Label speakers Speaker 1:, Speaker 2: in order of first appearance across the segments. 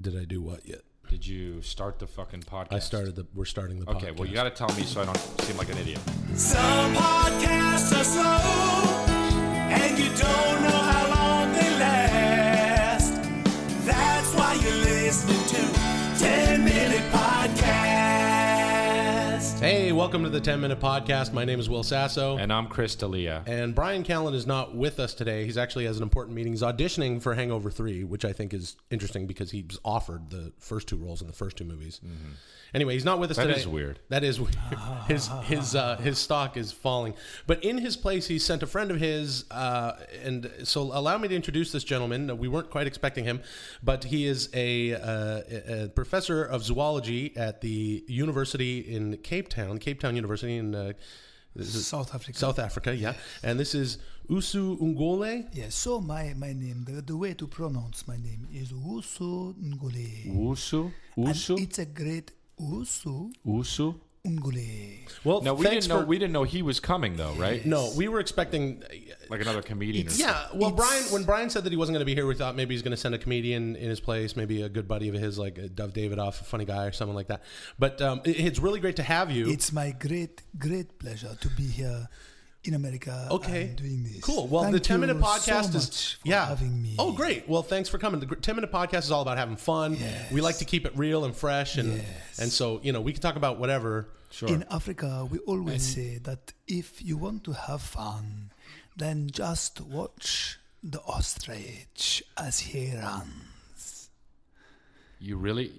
Speaker 1: Did I do what yet?
Speaker 2: Did you start the fucking podcast?
Speaker 1: I started the. We're starting the.
Speaker 2: Okay, well, you got to tell me so I don't seem like an idiot.
Speaker 3: Some podcasts are slow, and you don't know how long they last. That's why you're listening to 10 Minute Podcast.
Speaker 1: Hey, welcome to the ten minute podcast. My name is Will Sasso, and,
Speaker 2: And I'm Chris D'Elia.
Speaker 1: Brian Callen is not with us today. He's actually has an important meeting. He's auditioning for Hangover Three, which I think is interesting because he was offered the first two roles in the first two movies. Anyway, he's not with us
Speaker 2: Mm-hmm. That
Speaker 1: today.
Speaker 2: is weird.
Speaker 1: That is weird. his his uh, his stock is falling, but in his place, he sent a friend of his. Uh, and so, allow me to introduce this gentleman. We weren't quite expecting him, but he is a, uh, a a professor of zoology at the university in Cape Town, Cape Town University in uh, this is-
Speaker 4: South Africa.
Speaker 1: South Africa, yeah. And this is Usu Ungole.
Speaker 4: Yeah, so my, my name, the, the way to pronounce my name is Usu Ngule.
Speaker 2: Usu?
Speaker 4: And
Speaker 2: Usu?
Speaker 4: it's a great Usu
Speaker 2: Usu?
Speaker 4: Ngule.
Speaker 1: Well,
Speaker 2: No, we
Speaker 1: thanks
Speaker 2: didn't know.
Speaker 1: for-
Speaker 2: We didn't know he was coming though, right?
Speaker 1: no, we were expecting uh,
Speaker 2: Like another comedian. Or something.
Speaker 1: Yeah, well,
Speaker 4: It's-
Speaker 1: Brian, when Brian said that he wasn't going to be here, we thought maybe he's going to send a comedian in his place, maybe a good buddy of his, like uh, Dove Davidoff, a funny guy or someone like that. But um, it- it's really great to have you.
Speaker 4: It's my great, great pleasure to be here in America.
Speaker 1: okay,
Speaker 4: and doing this.
Speaker 1: cool. Well, the
Speaker 4: Thank
Speaker 1: ten
Speaker 4: you
Speaker 1: minute podcast
Speaker 4: so
Speaker 1: is
Speaker 4: much for
Speaker 1: yeah.
Speaker 4: having me.
Speaker 1: Oh, great. Well, thanks for coming. The gr- ten minute podcast is all about having fun. We like to keep it real and fresh, and
Speaker 4: Yes.
Speaker 1: and so you know we can talk about whatever.
Speaker 2: Sure.
Speaker 4: In Africa, we always say that if you want to have fun, then just watch the ostrich as he runs.
Speaker 2: you really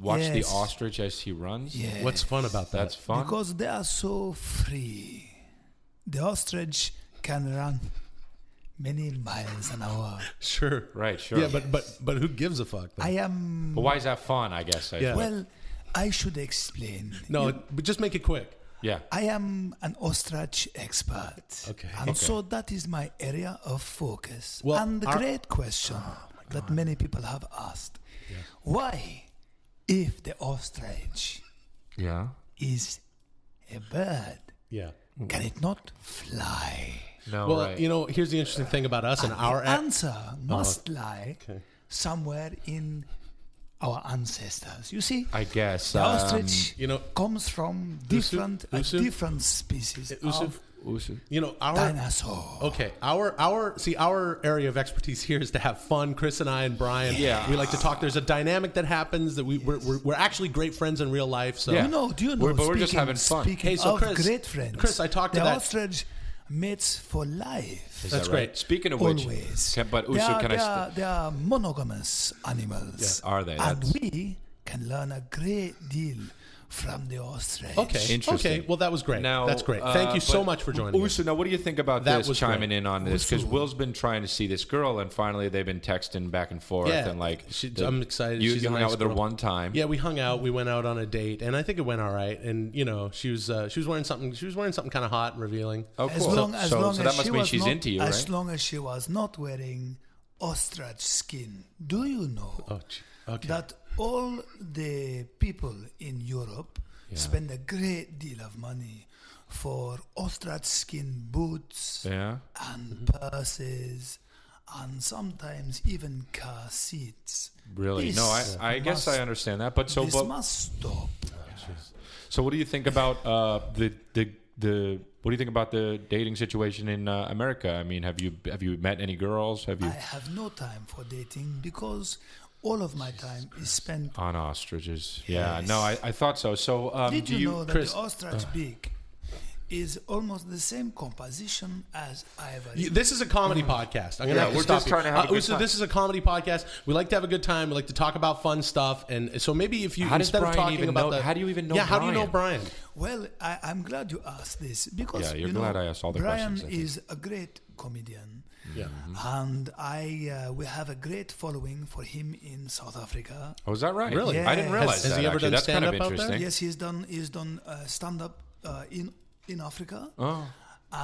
Speaker 2: watch the
Speaker 4: Yes.
Speaker 2: ostrich as he runs?
Speaker 4: Yeah.
Speaker 1: What's fun about that?
Speaker 2: That's fun.
Speaker 4: Because they are so free. The ostrich can run many miles an hour.
Speaker 1: sure.
Speaker 2: right, sure.
Speaker 1: Yeah, but but but who gives a fuck? Though?
Speaker 4: I am.
Speaker 2: But why is that fun, I guess? I
Speaker 1: Yeah.
Speaker 4: Well, I should explain.
Speaker 1: no, it- but just make it quick.
Speaker 2: yeah.
Speaker 4: I am an ostrich expert.
Speaker 1: Okay.
Speaker 4: And
Speaker 2: Okay.
Speaker 4: so that is my area of focus.
Speaker 1: Well, Oh,
Speaker 4: and the
Speaker 1: our-
Speaker 4: great question that many people have asked why, if the ostrich
Speaker 2: Yeah.
Speaker 4: is a bird,
Speaker 1: Yeah.
Speaker 4: can it not fly?
Speaker 2: No,
Speaker 1: Well,
Speaker 2: right.
Speaker 1: you know, here's the interesting thing about us and our
Speaker 4: the answer
Speaker 2: Oh,
Speaker 4: must lie somewhere in our ancestors. You see,
Speaker 2: I guess.
Speaker 4: the
Speaker 2: um,
Speaker 4: ostrich
Speaker 1: you know-
Speaker 4: comes from different a
Speaker 1: Usu?
Speaker 4: different species of
Speaker 2: um, Usu. Oh.
Speaker 1: You know, our
Speaker 4: dinosaur.
Speaker 1: okay, our our see our area of expertise here is to have fun. Chris and I and Brian,
Speaker 2: Yeah.
Speaker 1: we like to talk. There's a dynamic that happens that we we're, we're, we're actually great friends in real life. So
Speaker 2: Yeah.
Speaker 4: You know, do you know?
Speaker 2: We're- but we're just
Speaker 4: speaking-
Speaker 2: having fun.
Speaker 4: Speaking
Speaker 1: Hey, so
Speaker 4: of
Speaker 1: Chris-
Speaker 4: great friends,
Speaker 1: Chris, I talked to
Speaker 4: the
Speaker 1: that-
Speaker 4: ostrich mates for life.
Speaker 2: Is
Speaker 1: That's
Speaker 2: that right?
Speaker 1: great.
Speaker 2: Speaking of which,
Speaker 4: Always.
Speaker 2: can- but
Speaker 4: they
Speaker 2: Usu,
Speaker 4: are,
Speaker 2: can I?
Speaker 4: they,
Speaker 2: st-
Speaker 4: are, they are monogamous animals.
Speaker 2: Yeah, are they?
Speaker 4: And
Speaker 2: That's-
Speaker 4: we can learn a great deal from the ostrich.
Speaker 1: okay,
Speaker 2: Interesting.
Speaker 1: okay. Well, that was great.
Speaker 2: Now,
Speaker 1: That's great. Thank
Speaker 2: uh,
Speaker 1: you so
Speaker 2: but-
Speaker 1: much for joining. us.
Speaker 2: Usu, now what do you think about
Speaker 1: That
Speaker 2: this
Speaker 1: was
Speaker 2: chiming
Speaker 1: great.
Speaker 2: in on this? Because
Speaker 4: Usu.
Speaker 2: Will's been trying to see this girl, and finally they've been texting back and forth,
Speaker 1: Yeah,
Speaker 2: and like
Speaker 1: she- I'm excited.
Speaker 2: You,
Speaker 1: She's
Speaker 2: you
Speaker 1: a
Speaker 2: hung
Speaker 1: nice
Speaker 2: out with her
Speaker 1: girl.
Speaker 2: one time.
Speaker 1: Yeah, we hung out. We went out on a date, and I think it went all right. And you know, she was uh, she was wearing something. She was wearing something kind of hot and revealing.
Speaker 2: Oh,
Speaker 4: As
Speaker 2: cool.
Speaker 4: long
Speaker 2: so,
Speaker 4: as
Speaker 2: so,
Speaker 4: long
Speaker 2: so
Speaker 4: as
Speaker 2: that must
Speaker 4: she
Speaker 2: mean
Speaker 4: was
Speaker 2: she's
Speaker 4: not,
Speaker 2: into you,
Speaker 4: As
Speaker 2: right?
Speaker 4: long as she was not wearing ostrich skin. Do you know
Speaker 1: Oh, gee. okay.
Speaker 4: that all the people in Europe spend a great deal of money for ostrich skin boots
Speaker 2: yeah. Mm-hmm.
Speaker 4: and purses and sometimes even car seats.
Speaker 2: Really?
Speaker 4: This
Speaker 2: No, I, I guess I
Speaker 4: must-
Speaker 2: understand that. But so,
Speaker 4: This
Speaker 2: but,
Speaker 4: must stop.
Speaker 2: so what do you think about uh, the the the what do you think about the dating situation in uh, America? I mean, have you have you met any girls? Have you
Speaker 4: I have no time for dating because all of my time is spent.
Speaker 2: on ostriches? Yeah.
Speaker 4: Yes.
Speaker 2: No, I, I thought so. So um,
Speaker 4: Did
Speaker 2: do
Speaker 4: you,
Speaker 2: you,
Speaker 4: know that
Speaker 2: Chris? uh,
Speaker 4: the ostrich beak is almost the same composition as ivory?
Speaker 1: You- This is a comedy podcast. I'm gonna
Speaker 2: Mm-hmm. Yeah,
Speaker 1: have to
Speaker 2: we're
Speaker 1: stop
Speaker 2: just
Speaker 1: you.
Speaker 2: trying to have a
Speaker 1: Uh,
Speaker 2: good
Speaker 1: so
Speaker 2: time.
Speaker 1: This is a comedy podcast. We like to have a good time. We like to talk about fun stuff. And so maybe if you
Speaker 2: How does
Speaker 1: instead of
Speaker 2: Brian
Speaker 1: talking
Speaker 2: even
Speaker 1: about
Speaker 2: know-
Speaker 1: the,
Speaker 2: how do you even know
Speaker 1: Yeah, how do you know Brian?
Speaker 2: Brian?
Speaker 4: Well, I, I'm glad you asked this because
Speaker 2: Yeah, you're
Speaker 4: you
Speaker 2: glad
Speaker 4: know,
Speaker 2: I asked all the
Speaker 4: Brian
Speaker 2: questions, I think. Mm.
Speaker 4: is a great comedian,
Speaker 1: Yeah.
Speaker 4: and I uh, we have a great following for him in South Africa.
Speaker 2: Oh, is that right?
Speaker 1: Really?
Speaker 2: I didn't
Speaker 4: Yes.
Speaker 1: Has-
Speaker 2: realize that.
Speaker 1: has he ever
Speaker 2: actually.
Speaker 1: done
Speaker 2: That's kind of
Speaker 1: stand-up out there?
Speaker 2: interesting.
Speaker 4: Yes, he's done he's done uh, stand up uh, in in Africa,
Speaker 2: Oh,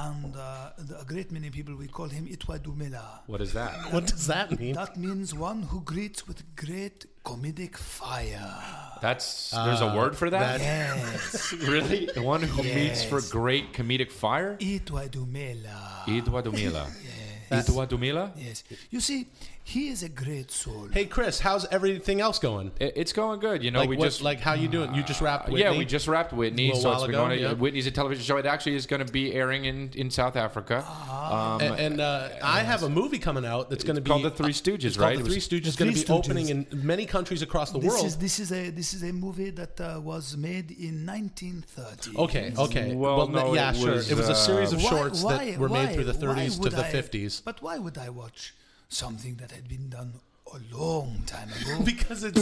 Speaker 4: and uh, the, a great many people we call him Itwa Dumela.
Speaker 2: what is that?
Speaker 1: What does that mean?
Speaker 4: That means one who greets with great comedic fire.
Speaker 2: That's there's a word for that.
Speaker 4: Yes,
Speaker 2: really, Uh, the one who meets for great comedic fire.
Speaker 4: Itwa Dumela.
Speaker 2: Idwa Dumila. Idwa Dumila.
Speaker 4: Yes. You see, He is a great soul.
Speaker 1: Hey Chris, how's everything else going?
Speaker 2: It- it's going good. You know,
Speaker 1: like
Speaker 2: Oh, we
Speaker 1: what,
Speaker 2: just Uh,
Speaker 1: like how you doing? You just wrapped Whitney.
Speaker 2: Yeah, we just wrapped Whitney.
Speaker 1: Little
Speaker 2: So it's
Speaker 1: while
Speaker 2: been
Speaker 1: ago,
Speaker 2: going to,
Speaker 1: yeah.
Speaker 2: Whitney's a television show. It actually is going to be airing in, in South Africa.
Speaker 1: Oh,
Speaker 2: Um,
Speaker 1: A- and uh, I have a movie coming out that's going to be uh,
Speaker 2: called The Three Stooges,
Speaker 1: it's called
Speaker 2: right?
Speaker 1: The Three Stooges is
Speaker 4: The
Speaker 1: going to
Speaker 4: Three
Speaker 1: be opening in
Speaker 4: Stooges.
Speaker 1: many countries across the
Speaker 4: This
Speaker 1: world.
Speaker 4: is this is a this is a movie that uh, was made in 1930.
Speaker 1: okay, okay.
Speaker 2: Well, no,
Speaker 1: yeah,
Speaker 2: it
Speaker 1: sure.
Speaker 2: was,
Speaker 1: it was a series
Speaker 2: uh,
Speaker 1: of
Speaker 4: Why-
Speaker 1: shorts
Speaker 4: why-
Speaker 1: that were made
Speaker 4: why-
Speaker 1: through the
Speaker 4: why
Speaker 1: 30s to
Speaker 4: would
Speaker 1: the
Speaker 4: I-
Speaker 1: 50s.
Speaker 4: But why would I watch something that had been done a long time ago
Speaker 1: Because it's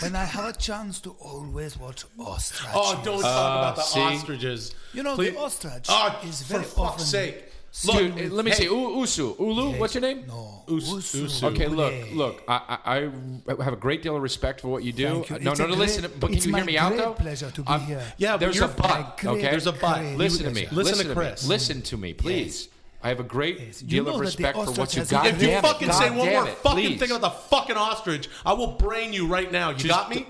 Speaker 4: when I have a chance to always watch ostrich?
Speaker 1: oh, don't talk about the
Speaker 2: Uh, see?
Speaker 1: ostriches.
Speaker 4: You know,
Speaker 1: Please-
Speaker 4: the ostrich
Speaker 1: Ah,
Speaker 4: is
Speaker 1: for
Speaker 4: very
Speaker 1: fuck's
Speaker 4: often-
Speaker 1: sake. Look,
Speaker 2: Dude, eh, let me
Speaker 1: hey,
Speaker 2: see. U- Usu, Ulu, what's your name?
Speaker 4: No,
Speaker 1: Us-
Speaker 4: Usu.
Speaker 1: Usu.
Speaker 2: Okay, look,
Speaker 4: Ule.
Speaker 2: look. I, I I have a great deal of respect for what you do.
Speaker 4: Thank you.
Speaker 2: No,
Speaker 4: It's
Speaker 2: no,
Speaker 4: a
Speaker 2: no.
Speaker 4: great-
Speaker 2: Listen, but can
Speaker 4: it's
Speaker 2: you hear
Speaker 4: my
Speaker 2: me out
Speaker 4: great
Speaker 2: though?
Speaker 4: pleasure to be
Speaker 2: I'm-
Speaker 4: here.
Speaker 1: Yeah, but
Speaker 2: there's
Speaker 1: you're
Speaker 2: a but.
Speaker 4: great-
Speaker 2: Okay,
Speaker 1: There's a but.
Speaker 4: great
Speaker 2: Listen to me.
Speaker 4: pleasure.
Speaker 1: Listen to
Speaker 2: me.
Speaker 1: Chris.
Speaker 2: Listen to me, please. I have a great
Speaker 4: You
Speaker 2: deal
Speaker 4: know
Speaker 2: of
Speaker 4: that the
Speaker 2: respect for what
Speaker 4: ostrich
Speaker 2: you
Speaker 4: has a
Speaker 2: got.
Speaker 1: If you
Speaker 4: Damn it.
Speaker 1: fucking say one more fucking
Speaker 2: please.
Speaker 1: thing about the fucking ostrich, I will brain you right now. You
Speaker 2: Just-
Speaker 1: got me?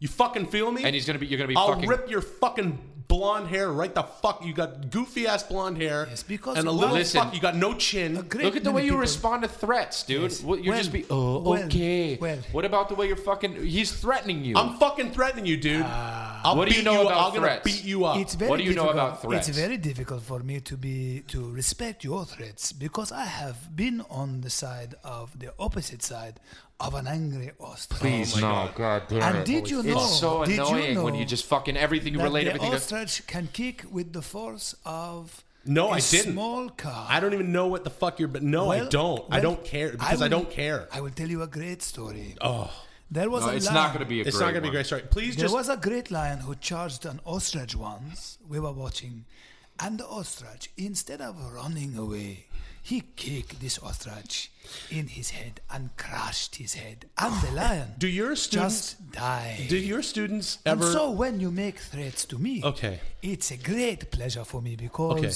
Speaker 1: You fucking feel me?
Speaker 2: And he's gonna be- you're gonna be
Speaker 1: I'll
Speaker 2: fucking-
Speaker 1: rip your fucking blonde hair right the fuck. You got goofy ass blonde hair.
Speaker 4: Yes, because
Speaker 1: and a
Speaker 4: why-
Speaker 1: little
Speaker 2: Listen.
Speaker 1: fuck. You got no chin.
Speaker 4: A great
Speaker 2: Look at the
Speaker 4: many
Speaker 2: way you
Speaker 4: people-
Speaker 2: respond to threats, dude.
Speaker 4: Yes.
Speaker 2: What, you
Speaker 4: Well,
Speaker 2: just be, oh,
Speaker 4: well,
Speaker 2: okay.
Speaker 4: well.
Speaker 2: What about the way you're fucking? He's threatening you.
Speaker 1: I'm fucking threatening you, dude. I'll
Speaker 2: What do
Speaker 1: beat
Speaker 2: you know about
Speaker 1: I'm
Speaker 2: threats?
Speaker 1: gonna beat you up.
Speaker 4: Ah. It's very
Speaker 2: What do you know
Speaker 4: difficult-
Speaker 2: about threats?
Speaker 4: It's very difficult for me to be to respect your threats because I have been on the side of the opposite side of an angry ostrich.
Speaker 2: no, Oh God, damn
Speaker 4: And did you know?
Speaker 2: It's so
Speaker 4: did you
Speaker 2: annoying when
Speaker 4: know
Speaker 2: you just fucking everything you
Speaker 4: that
Speaker 2: relate
Speaker 4: the
Speaker 2: everything. to
Speaker 4: ostrich can kick with the force of
Speaker 1: No,
Speaker 4: I
Speaker 1: I didn't.
Speaker 4: small car.
Speaker 1: I don't even know what the fuck you're. But no, I
Speaker 4: Well,
Speaker 1: don't. I
Speaker 4: well,
Speaker 1: don't care because I,
Speaker 4: will-
Speaker 1: don't care.
Speaker 4: I will tell you a great story.
Speaker 1: oh,
Speaker 4: There was
Speaker 2: No,
Speaker 4: a
Speaker 2: it's
Speaker 4: lion.
Speaker 2: not going to be a.
Speaker 1: it's not gonna
Speaker 2: great
Speaker 1: be
Speaker 2: one.
Speaker 1: great. Sorry, please
Speaker 4: There
Speaker 1: just.
Speaker 4: was a great lion who charged an ostrich once. We were watching, and the ostrich, instead of running away, he kicked this ostrich in his head and crushed his head, and the lion
Speaker 1: Oh, do your students?
Speaker 4: just died.
Speaker 1: do your students
Speaker 4: and
Speaker 1: ever?
Speaker 4: so when you make threats to me,
Speaker 1: Okay.
Speaker 4: it's a great pleasure for me because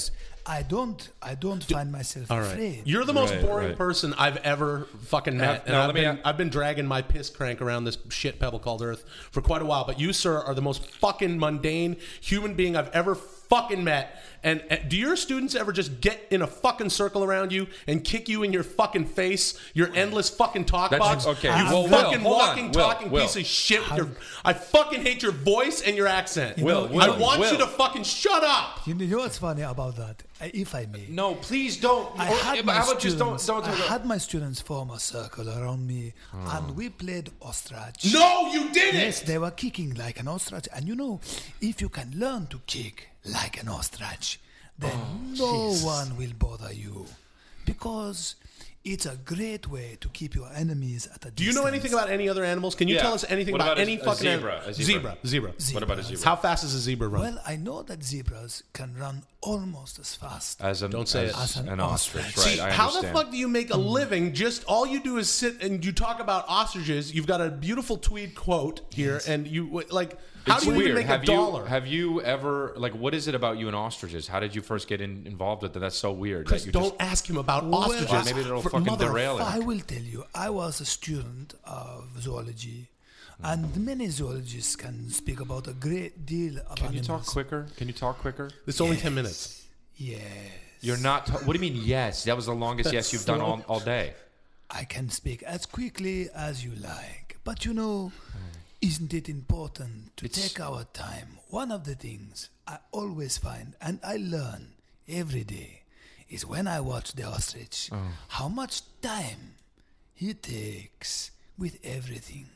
Speaker 4: I don't, I don't find myself
Speaker 1: All right.
Speaker 4: afraid.
Speaker 1: You're the most
Speaker 2: Right,
Speaker 1: boring
Speaker 2: right.
Speaker 1: person I've ever fucking met.
Speaker 2: Uh,
Speaker 1: and
Speaker 2: now
Speaker 1: I've,
Speaker 2: let me
Speaker 1: been,
Speaker 2: a-
Speaker 1: I've been dragging my piss crank around this shit pebble called Earth for quite a while. But you, sir, are the most fucking mundane human being I've ever fucking met. And uh, do your students ever just get in a fucking circle around you and kick you in your fucking face, your endless fucking talk
Speaker 2: That's-
Speaker 1: box?
Speaker 2: okay.
Speaker 1: You
Speaker 4: Well, Will,
Speaker 1: fucking
Speaker 2: hold on.
Speaker 1: walking,
Speaker 2: Will,
Speaker 1: talking
Speaker 2: Will.
Speaker 1: piece of shit. With your, I fucking hate your voice and your accent.
Speaker 2: Will,
Speaker 1: I
Speaker 2: Will,
Speaker 1: want you
Speaker 2: Will.
Speaker 1: to fucking shut up.
Speaker 4: You know what's funny about that? Uh, If I may.
Speaker 2: No, please don't.
Speaker 4: I
Speaker 1: Oh,
Speaker 2: Or-
Speaker 4: had
Speaker 2: but
Speaker 4: my
Speaker 2: how about just don't?
Speaker 4: students.
Speaker 2: Don't.
Speaker 4: I
Speaker 2: do it.
Speaker 4: had my students form a circle around me, and we played ostrich.
Speaker 1: No, you didn't.
Speaker 4: Yes, they were kicking like an ostrich, and you know, if you can learn to kick like an ostrich, then
Speaker 1: Oh,
Speaker 4: no one will bother you, because it's a great way to keep your enemies at a distance.
Speaker 1: Do you know anything about any other animals? Can you
Speaker 2: Yeah.
Speaker 1: tell us anything
Speaker 2: What
Speaker 1: about,
Speaker 2: about a-
Speaker 1: any
Speaker 2: a
Speaker 1: fucking
Speaker 2: zebra?
Speaker 1: animal?
Speaker 2: A zebra.
Speaker 1: Zebra.
Speaker 4: Zebra.
Speaker 2: What about a zebra?
Speaker 1: How fast does a zebra run?
Speaker 4: Well, I know that zebras can run almost as fast.
Speaker 2: As an,
Speaker 1: Don't say
Speaker 2: as
Speaker 1: it.
Speaker 4: As an
Speaker 2: an ostrich,
Speaker 4: ostrich.
Speaker 2: right?
Speaker 1: See,
Speaker 2: I
Speaker 1: how the
Speaker 2: understand.
Speaker 1: fuck do you make a living? Just all you do is sit and you talk about ostriches. You've got a beautiful tweed quote here, and you like. How
Speaker 2: it's
Speaker 1: do you
Speaker 2: weird.
Speaker 1: even make
Speaker 2: have
Speaker 1: a dollar?
Speaker 2: You, have you ever like what is it about you and ostriches? How did you first get in, involved with them? That's so weird.
Speaker 1: Chris,
Speaker 2: that you
Speaker 1: don't
Speaker 2: just,
Speaker 1: ask him about
Speaker 4: Well,
Speaker 1: ostriches.
Speaker 4: I-
Speaker 2: Maybe it'll
Speaker 1: For-
Speaker 2: fucking
Speaker 1: mother-
Speaker 2: derail it.
Speaker 4: I will tell you, I was a student of zoology, and many zoologists can speak about a great deal of
Speaker 2: Can you
Speaker 4: animals.
Speaker 2: talk quicker? Can you talk quicker?
Speaker 1: It's only ten minutes.
Speaker 4: Yes,
Speaker 2: You're not. ta- what do you mean? Yes, that was the longest yes you've done all, all day.
Speaker 4: I can speak as quickly as you like, but you know,
Speaker 2: Hmm.
Speaker 4: isn't it important to take our time? One of the things I always find and I learn every day is when I watch the ostrich,
Speaker 2: Oh.
Speaker 4: how much time he takes with everything.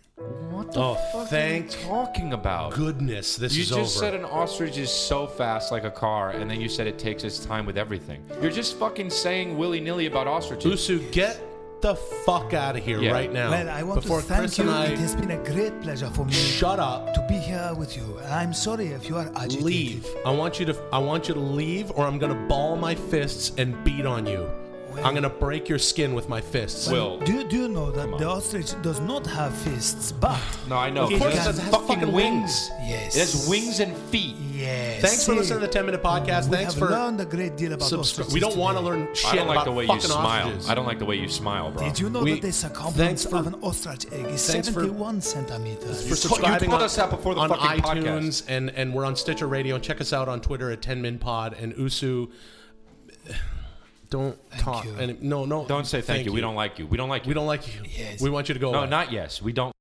Speaker 2: What the
Speaker 1: Oh,
Speaker 2: fuck
Speaker 1: thank
Speaker 2: are you talking about?
Speaker 1: Goodness, this
Speaker 2: You
Speaker 1: is
Speaker 2: just
Speaker 1: over.
Speaker 2: said an ostrich is so fast like a car, and then you said it takes its time with everything. You're just fucking saying willy nilly about ostriches.
Speaker 1: Usu, get the fuck out of here
Speaker 2: Yeah.
Speaker 1: right now.
Speaker 4: Well, I want
Speaker 1: Oh. before
Speaker 4: to thank
Speaker 1: Chris
Speaker 4: you.
Speaker 1: and I
Speaker 4: It has been a great pleasure for me
Speaker 1: shut up.
Speaker 4: to be here with you. And I'm sorry if you are agitated.
Speaker 1: leave. I want you to I want you to leave or I'm gonna ball my fists and beat on you. I'm gonna break your skin with my fists.
Speaker 2: Well-
Speaker 4: Do you, do you know that the ostrich does not have fists, but
Speaker 2: No, I know.
Speaker 1: Of
Speaker 2: it
Speaker 1: course
Speaker 2: has
Speaker 1: it has
Speaker 2: fucking
Speaker 1: fucking
Speaker 2: wings.
Speaker 4: wings. Yes.
Speaker 2: It has wings and feet.
Speaker 4: yes.
Speaker 1: Thanks for
Speaker 4: see,
Speaker 1: listening to the 10 minute podcast.
Speaker 4: We
Speaker 1: Thanks
Speaker 4: have
Speaker 1: for
Speaker 4: learned a great deal about
Speaker 1: subscribing.
Speaker 4: ostriches.
Speaker 1: We don't want to
Speaker 4: today.
Speaker 1: learn shit
Speaker 2: I don't like
Speaker 1: about
Speaker 2: the way you
Speaker 1: fucking
Speaker 2: smile.
Speaker 1: ostriches.
Speaker 2: I don't like the way you smile, bro.
Speaker 4: Did you know
Speaker 1: We-
Speaker 4: that the circumference
Speaker 1: thanks for-
Speaker 4: of an ostrich egg is
Speaker 1: thanks for-
Speaker 4: 71 centimeters?
Speaker 1: for
Speaker 2: told- you
Speaker 1: subscribing
Speaker 2: told
Speaker 1: on,
Speaker 2: us that before the
Speaker 1: on
Speaker 2: fucking podcast.
Speaker 1: iTunes and and we're on Stitcher Radio and check us out on Twitter at 10 Min Pod and Usu Don't talk.
Speaker 4: you.
Speaker 1: And no, no.
Speaker 2: Don't say thank, you. We don't like you. We don't like you.
Speaker 1: We don't like you.
Speaker 4: Yes.
Speaker 1: We want you to go.
Speaker 2: no,
Speaker 1: away.
Speaker 2: not yes. We don't.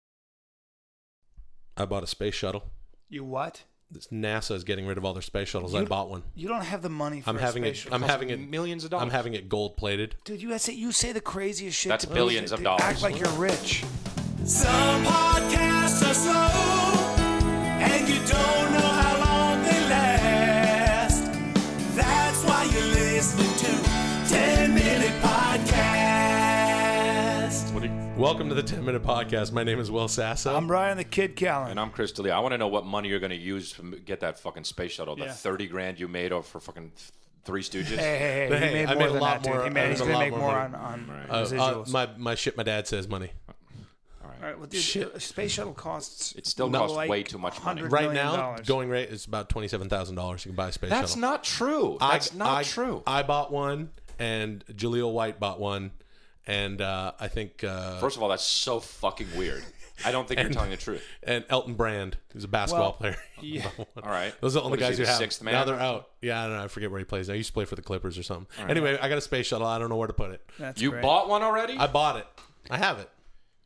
Speaker 1: I bought a space shuttle.
Speaker 5: You what?
Speaker 1: This NASA is getting rid of all their space shuttles. I
Speaker 5: You-
Speaker 1: bought one.
Speaker 5: You don't have the money for
Speaker 1: I'm
Speaker 5: a
Speaker 1: having it.
Speaker 5: spaceship.
Speaker 1: I'm having it.
Speaker 2: millions of
Speaker 1: I'm
Speaker 2: dollars.
Speaker 1: having it gold plated.
Speaker 5: Dude, you say you say the craziest shit.
Speaker 2: That's
Speaker 5: to
Speaker 2: billions
Speaker 5: people.
Speaker 2: of
Speaker 5: Act
Speaker 2: dollars.
Speaker 5: like you're rich.
Speaker 3: Some podcasts are slow, and you don't know how long they last. That's why you're listening to 10 Minute Podcast.
Speaker 2: What do you-
Speaker 1: Welcome to the 10 minute podcast. My name is Will Sasso.
Speaker 5: I'm Ryan the Kid Callan.
Speaker 2: and I'm Chris D'Elia. I want to know what money you're going to use to m- get that fucking space shuttle. The
Speaker 5: Yeah.
Speaker 2: thirty grand you made over for fucking th- Three Stooges.
Speaker 5: Hey, hey,
Speaker 1: Hey,
Speaker 5: hey, he
Speaker 1: I
Speaker 5: made more
Speaker 1: made a
Speaker 5: than
Speaker 1: lot
Speaker 5: that, dude.
Speaker 1: more-
Speaker 5: He
Speaker 1: I
Speaker 5: made, he's
Speaker 1: made a
Speaker 5: gonna
Speaker 1: lot
Speaker 5: make
Speaker 1: more
Speaker 5: more on,
Speaker 1: money.
Speaker 5: on on
Speaker 1: Uh, uh,
Speaker 5: residuals.
Speaker 1: my my shit. My dad says money.
Speaker 5: All right, well, dude,
Speaker 1: Shit.
Speaker 5: space shuttle costs.
Speaker 2: It still
Speaker 5: like
Speaker 2: costs way too much money.
Speaker 5: $100
Speaker 1: Right
Speaker 5: million
Speaker 1: now,
Speaker 5: dollars.
Speaker 1: going rate is about twenty seven thousand dollars. You can buy a space
Speaker 2: That's
Speaker 1: shuttle.
Speaker 2: not true.
Speaker 1: I-
Speaker 2: That's not
Speaker 1: I-
Speaker 2: true.
Speaker 1: I bought one, and Jaleel White bought one, and uh, I think uh,
Speaker 2: First of all, that's so fucking weird. I don't think you're
Speaker 1: And-
Speaker 2: telling the truth.
Speaker 1: and Elton Brand, who's a basketball
Speaker 5: Well,
Speaker 1: player.
Speaker 5: yeah.
Speaker 2: All right.
Speaker 1: Those are the only
Speaker 2: What
Speaker 1: guys
Speaker 2: is he,
Speaker 1: who
Speaker 2: the
Speaker 1: have.
Speaker 2: sixth
Speaker 1: Now
Speaker 2: man?
Speaker 1: they're out. Yeah, I don't know. I forget where he plays now. He used to play for the Clippers or something. Anyway, I got a space shuttle. I don't know where to put it.
Speaker 5: That's
Speaker 2: You
Speaker 5: great.
Speaker 2: bought one already?
Speaker 1: I bought it. I have it.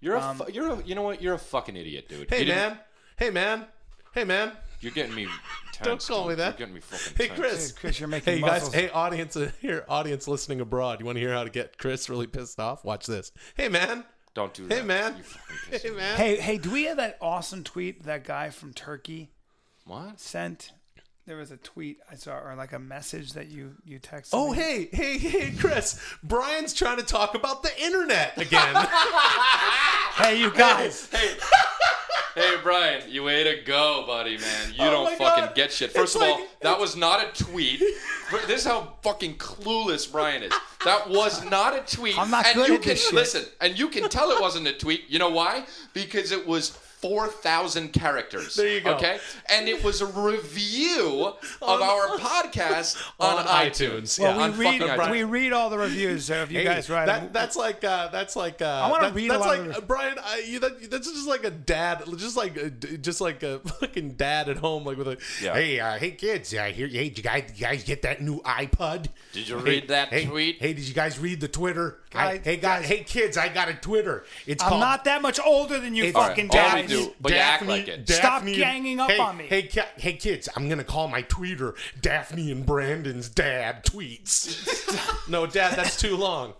Speaker 2: you're a, fu- you're a, you know what? You're a fucking idiot, dude.
Speaker 1: Um, Hey
Speaker 2: You didn't-
Speaker 1: man. Hey man. Hey man.
Speaker 2: You're getting me. Tense,
Speaker 1: Don't call
Speaker 2: dude.
Speaker 1: me that.
Speaker 2: You're getting me fucking.
Speaker 1: Hey
Speaker 2: tense.
Speaker 1: Chris.
Speaker 5: Dude, Chris, you're making
Speaker 1: Hey you guys.
Speaker 5: muscles.
Speaker 1: Hey audience. uh, Here, audience listening abroad. You want to hear how to get Chris really pissed off? Watch this. Hey man.
Speaker 2: Don't do that.
Speaker 1: Hey man.
Speaker 2: You fucking piss
Speaker 1: Hey
Speaker 2: me.
Speaker 1: man.
Speaker 5: Hey, hey, do we have that awesome tweet that guy from Turkey
Speaker 2: What?
Speaker 5: sent? There was a tweet I saw, or like a message that you you texted.
Speaker 1: Oh
Speaker 5: me.
Speaker 1: hey hey hey Chris. Brian's trying to talk about the internet again.
Speaker 5: hey, you guys!
Speaker 2: Hey. Hey Brian, you way to go, buddy, man. You
Speaker 1: Oh my
Speaker 2: don't fucking
Speaker 1: God.
Speaker 2: get shit.
Speaker 1: It's
Speaker 2: First of all,
Speaker 1: like-
Speaker 2: that was not a tweet. Br- This is how fucking clueless Brian is. That was not a tweet.
Speaker 5: I'm not
Speaker 2: and
Speaker 5: good
Speaker 2: you
Speaker 5: at
Speaker 2: can
Speaker 5: this shit.
Speaker 2: listen, and you can tell it wasn't a tweet. You know why? Because it was four thousand characters.
Speaker 1: There you go.
Speaker 2: Okay, and it was a review of our podcast on, iTunes.
Speaker 1: Yeah,
Speaker 5: Well,
Speaker 1: on
Speaker 5: we read
Speaker 1: fucking iTunes.
Speaker 5: we read all the reviews, so if you
Speaker 1: Hey,
Speaker 5: guys write
Speaker 1: that,
Speaker 5: 'em-
Speaker 1: That's like uh, that's like uh, I
Speaker 5: wanna
Speaker 1: that,
Speaker 5: read a
Speaker 1: That's
Speaker 5: lot
Speaker 1: like
Speaker 5: of
Speaker 1: uh, Brian. I, you, that, that's just like a dad, just like a, d- just like a fucking dad at home, like with a
Speaker 2: Yeah.
Speaker 1: hey uh, hey kids, I hear hey did you guys, you guys get that new iPod?
Speaker 2: Did you
Speaker 1: Hey,
Speaker 2: read that
Speaker 1: hey,
Speaker 2: tweet?
Speaker 1: Hey, did you guys read the Twitter? I,
Speaker 5: Guys-
Speaker 1: hey guys, hey kids, I got a Twitter. It's
Speaker 5: I'm
Speaker 1: called
Speaker 5: not that much older than you,
Speaker 1: it's
Speaker 5: fucking
Speaker 2: all right,
Speaker 5: guys.
Speaker 2: we do, but you act like it.
Speaker 5: Stop ganging up
Speaker 1: hey,
Speaker 5: on me.
Speaker 1: Hey, ki- hey, kids! I'm gonna call my tweeter Daphne and Brandon's dad tweets. no, Dad, that's too long.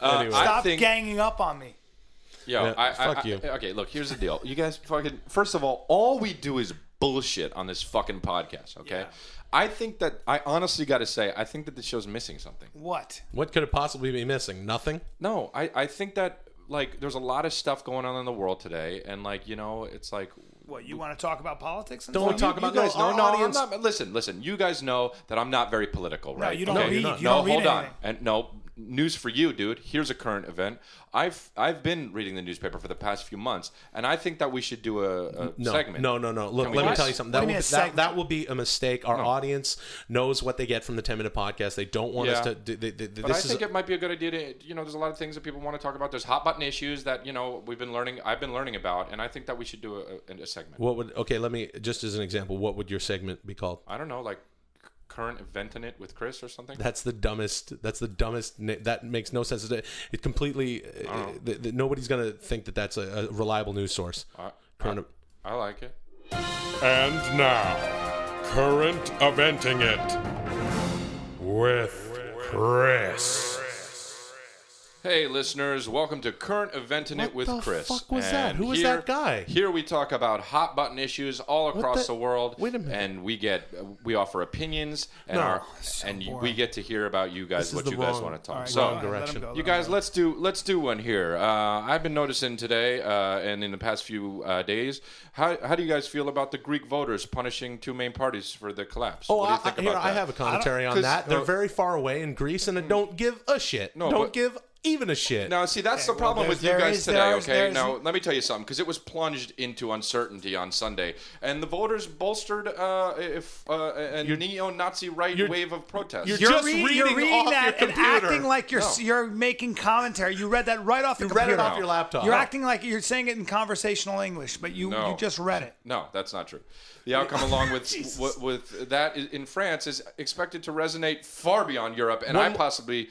Speaker 1: anyway.
Speaker 2: Uh, I
Speaker 5: Stop
Speaker 2: think-
Speaker 5: ganging up on me.
Speaker 2: Yo,
Speaker 1: Yeah,
Speaker 2: I, I-
Speaker 1: fuck
Speaker 2: I- eh,
Speaker 1: you.
Speaker 2: Okay, look, here's the deal. You guys fucking. First of all, all we do is bullshit on this fucking podcast. Okay, I think that I honestly got to say, I think that this show's missing something.
Speaker 5: What?
Speaker 1: What could it possibly be missing? Nothing.
Speaker 2: No, I, I think that like there's a lot of stuff going on in the world today, and like you know, it's like
Speaker 5: What? You want to talk about politics? And
Speaker 1: Don't
Speaker 5: stuff?
Speaker 1: we talk
Speaker 2: you
Speaker 1: about
Speaker 2: guys
Speaker 1: no,
Speaker 2: know.
Speaker 1: our
Speaker 2: no, I'm
Speaker 1: audience-
Speaker 2: not- listen, listen. You guys know that I'm not very political, right?
Speaker 5: you don't
Speaker 2: Okay.
Speaker 1: read- No, you're
Speaker 5: you don't
Speaker 2: no, hold
Speaker 5: read
Speaker 2: on.
Speaker 5: anything.
Speaker 2: And no news for you, dude. Here's a current event. I've I've been reading the newspaper for the past few months, and I think that we should do a, a
Speaker 1: No,
Speaker 2: segment.
Speaker 1: no, no, no. Look,
Speaker 2: Can we
Speaker 1: let me
Speaker 2: just-
Speaker 1: tell you something.
Speaker 5: What
Speaker 1: That
Speaker 5: do you
Speaker 1: will,
Speaker 5: mean
Speaker 1: be,
Speaker 5: a
Speaker 1: that,
Speaker 5: segment?
Speaker 1: that will be a mistake. Our audience knows what they get from the ten minute podcast. They don't want us
Speaker 2: Yeah.
Speaker 1: to. They, they, they,
Speaker 2: But
Speaker 1: this
Speaker 2: I
Speaker 1: is
Speaker 2: think it might be a good idea to, you know, there's a lot of things that people want to talk about. There's hot button issues that, you know, we've been learning, I've been learning about, and I think that we should do a, a, a segment.
Speaker 1: what would okay. Let me just as an example. What would your segment be called?
Speaker 2: I don't know, like c- current event in it with Chris or something.
Speaker 1: That's the dumbest. That's the dumbest. na- That makes no sense. It it completely. Uh, th- th- nobody's gonna think that that's a, a reliable news source.
Speaker 2: I,
Speaker 1: Current-
Speaker 2: I like it.
Speaker 6: And now, current eventing it with Chris.
Speaker 2: Hey, listeners, welcome to Current Event in It
Speaker 1: What
Speaker 2: with
Speaker 1: the
Speaker 2: Chris.
Speaker 1: fuck was that? Who was
Speaker 2: here-
Speaker 1: that guy?
Speaker 2: Here we talk about hot button issues all across
Speaker 1: the-
Speaker 2: the, world.
Speaker 1: Wait a minute.
Speaker 2: And we get, we offer opinions, and,
Speaker 1: No,
Speaker 2: our, and you- we
Speaker 5: boring.
Speaker 2: get to hear about you guys,
Speaker 1: This is
Speaker 2: what
Speaker 1: the
Speaker 2: you guys
Speaker 1: wrong-
Speaker 2: want to talk
Speaker 5: All right,
Speaker 2: So,
Speaker 5: go ahead, let 'em
Speaker 1: direction.
Speaker 5: go, let
Speaker 2: You
Speaker 5: 'em
Speaker 2: guys,
Speaker 5: go.
Speaker 2: let's do let's do one here. Uh, I've been noticing today uh, and in the past few uh, days. How, how do you guys feel about the Greek voters punishing two main parties for the collapse?
Speaker 1: Oh,
Speaker 2: what do you
Speaker 1: I-
Speaker 2: think
Speaker 1: I,
Speaker 2: about
Speaker 1: here, I Oh.
Speaker 2: that?
Speaker 1: have a commentary on
Speaker 2: 'cause-
Speaker 1: that. They're
Speaker 2: no.
Speaker 1: very far away in Greece, and they don't give a shit.
Speaker 2: No,
Speaker 1: don't
Speaker 2: but-
Speaker 1: give even a shit.
Speaker 2: Now, see, that's the
Speaker 5: well,
Speaker 2: problem with you
Speaker 5: there
Speaker 2: guys
Speaker 5: is-
Speaker 2: today,
Speaker 5: there is- there
Speaker 2: okay?
Speaker 5: is-
Speaker 2: Now, let me tell you something, because it was plunged into uncertainty on Sunday, and the voters bolstered uh, if, uh, a neo-Nazi right wave of protest.
Speaker 1: you're
Speaker 5: You're,
Speaker 1: just
Speaker 5: reading,
Speaker 1: reading
Speaker 5: you're reading
Speaker 1: off
Speaker 5: that
Speaker 1: your
Speaker 5: and
Speaker 1: computer.
Speaker 5: acting like you're
Speaker 2: No.
Speaker 5: you're making commentary. You read that right off your
Speaker 1: You read it
Speaker 5: computer.
Speaker 1: off your laptop.
Speaker 5: You're
Speaker 1: No.
Speaker 5: acting like you're saying it in conversational English, but you,
Speaker 2: No.
Speaker 5: you just read it.
Speaker 2: No, that's not true. The outcome along with with, with that i- in France is expected to resonate far beyond Europe, and I
Speaker 1: One-
Speaker 2: possibly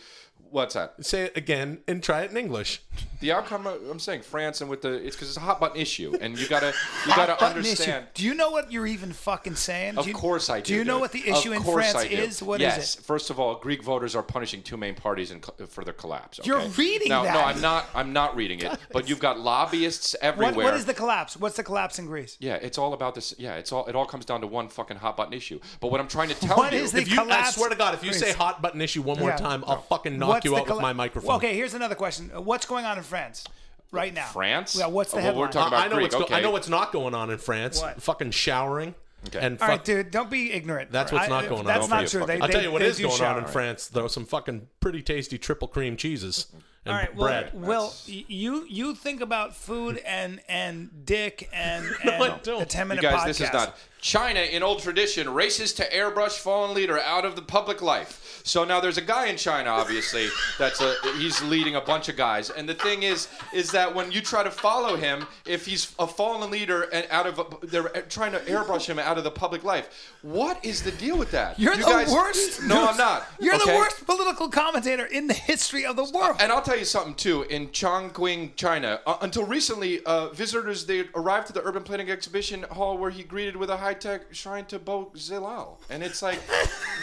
Speaker 2: What's that?
Speaker 1: Say it again and try it in English.
Speaker 2: The outcome. of- I'm saying France and with the it's because it's a hot button issue, and you gotta you gotta
Speaker 5: Button issue.
Speaker 2: understand.
Speaker 5: Do you know what you're even fucking saying? Do
Speaker 2: Of
Speaker 5: you-
Speaker 2: course I do.
Speaker 5: Do you know
Speaker 2: dude.
Speaker 5: what the
Speaker 2: Of
Speaker 5: issue in
Speaker 2: course
Speaker 5: France
Speaker 2: I do.
Speaker 5: is? What is
Speaker 2: yes.
Speaker 5: it?
Speaker 2: First of all, Greek voters are punishing two main parties in, co- for their collapse. okay?
Speaker 5: You're reading
Speaker 2: no,
Speaker 5: that.
Speaker 2: No, I'm not. I'm not reading it. But you've got lobbyists everywhere.
Speaker 5: What, what is the collapse? What's the collapse in Greece?
Speaker 2: Yeah, it's all about this. Yeah, it's all. It all comes down to one fucking hot button issue. But what I'm trying to tell
Speaker 5: What
Speaker 2: you
Speaker 5: is the
Speaker 1: If you, I
Speaker 5: collapse-
Speaker 1: swear to God, if you say
Speaker 5: Please.
Speaker 1: hot button issue one more
Speaker 5: Yeah.
Speaker 1: time, I'll fucking knock
Speaker 5: What's
Speaker 1: you
Speaker 5: the
Speaker 1: out with
Speaker 5: colla-
Speaker 1: my microphone.
Speaker 5: Well, okay, here's another question. Uh, What's going on in France right now?
Speaker 2: France?
Speaker 5: Yeah, what's the
Speaker 2: Well,
Speaker 5: headline?
Speaker 2: we're talking about-
Speaker 1: I know
Speaker 2: Greek,
Speaker 1: what's go- I
Speaker 2: okay.
Speaker 1: know what's not going on in France.
Speaker 5: What?
Speaker 1: Fucking showering.
Speaker 2: Okay.
Speaker 1: And fuck,
Speaker 5: All right, dude, don't be ignorant. uh,
Speaker 1: That's what's not going on.
Speaker 5: That's
Speaker 1: Don't
Speaker 2: be a
Speaker 5: not true. They,
Speaker 2: fucking-
Speaker 1: I'll
Speaker 5: they-
Speaker 1: tell you what
Speaker 5: they
Speaker 1: is
Speaker 5: do
Speaker 1: going on in
Speaker 5: shower.
Speaker 1: France. There are some fucking pretty tasty triple cream cheeses and
Speaker 5: All right, well,
Speaker 1: bread.
Speaker 5: Will, y- you you think about food and and dick and, and
Speaker 1: I don't.
Speaker 5: the ten
Speaker 2: you
Speaker 5: minute
Speaker 2: guys,
Speaker 5: podcast.
Speaker 2: this is not China. In old tradition, races to airbrush fallen leader out of the public life. So now there's a guy in China, obviously, that's a he's leading a bunch of guys. And the thing is, is that when you try to follow him, if he's a fallen leader and out of a, they're trying to airbrush him out of the public life, what is the deal with that?
Speaker 5: You're
Speaker 2: You
Speaker 5: the
Speaker 2: guys-
Speaker 5: worst.
Speaker 2: No, I'm not.
Speaker 5: You're the
Speaker 2: okay?
Speaker 5: worst political commentator in the history of the world.
Speaker 2: And I'll tell you something too. In Chongqing, China, uh, until recently, uh, visitors they arrived to the urban planning exhibition hall where he greeted with a high tech shrine to Bo Zilal, and it's like,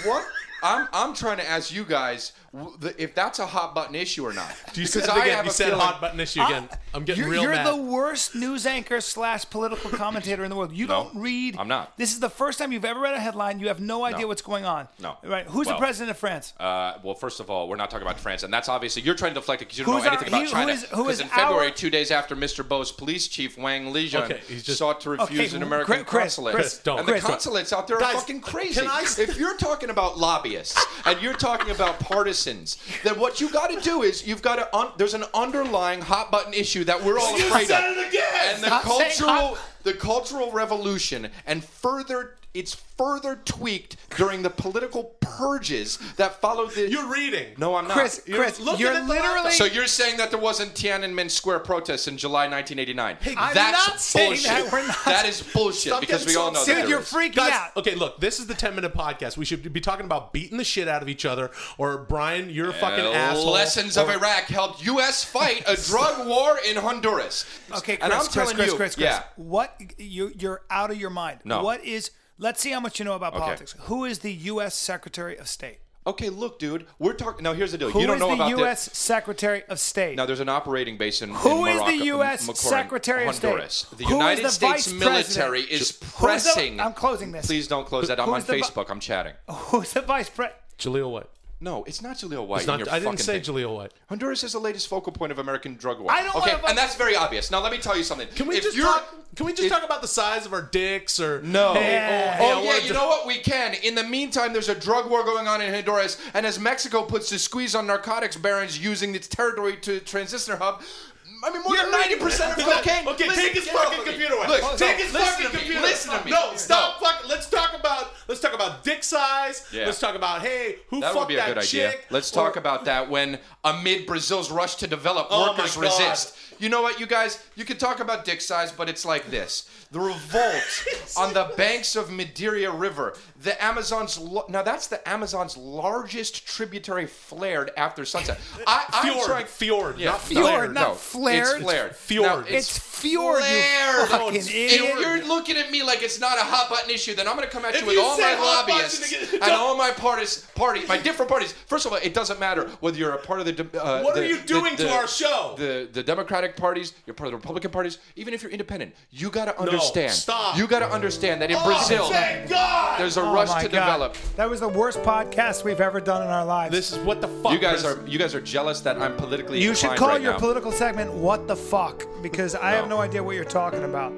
Speaker 2: what? I'm I'm trying to ask you guys w- the, if that's a hot button issue or not.
Speaker 1: you
Speaker 2: Because
Speaker 1: said, it
Speaker 2: I
Speaker 1: again,
Speaker 2: have
Speaker 1: you
Speaker 2: a
Speaker 1: said
Speaker 2: feeling-
Speaker 1: hot button issue again. I'm getting
Speaker 5: you're,
Speaker 1: real
Speaker 5: you're
Speaker 1: mad.
Speaker 5: the worst news anchor slash political commentator in the world. You
Speaker 2: No,
Speaker 5: don't read.
Speaker 2: I'm not.
Speaker 5: This is the first time you've ever read a headline. You have no idea what's going on.
Speaker 2: No.
Speaker 5: Right? Who's
Speaker 2: Well,
Speaker 5: the president of France?
Speaker 2: Uh, well, first of all, we're not talking about France, and that's obviously you're trying to deflect it because you don't
Speaker 5: Who's
Speaker 2: know anything
Speaker 5: our-
Speaker 2: about
Speaker 5: he- who
Speaker 2: China.
Speaker 5: is- who
Speaker 2: Because
Speaker 5: is
Speaker 2: in February,
Speaker 5: our-
Speaker 2: two days after Mr. Bo's police chief Wang Lijian
Speaker 1: Okay, he's just-
Speaker 2: sought to refuse
Speaker 5: Okay,
Speaker 2: an American
Speaker 5: Chris, Chris,
Speaker 2: consulate,
Speaker 1: Chris, don't.
Speaker 2: and the
Speaker 1: Chris, don't.
Speaker 2: consulates out there
Speaker 1: Guys,
Speaker 2: are fucking crazy.
Speaker 1: can I s-
Speaker 2: if you're talking about lobbyists and you're talking about partisans, then what you got to do is you've got to un- there's an underlying hot button issue that we're all afraid
Speaker 1: said
Speaker 2: of,
Speaker 1: it again!
Speaker 2: and the
Speaker 5: Stop saying
Speaker 2: cultural
Speaker 5: hot-
Speaker 2: the cultural revolution and further it's further tweaked during the political purges that followed the
Speaker 1: You're reading.
Speaker 2: no, I'm not.
Speaker 5: Chris, Chris,
Speaker 1: looking
Speaker 5: you're
Speaker 1: at the
Speaker 5: literally.
Speaker 2: so you're saying that there wasn't Tiananmen Square protests in July 1989?
Speaker 5: I'm
Speaker 2: That's
Speaker 5: not saying
Speaker 2: bullshit.
Speaker 5: that. We're not-
Speaker 2: That is bullshit
Speaker 1: Stop
Speaker 2: because
Speaker 1: getting
Speaker 2: we all know
Speaker 1: so-
Speaker 2: that
Speaker 5: Dude,
Speaker 2: there
Speaker 5: you're
Speaker 2: is.
Speaker 5: freaking
Speaker 1: Guys,
Speaker 5: out.
Speaker 1: okay, look, this is the 10 minute podcast. We should be talking about beating the shit out of each other, or Brian, you're a fucking
Speaker 2: Uh,
Speaker 1: asshole.
Speaker 2: Lessons of
Speaker 1: or-
Speaker 2: Iraq helped U.S. fight a drug war in Honduras.
Speaker 5: Okay, Chris,
Speaker 2: and I'm
Speaker 5: Chris,
Speaker 2: telling
Speaker 5: Chris,
Speaker 2: you,
Speaker 5: Chris, Chris,
Speaker 2: yeah.
Speaker 5: What you you're out of your mind.
Speaker 2: No.
Speaker 5: What is let's see how much you know about
Speaker 2: Okay.
Speaker 5: politics. Who is the US Secretary of State?
Speaker 2: Okay, look, dude, we're talking. Now, here's the deal.
Speaker 5: Who is
Speaker 2: you don't know
Speaker 5: the
Speaker 2: about this.
Speaker 5: US Secretary of State?
Speaker 2: Now, there's an operating base in,
Speaker 5: Who
Speaker 2: in
Speaker 5: is
Speaker 2: Morocco,
Speaker 5: the U.S.
Speaker 2: Macorin,
Speaker 5: Secretary of State?
Speaker 2: Honduras. The
Speaker 5: Who is
Speaker 2: United
Speaker 5: the
Speaker 2: States
Speaker 5: Vice
Speaker 2: military
Speaker 5: President?
Speaker 2: is
Speaker 5: Who is the-
Speaker 2: pressing.
Speaker 5: I'm closing this.
Speaker 2: Please don't close that. I'm
Speaker 5: who
Speaker 2: on
Speaker 5: is the vi- Oh.
Speaker 2: Facebook. I'm chatting.
Speaker 5: Who's the Vice President?
Speaker 1: Jaleel White.
Speaker 2: No, it's not Jaleel White.
Speaker 1: It's
Speaker 2: in
Speaker 1: not,
Speaker 2: your
Speaker 1: I didn't
Speaker 2: fucking
Speaker 1: say
Speaker 2: thing.
Speaker 1: Jaleel White.
Speaker 2: Honduras is the latest focal point of American drug war.
Speaker 5: I don't
Speaker 2: okay,
Speaker 5: wanna fuck-
Speaker 2: and that's very obvious. Now let me tell you something.
Speaker 1: Can we
Speaker 2: If
Speaker 1: just
Speaker 2: you're-
Speaker 1: talk? Can we just
Speaker 2: if-
Speaker 1: talk about the size of our dicks or
Speaker 2: No.
Speaker 1: Hey, oh, hey, I
Speaker 2: oh yeah,
Speaker 1: wanna
Speaker 2: you
Speaker 1: just-
Speaker 2: know what? We can. In the meantime, there's a drug war going on in Honduras, and as Mexico puts the squeeze on narcotics barons using its territory to transistor hub. I mean, more than ninety percent of cocaine.
Speaker 1: Okay,
Speaker 2: Listen,
Speaker 1: take his
Speaker 2: get
Speaker 1: fucking
Speaker 2: off of me.
Speaker 1: computer away.
Speaker 2: Look,
Speaker 1: take
Speaker 2: no,
Speaker 1: his
Speaker 2: listen
Speaker 1: fucking
Speaker 2: to me.
Speaker 1: computer.
Speaker 2: Listen to me.
Speaker 1: No, stop. Fuck. Let's talk about. Let's talk about dick size.
Speaker 2: Yeah.
Speaker 1: Let's talk about hey, who
Speaker 2: That would
Speaker 1: fucked
Speaker 2: be a
Speaker 1: that
Speaker 2: good
Speaker 1: chick?
Speaker 2: idea. Let's
Speaker 1: Or-
Speaker 2: talk about that when amid Brazil's rush to develop,
Speaker 1: Oh my
Speaker 2: workers
Speaker 1: God.
Speaker 2: resist. You know what, you guys? You could talk about dick size, but it's like this: the revolt on the banks of Madeira River, the Amazon's. Lo- now that's the Amazon's largest tributary flared after sunset. I, I'm
Speaker 1: Fjord,
Speaker 2: trying-
Speaker 1: fjord, not
Speaker 5: fjord, not flared.
Speaker 2: It's flared.
Speaker 1: Fjord.
Speaker 2: Now,
Speaker 5: It's fjord, you
Speaker 2: flared.
Speaker 5: fucking
Speaker 2: If
Speaker 5: idiot.
Speaker 2: you're looking at me like it's not a hot button issue, then I'm going to come at you
Speaker 1: If
Speaker 2: with
Speaker 1: you
Speaker 2: all
Speaker 1: say
Speaker 2: my
Speaker 1: hot button
Speaker 2: lobbyists
Speaker 1: again-
Speaker 2: and all my parties, party, my different parties. First of all, it doesn't matter whether you're a part of the. de- Uh,
Speaker 1: What
Speaker 2: the-
Speaker 1: are you
Speaker 2: the-
Speaker 1: doing to
Speaker 2: the-
Speaker 1: our show?
Speaker 2: The the Democratic parties, you're part of the Republican parties. Even if you're independent, you got to understand.
Speaker 1: stop.
Speaker 2: You got to understand that in
Speaker 1: Oh,
Speaker 2: Brazil,
Speaker 1: thank God.
Speaker 2: there's a
Speaker 5: Oh
Speaker 2: rush
Speaker 5: my
Speaker 2: to
Speaker 5: God.
Speaker 2: develop.
Speaker 5: That was the worst podcast we've ever done in our lives.
Speaker 1: This is what the fuck.
Speaker 2: You guys
Speaker 1: Chris.
Speaker 2: are you guys are jealous that I'm politically.
Speaker 5: you should
Speaker 2: inclined
Speaker 5: call
Speaker 2: right
Speaker 5: your
Speaker 2: now.
Speaker 5: political segment "What the Fuck" because I have
Speaker 2: No.
Speaker 5: no idea what you're talking about.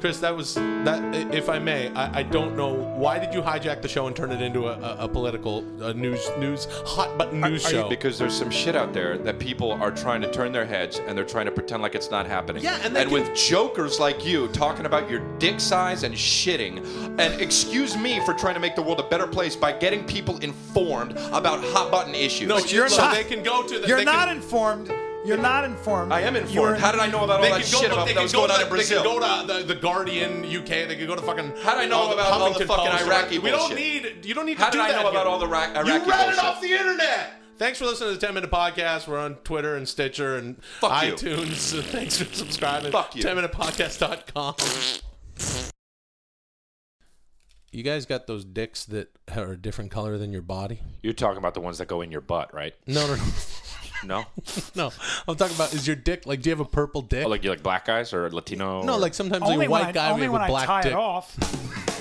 Speaker 1: Chris. That was that. If I may, I, I don't know why did you hijack the show and turn it into a, a, a political a news news hot button news show.
Speaker 2: Because there's some shit out there that people are trying to turn their heads and they're trying to pretend like it's not happening.
Speaker 1: Yeah, and they do-
Speaker 2: with jokers like you talking about your dick size and shitting, and excuse me for trying to make the world a better place by getting people informed about hot button issues.
Speaker 1: no,
Speaker 5: you're
Speaker 1: so
Speaker 5: not-
Speaker 1: they can go to. The,
Speaker 5: You're
Speaker 1: they
Speaker 5: not
Speaker 1: Can,
Speaker 5: informed. You're not informed.
Speaker 2: I am
Speaker 5: You're-
Speaker 2: informed. How did I know about all
Speaker 1: they
Speaker 2: that
Speaker 1: can go,
Speaker 2: shit
Speaker 1: look,
Speaker 2: about
Speaker 1: they
Speaker 2: that
Speaker 1: can
Speaker 2: was
Speaker 1: go
Speaker 2: going
Speaker 1: to,
Speaker 2: on in Brazil?
Speaker 1: They can go to the, the Guardian UK. They can go to fucking.
Speaker 2: How did I know about all the
Speaker 1: Huffington
Speaker 2: fucking
Speaker 1: Post.
Speaker 2: Iraqi
Speaker 1: We don't
Speaker 2: bullshit?
Speaker 1: need. You don't need
Speaker 2: How
Speaker 1: to
Speaker 2: did
Speaker 1: do
Speaker 2: I
Speaker 1: that
Speaker 2: know about
Speaker 1: here.
Speaker 2: all the Ra- Iraqi
Speaker 1: You read it
Speaker 2: bullshit?
Speaker 1: off the internet. Thanks for listening to the 10 Minute Podcast. We're on Twitter and Stitcher and
Speaker 2: Fuck you.
Speaker 1: iTunes. Thanks for subscribing.
Speaker 2: Fuck you.
Speaker 1: 10minutepodcast.com. You guys got those dicks that are a different color than your body?
Speaker 2: You're talking about the ones that go in your butt, right?
Speaker 1: No, no, no.
Speaker 2: No,
Speaker 1: No, I'm talking about is your dick like? Do you have a purple dick?
Speaker 2: Oh, like you like black guys or Latino?
Speaker 1: no,
Speaker 2: or-
Speaker 1: like sometimes
Speaker 5: Only
Speaker 1: a
Speaker 5: when
Speaker 1: white
Speaker 5: I,
Speaker 1: guy
Speaker 5: only
Speaker 1: with
Speaker 5: when
Speaker 1: a
Speaker 5: I
Speaker 1: black
Speaker 5: tie
Speaker 1: dick.
Speaker 5: it off.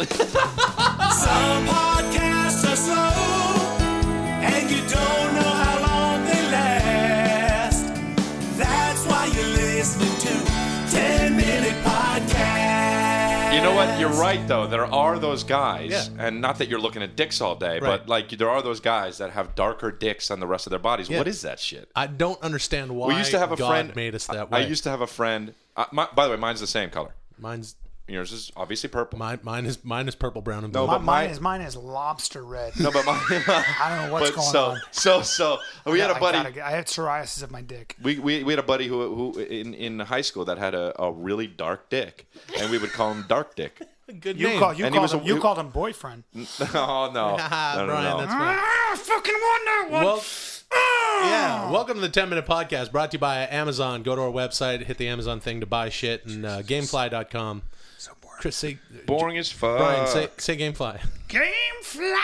Speaker 3: Some podcasts are slow, and you don't know how long they last. That's why you're listening to 10 Minute Podcast.
Speaker 2: You know what? You're right though. There are those guys,
Speaker 1: Yeah.
Speaker 2: and not that you're looking at dicks all day,
Speaker 1: Right.
Speaker 2: but like there are those guys that have darker dicks than the rest of their bodies.
Speaker 1: Yeah.
Speaker 2: What is that shit?
Speaker 1: I don't understand why
Speaker 2: we used to have a
Speaker 1: God
Speaker 2: friend
Speaker 1: made us that
Speaker 2: I,
Speaker 1: way.
Speaker 2: I used to have a friend. Uh, my, by the way, mine's the same color.
Speaker 1: mine's
Speaker 2: Yours is obviously purple.
Speaker 1: mine, mine is mine is purple, brown, and
Speaker 2: No,
Speaker 1: blue.
Speaker 2: but-
Speaker 5: Mine,
Speaker 2: my-
Speaker 5: is mine is lobster red.
Speaker 2: no, but mine.
Speaker 5: I don't know what's
Speaker 2: but
Speaker 5: going
Speaker 2: so,
Speaker 5: on.
Speaker 2: so so we had a
Speaker 5: I
Speaker 2: buddy.
Speaker 5: gotta get- I, had psoriasis of my dick.
Speaker 2: we, we, we had a buddy who, who in, in high school that had a, a really dark dick, and we would call him Dark Dick.
Speaker 1: good
Speaker 5: You
Speaker 1: name.
Speaker 5: called you
Speaker 2: And he
Speaker 5: called
Speaker 2: was a-
Speaker 5: him you
Speaker 2: you-
Speaker 5: called him boyfriend.
Speaker 2: oh no,
Speaker 1: Haha,
Speaker 2: no, no,
Speaker 1: Brian,
Speaker 2: no.
Speaker 1: that's fine.
Speaker 5: I fucking wonder what.
Speaker 1: Well, yeah. Welcome to the 10 Minute Podcast brought to you by Amazon. Go to our website, hit the Amazon thing to buy shit, and uh, Gamefly.com. So boring. Chris, say,
Speaker 2: boring Uh, as fuck.
Speaker 1: Brian, say, say Gamefly.
Speaker 5: Game fly.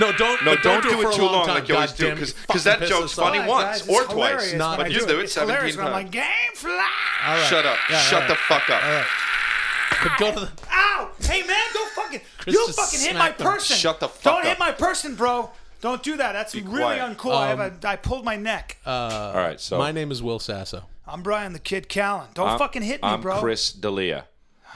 Speaker 1: No, don't,
Speaker 2: No,
Speaker 1: but
Speaker 2: don't,
Speaker 1: do
Speaker 2: do it
Speaker 1: for a
Speaker 2: too long,
Speaker 1: time.
Speaker 2: like you always
Speaker 1: God
Speaker 2: do,
Speaker 1: damn it,
Speaker 2: because
Speaker 1: you fucking
Speaker 2: that
Speaker 1: piss
Speaker 2: joke's
Speaker 1: us off.
Speaker 2: funny
Speaker 5: Guys,
Speaker 2: once
Speaker 5: it's
Speaker 2: or
Speaker 5: hilarious
Speaker 2: twice.
Speaker 5: when
Speaker 1: Not-
Speaker 5: I
Speaker 1: but
Speaker 2: you
Speaker 5: it.
Speaker 2: do it
Speaker 5: It's
Speaker 2: 17
Speaker 5: hilarious when I'm
Speaker 2: times.
Speaker 5: like game fly.
Speaker 1: All right.
Speaker 2: Shut up!
Speaker 1: Yeah, all
Speaker 2: Shut
Speaker 1: right.
Speaker 2: the fuck up!
Speaker 1: But go to the.
Speaker 5: Ow! Oh, Hey man, don't fucking you
Speaker 1: just
Speaker 5: fucking hit
Speaker 1: smacked
Speaker 5: my
Speaker 1: him.
Speaker 5: person.
Speaker 2: Shut the fuck
Speaker 5: Don't
Speaker 2: up.
Speaker 5: hit my person, bro. Don't do that. That's really
Speaker 2: quiet.
Speaker 5: uncool. I
Speaker 1: Um,
Speaker 5: have a I pulled my neck.
Speaker 1: uh,
Speaker 2: All right, so
Speaker 1: My name is Will Sasso.
Speaker 5: I'm Brian the Kid Callan. Don't
Speaker 2: I'm-
Speaker 5: fucking hit me,
Speaker 2: I'm
Speaker 5: bro.
Speaker 2: Chris D'Elia,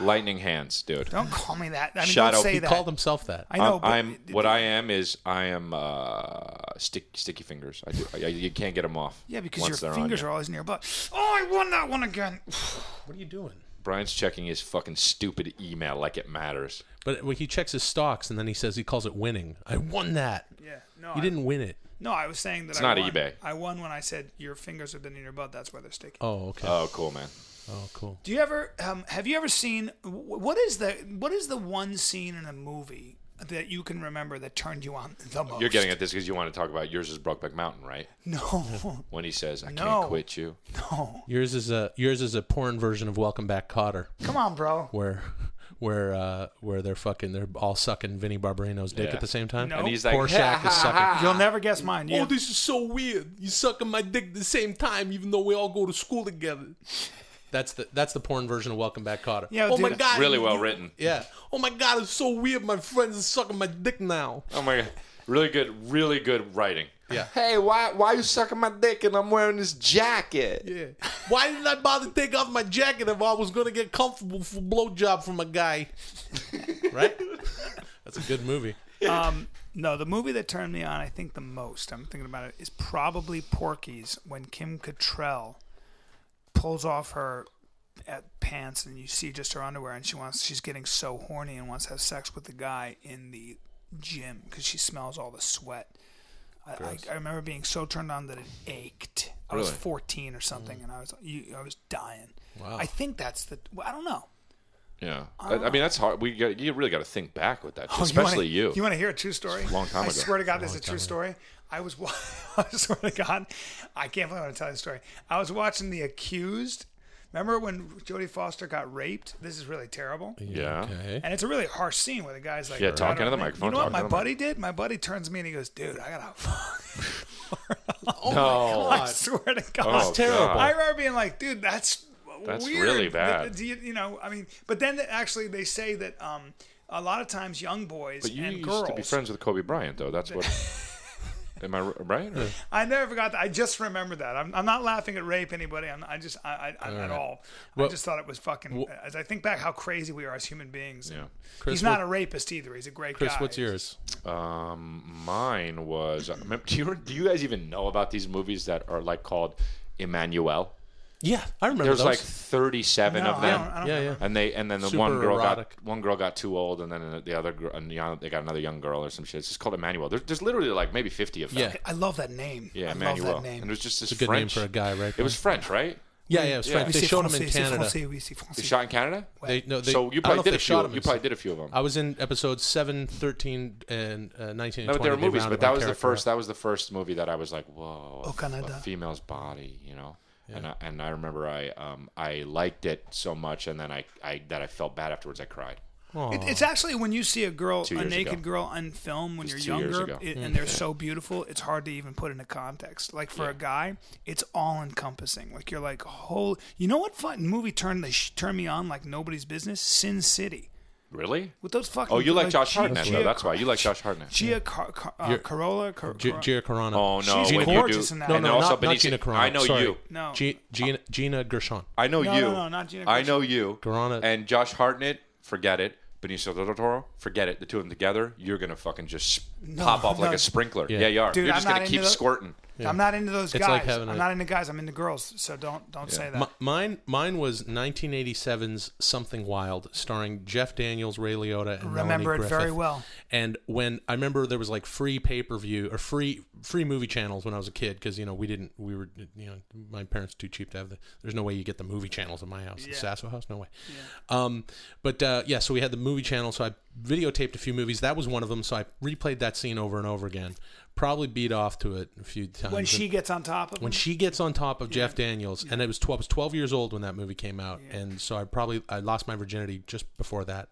Speaker 2: Lightning Hands, dude.
Speaker 5: Don't call me that. I mean,
Speaker 2: Shadow.
Speaker 5: don't say
Speaker 2: He
Speaker 5: that.
Speaker 1: Called himself that.
Speaker 5: I
Speaker 2: I'm,
Speaker 5: know, but
Speaker 2: I'm- what I am is I am uh, stick, sticky fingers. I do. I, you can't get them off.
Speaker 5: yeah, because
Speaker 2: once
Speaker 5: your
Speaker 2: they're on
Speaker 5: fingers
Speaker 2: you.
Speaker 5: are always in your butt. Oh, I won that one again.
Speaker 1: What are you doing?
Speaker 2: Brian's checking his fucking stupid email like it matters.
Speaker 1: But when he checks his stocks and then he says he calls it winning. I won that.
Speaker 5: Yeah, no,
Speaker 1: You
Speaker 5: I,
Speaker 1: didn't win it.
Speaker 5: No, I was saying that it's I
Speaker 2: not
Speaker 5: won.
Speaker 2: eBay.
Speaker 5: I won when I said your fingers have been in your butt. That's why they're sticky.
Speaker 1: Oh, okay.
Speaker 2: Oh, cool, man.
Speaker 1: oh, cool.
Speaker 5: Do you ever um, have you ever seen wh- what is the what is the one scene in a movie that you can remember that turned you on the most?
Speaker 2: You're getting at this because you want to talk about yours is Brokeback Mountain, right?
Speaker 5: no,
Speaker 2: When he says, "I
Speaker 5: No.
Speaker 2: can't quit you."
Speaker 5: no.
Speaker 1: Yours is a yours is a porn version of Welcome Back, Cotter,
Speaker 5: Come on, bro.
Speaker 1: where where uh, where they're fucking they're all sucking Vinnie Barbarino's dick
Speaker 2: Yeah.
Speaker 1: at the same time.
Speaker 5: No.
Speaker 2: And he's like,
Speaker 1: Horshack is sucking.
Speaker 5: You'll never guess mine. You,
Speaker 1: Oh, this is so weird. You sucking my dick at the same time, even though we all go to school together. That's the that's the porn version of Welcome Back, Cotter.
Speaker 5: Yeah,
Speaker 1: oh my
Speaker 5: dude.
Speaker 1: god.
Speaker 2: Really
Speaker 1: you-
Speaker 2: well written.
Speaker 1: Yeah. Oh my god, it's so weird. My friends are sucking my dick now.
Speaker 2: Oh my god. Really good, really good writing.
Speaker 1: Yeah.
Speaker 2: Hey, why why you sucking my dick and I'm wearing this jacket?
Speaker 1: Yeah. Why did I bother take off my jacket if I was gonna get comfortable for blowjob from a guy? right? That's a good movie.
Speaker 5: um, no, the movie that turned me on, I think the most. I'm thinking about it is probably Porky's when Kim Cattrall pulls off her uh, pants and you see just her underwear and she wants she's getting so horny and wants to have sex with the guy in the gym because she smells all the sweat. I, I, I remember being so turned on that it ached. I was
Speaker 2: Really?
Speaker 5: 14 or something, and I was you, I was dying. Wow. I think that's the. well, I don't know.
Speaker 2: Yeah. I, I mean, that's hard. We got, you really got to think back with that, especially you.
Speaker 5: wanna, Oh, You want to hear a true story?
Speaker 2: long time
Speaker 5: I
Speaker 2: ago.
Speaker 5: swear to God, this is a true story. I was, wa- I swear to God, I can't believe I'm going to tell you the story. I was watching The Accused. Remember when Jodie Foster got raped? This is really terrible.
Speaker 2: yeah.
Speaker 1: Okay.
Speaker 5: And it's a really harsh scene where the guy's like,
Speaker 2: Yeah,
Speaker 5: "I
Speaker 2: talk
Speaker 5: don't
Speaker 2: into the
Speaker 5: think-"
Speaker 2: microphone,
Speaker 5: You know
Speaker 2: talk
Speaker 5: what my
Speaker 2: into the mic.
Speaker 5: buddy did? My buddy turns to me and he goes, "Dude, I gotta."
Speaker 1: Oh
Speaker 2: No.
Speaker 1: my
Speaker 5: I
Speaker 1: god.
Speaker 5: swear to God,
Speaker 2: Oh, That's terrible. God.
Speaker 5: I remember being like, dude, that's
Speaker 2: That's
Speaker 5: weird.
Speaker 2: really bad.
Speaker 5: Do you, you know, I mean, but then actually they say that um, a lot of times young boys
Speaker 2: But you
Speaker 5: and
Speaker 2: used
Speaker 5: girls
Speaker 2: to be friends with Kobe Bryant, though. That's what. am I r- right? Or?
Speaker 5: I never forgot that. I just remembered that. I'm, I'm not laughing at rape anybody. I'm, I just, I, I, I at all. I just thought it was fucking. as I think back, how crazy we are as human beings.
Speaker 2: Yeah.
Speaker 1: Chris,
Speaker 5: he's not
Speaker 1: what-
Speaker 5: a rapist either. He's a great
Speaker 1: Chris,
Speaker 5: guy.
Speaker 1: what's yours?
Speaker 2: Um, mine was. I remember- Do you, do you guys even know about these movies that are like called Emmanuel?
Speaker 1: Yeah, I remember
Speaker 2: There's
Speaker 1: those.
Speaker 2: like 37
Speaker 5: No,
Speaker 2: of
Speaker 5: I
Speaker 2: them.
Speaker 5: don't, I don't
Speaker 1: yeah,
Speaker 5: remember.
Speaker 1: yeah.
Speaker 2: And they and then the
Speaker 1: Super
Speaker 2: one girl
Speaker 1: erotic.
Speaker 2: got one girl got too old, and then the other girl and the other- they got another young girl or some shit. It's just called Emmanuel. There's, there's literally like maybe 50 of them.
Speaker 1: Yeah.
Speaker 5: I love that name.
Speaker 2: Yeah,
Speaker 5: I
Speaker 2: Emmanuel.
Speaker 5: love that
Speaker 2: And it
Speaker 5: name.
Speaker 2: was just this
Speaker 1: Good
Speaker 2: French
Speaker 1: name for a guy, right?
Speaker 2: It was French, right?
Speaker 1: Yeah, yeah, it was French.
Speaker 5: We
Speaker 1: They
Speaker 5: say
Speaker 1: showed him
Speaker 5: français,
Speaker 1: in
Speaker 5: c'est
Speaker 1: Canada.
Speaker 5: français, oui, c'est français.
Speaker 2: They shot in Canada.
Speaker 1: They, no, they,
Speaker 2: so you
Speaker 1: I don't know
Speaker 2: probably
Speaker 1: if
Speaker 2: did
Speaker 1: they
Speaker 2: a few.
Speaker 1: shot him
Speaker 2: You
Speaker 1: in-
Speaker 2: probably did a few of them.
Speaker 1: I was in episode 7, 13, and uh, 19 and
Speaker 2: No, but
Speaker 1: 20.
Speaker 2: they were movies,
Speaker 1: rounded
Speaker 2: but
Speaker 1: my
Speaker 2: that was the
Speaker 1: character
Speaker 2: first.
Speaker 1: up.
Speaker 2: That was the first movie that I was like, "Whoa, a f-
Speaker 5: Canada.
Speaker 2: a female's body," you know. And I, and I remember I um I liked it so much, and then I, I that I felt bad afterwards. I cried.
Speaker 5: It, it's actually when you see a girl,
Speaker 2: Two
Speaker 5: a
Speaker 2: years
Speaker 5: naked
Speaker 2: ago.
Speaker 5: girl on film when
Speaker 2: Just
Speaker 5: you're
Speaker 2: two years
Speaker 5: younger,
Speaker 2: ago. Hmm.
Speaker 5: it, and they're so beautiful, it's hard to even put into context. Like for a guy, it's all encompassing. Like you're like, holy, you know what? Fun movie turned the sh- turned me on like nobody's business. Sin City
Speaker 2: Really?
Speaker 5: with those fucking.
Speaker 2: Oh, you like Josh
Speaker 5: Gia-
Speaker 2: Hartnett though.
Speaker 5: Gia-
Speaker 2: That's why you like Josh Hartnett.
Speaker 5: Gia Car- Car- uh,
Speaker 1: You're-
Speaker 5: Carola. Car-
Speaker 1: G-
Speaker 5: Car-
Speaker 1: Gina Carano.
Speaker 2: Oh no,
Speaker 5: She's
Speaker 2: when
Speaker 5: gorgeous
Speaker 2: you do,
Speaker 5: in that.
Speaker 1: No,
Speaker 2: and
Speaker 5: And
Speaker 1: no,
Speaker 2: also
Speaker 1: not, not
Speaker 2: Benicio-
Speaker 1: Gina Carano.
Speaker 2: I know
Speaker 1: Sorry.
Speaker 2: you.
Speaker 5: No.
Speaker 1: G- Gina, Gina Gershon.
Speaker 2: I know
Speaker 5: No,
Speaker 2: you.
Speaker 5: no, no, not Gina
Speaker 2: I
Speaker 5: Gershon.
Speaker 2: know you.
Speaker 1: Garana-
Speaker 2: And Josh Hartnett, forget it. Benicio del Toro, forget it. The two of them together, you're gonna fucking just pop off like
Speaker 5: no.
Speaker 2: a sprinkler. Yeah, you are.
Speaker 5: Dude,
Speaker 2: you're
Speaker 5: I'm
Speaker 2: just
Speaker 5: not
Speaker 2: gonna
Speaker 5: into
Speaker 2: keep
Speaker 5: those-
Speaker 2: squirting.
Speaker 5: I'm not into those
Speaker 1: It's
Speaker 5: guys.
Speaker 1: like having
Speaker 5: I'm
Speaker 1: a-
Speaker 5: not into guys. I'm into girls. So don't don't say that.
Speaker 1: M- mine, mine was 1987's Something Wild, starring Jeff Daniels, Ray Liotta, and
Speaker 5: Remember
Speaker 1: Melanie
Speaker 5: it very
Speaker 1: Griffith.
Speaker 5: well.
Speaker 1: And when I remember there was like free pay per view or free free movie channels when I was a kid because you know we didn't we were you know my parents too cheap to have the there's no way you get the movie channels in my house the Sasso house no way. Um, but uh, yeah, so we had the movie channel. So I videotaped a few movies. That was one of them. So I replayed that scene over and over again. Probably beat off to it a few times.
Speaker 5: when
Speaker 1: And-
Speaker 5: she gets on top of
Speaker 1: when
Speaker 5: him,
Speaker 1: she gets on top of Jeff Daniels, and it was 12, I was 12 years old when that movie came out, and so I probably I lost my virginity just before that,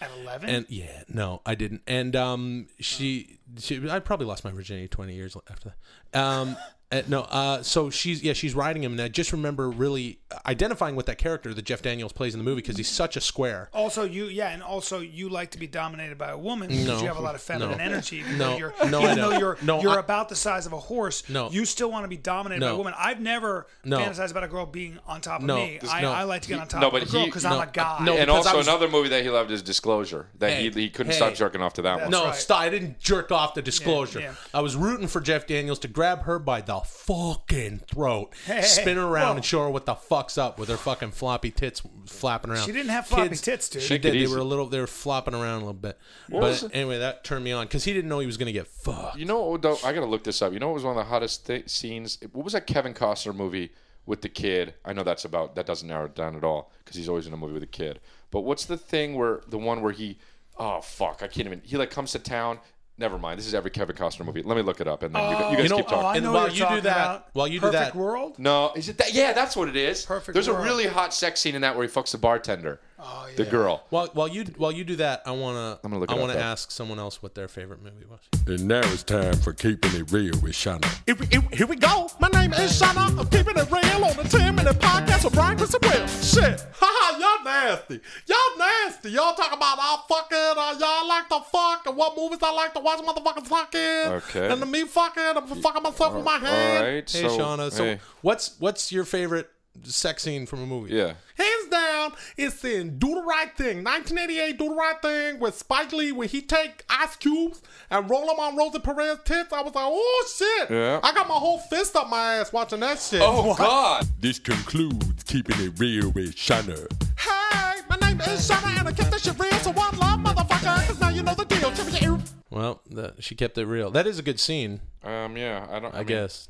Speaker 5: at 11,
Speaker 1: and yeah, no, I didn't, and um, she, she I probably lost my virginity 20 years after that, um. uh, no, uh, so she's yeah, she's riding him, and I just remember really identifying with that character that Jeff Daniels plays in the movie because he's such a square.
Speaker 5: Also, you yeah, and also you like to be dominated by a woman because
Speaker 1: No.
Speaker 5: you have a lot of feminine
Speaker 1: No.
Speaker 5: energy. Even
Speaker 1: No.
Speaker 5: though you're,
Speaker 1: No, I
Speaker 5: even though
Speaker 1: don't.
Speaker 5: you're
Speaker 1: No,
Speaker 5: you're
Speaker 1: I-
Speaker 5: about the size of a horse.
Speaker 1: No.
Speaker 5: you still want to be dominated by
Speaker 1: No.
Speaker 5: a woman. I've never
Speaker 1: No.
Speaker 5: fantasized about a girl being on top of
Speaker 1: No.
Speaker 5: me. I,
Speaker 1: No.
Speaker 5: I like to get on top
Speaker 2: No,
Speaker 5: of
Speaker 2: but
Speaker 5: a girl
Speaker 2: he-
Speaker 5: because
Speaker 1: no,
Speaker 5: I'm a guy.
Speaker 1: no.
Speaker 2: And
Speaker 1: because I
Speaker 2: also
Speaker 1: was-
Speaker 2: another movie that he loved is Disclosure. That
Speaker 1: Hey,
Speaker 2: he, he couldn't
Speaker 1: hey.
Speaker 2: stop jerking off to that one.
Speaker 1: no,
Speaker 5: right.
Speaker 1: stop! I didn't jerk off the disclosure.
Speaker 5: yeah.
Speaker 1: I was rooting for Jeff Daniels to grab her by the fucking throat, spin her around, and show her what the fuck's up with her fucking floppy tits flapping around.
Speaker 5: She didn't have floppy
Speaker 1: Kids-
Speaker 5: tits, dude.
Speaker 1: She
Speaker 2: Take it
Speaker 1: did. They
Speaker 2: easy.
Speaker 1: were a little. They were flopping around a little bit.
Speaker 2: was
Speaker 1: but
Speaker 2: it?
Speaker 1: anyway, that turned me on because he didn't know he was gonna get fucked.
Speaker 2: You know, what though, I gotta look this up. You know, what was one of the hottest th- scenes. What was that Kevin Costner movie with the kid? I know that's about that doesn't narrow it down at all because he's always in a movie with a kid. But what's the thing where the one where he? Oh fuck, I can't even. He like comes to town. Never mind. This is every Kevin Costner movie. Let me look it up and then you, gu- you guys
Speaker 1: You know-
Speaker 2: keep
Speaker 5: oh,
Speaker 2: talking.
Speaker 5: I
Speaker 1: And
Speaker 5: know
Speaker 1: while
Speaker 5: what
Speaker 1: you do
Speaker 5: you're talking
Speaker 1: that-
Speaker 5: about.
Speaker 1: while you do
Speaker 5: Perfect
Speaker 1: that-
Speaker 5: world.
Speaker 2: No, is it that? Yeah, that's what it is.
Speaker 5: Perfect
Speaker 2: There's
Speaker 5: world.
Speaker 2: a really hot sex scene in that where he fucks the bartender. Oh, yeah. The girl.
Speaker 1: While, while you while you do that, I wanna
Speaker 2: gonna look
Speaker 1: I
Speaker 2: it up,
Speaker 1: wanna
Speaker 2: though.
Speaker 1: ask someone else what their favorite movie was.
Speaker 6: And now it's time for keeping it real with Shauna.
Speaker 7: Here we, here, here we go. My name is Shana. I'm keeping it real on the 10 minute podcast with Brian Chris and Will. Shit. Haha, y'all nasty. Y'all nasty. Y'all talk about all fucking, uh, y'all like to fuck, and what movies I like to watch, motherfucking fucking.
Speaker 2: Okay.
Speaker 7: And the me fucking, I'm fucking myself with my
Speaker 2: All
Speaker 7: hand.
Speaker 2: right.
Speaker 1: Hey,
Speaker 2: so,
Speaker 1: Shauna. So
Speaker 2: hey,
Speaker 1: what's what's your favorite sex scene from a movie?
Speaker 2: yeah.
Speaker 7: Hands down, it's in Do the Right Thing, 1988 Do the Right Thing with Spike Lee when he take ice cubes and roll them on Rosa Perez's tits. I was like, oh shit.
Speaker 2: Yeah.
Speaker 7: I got my whole fist up my ass watching that shit.
Speaker 2: Oh God.
Speaker 6: This concludes keeping it real with Shauna.
Speaker 7: Hey, my name is Shana and I kept that shit real, so one love, motherfucker, cause now you know the deal. Chip it, ew.
Speaker 1: Well, that, she kept it real. That is a good scene,
Speaker 2: Um. Yeah. I don't.
Speaker 1: I, guess.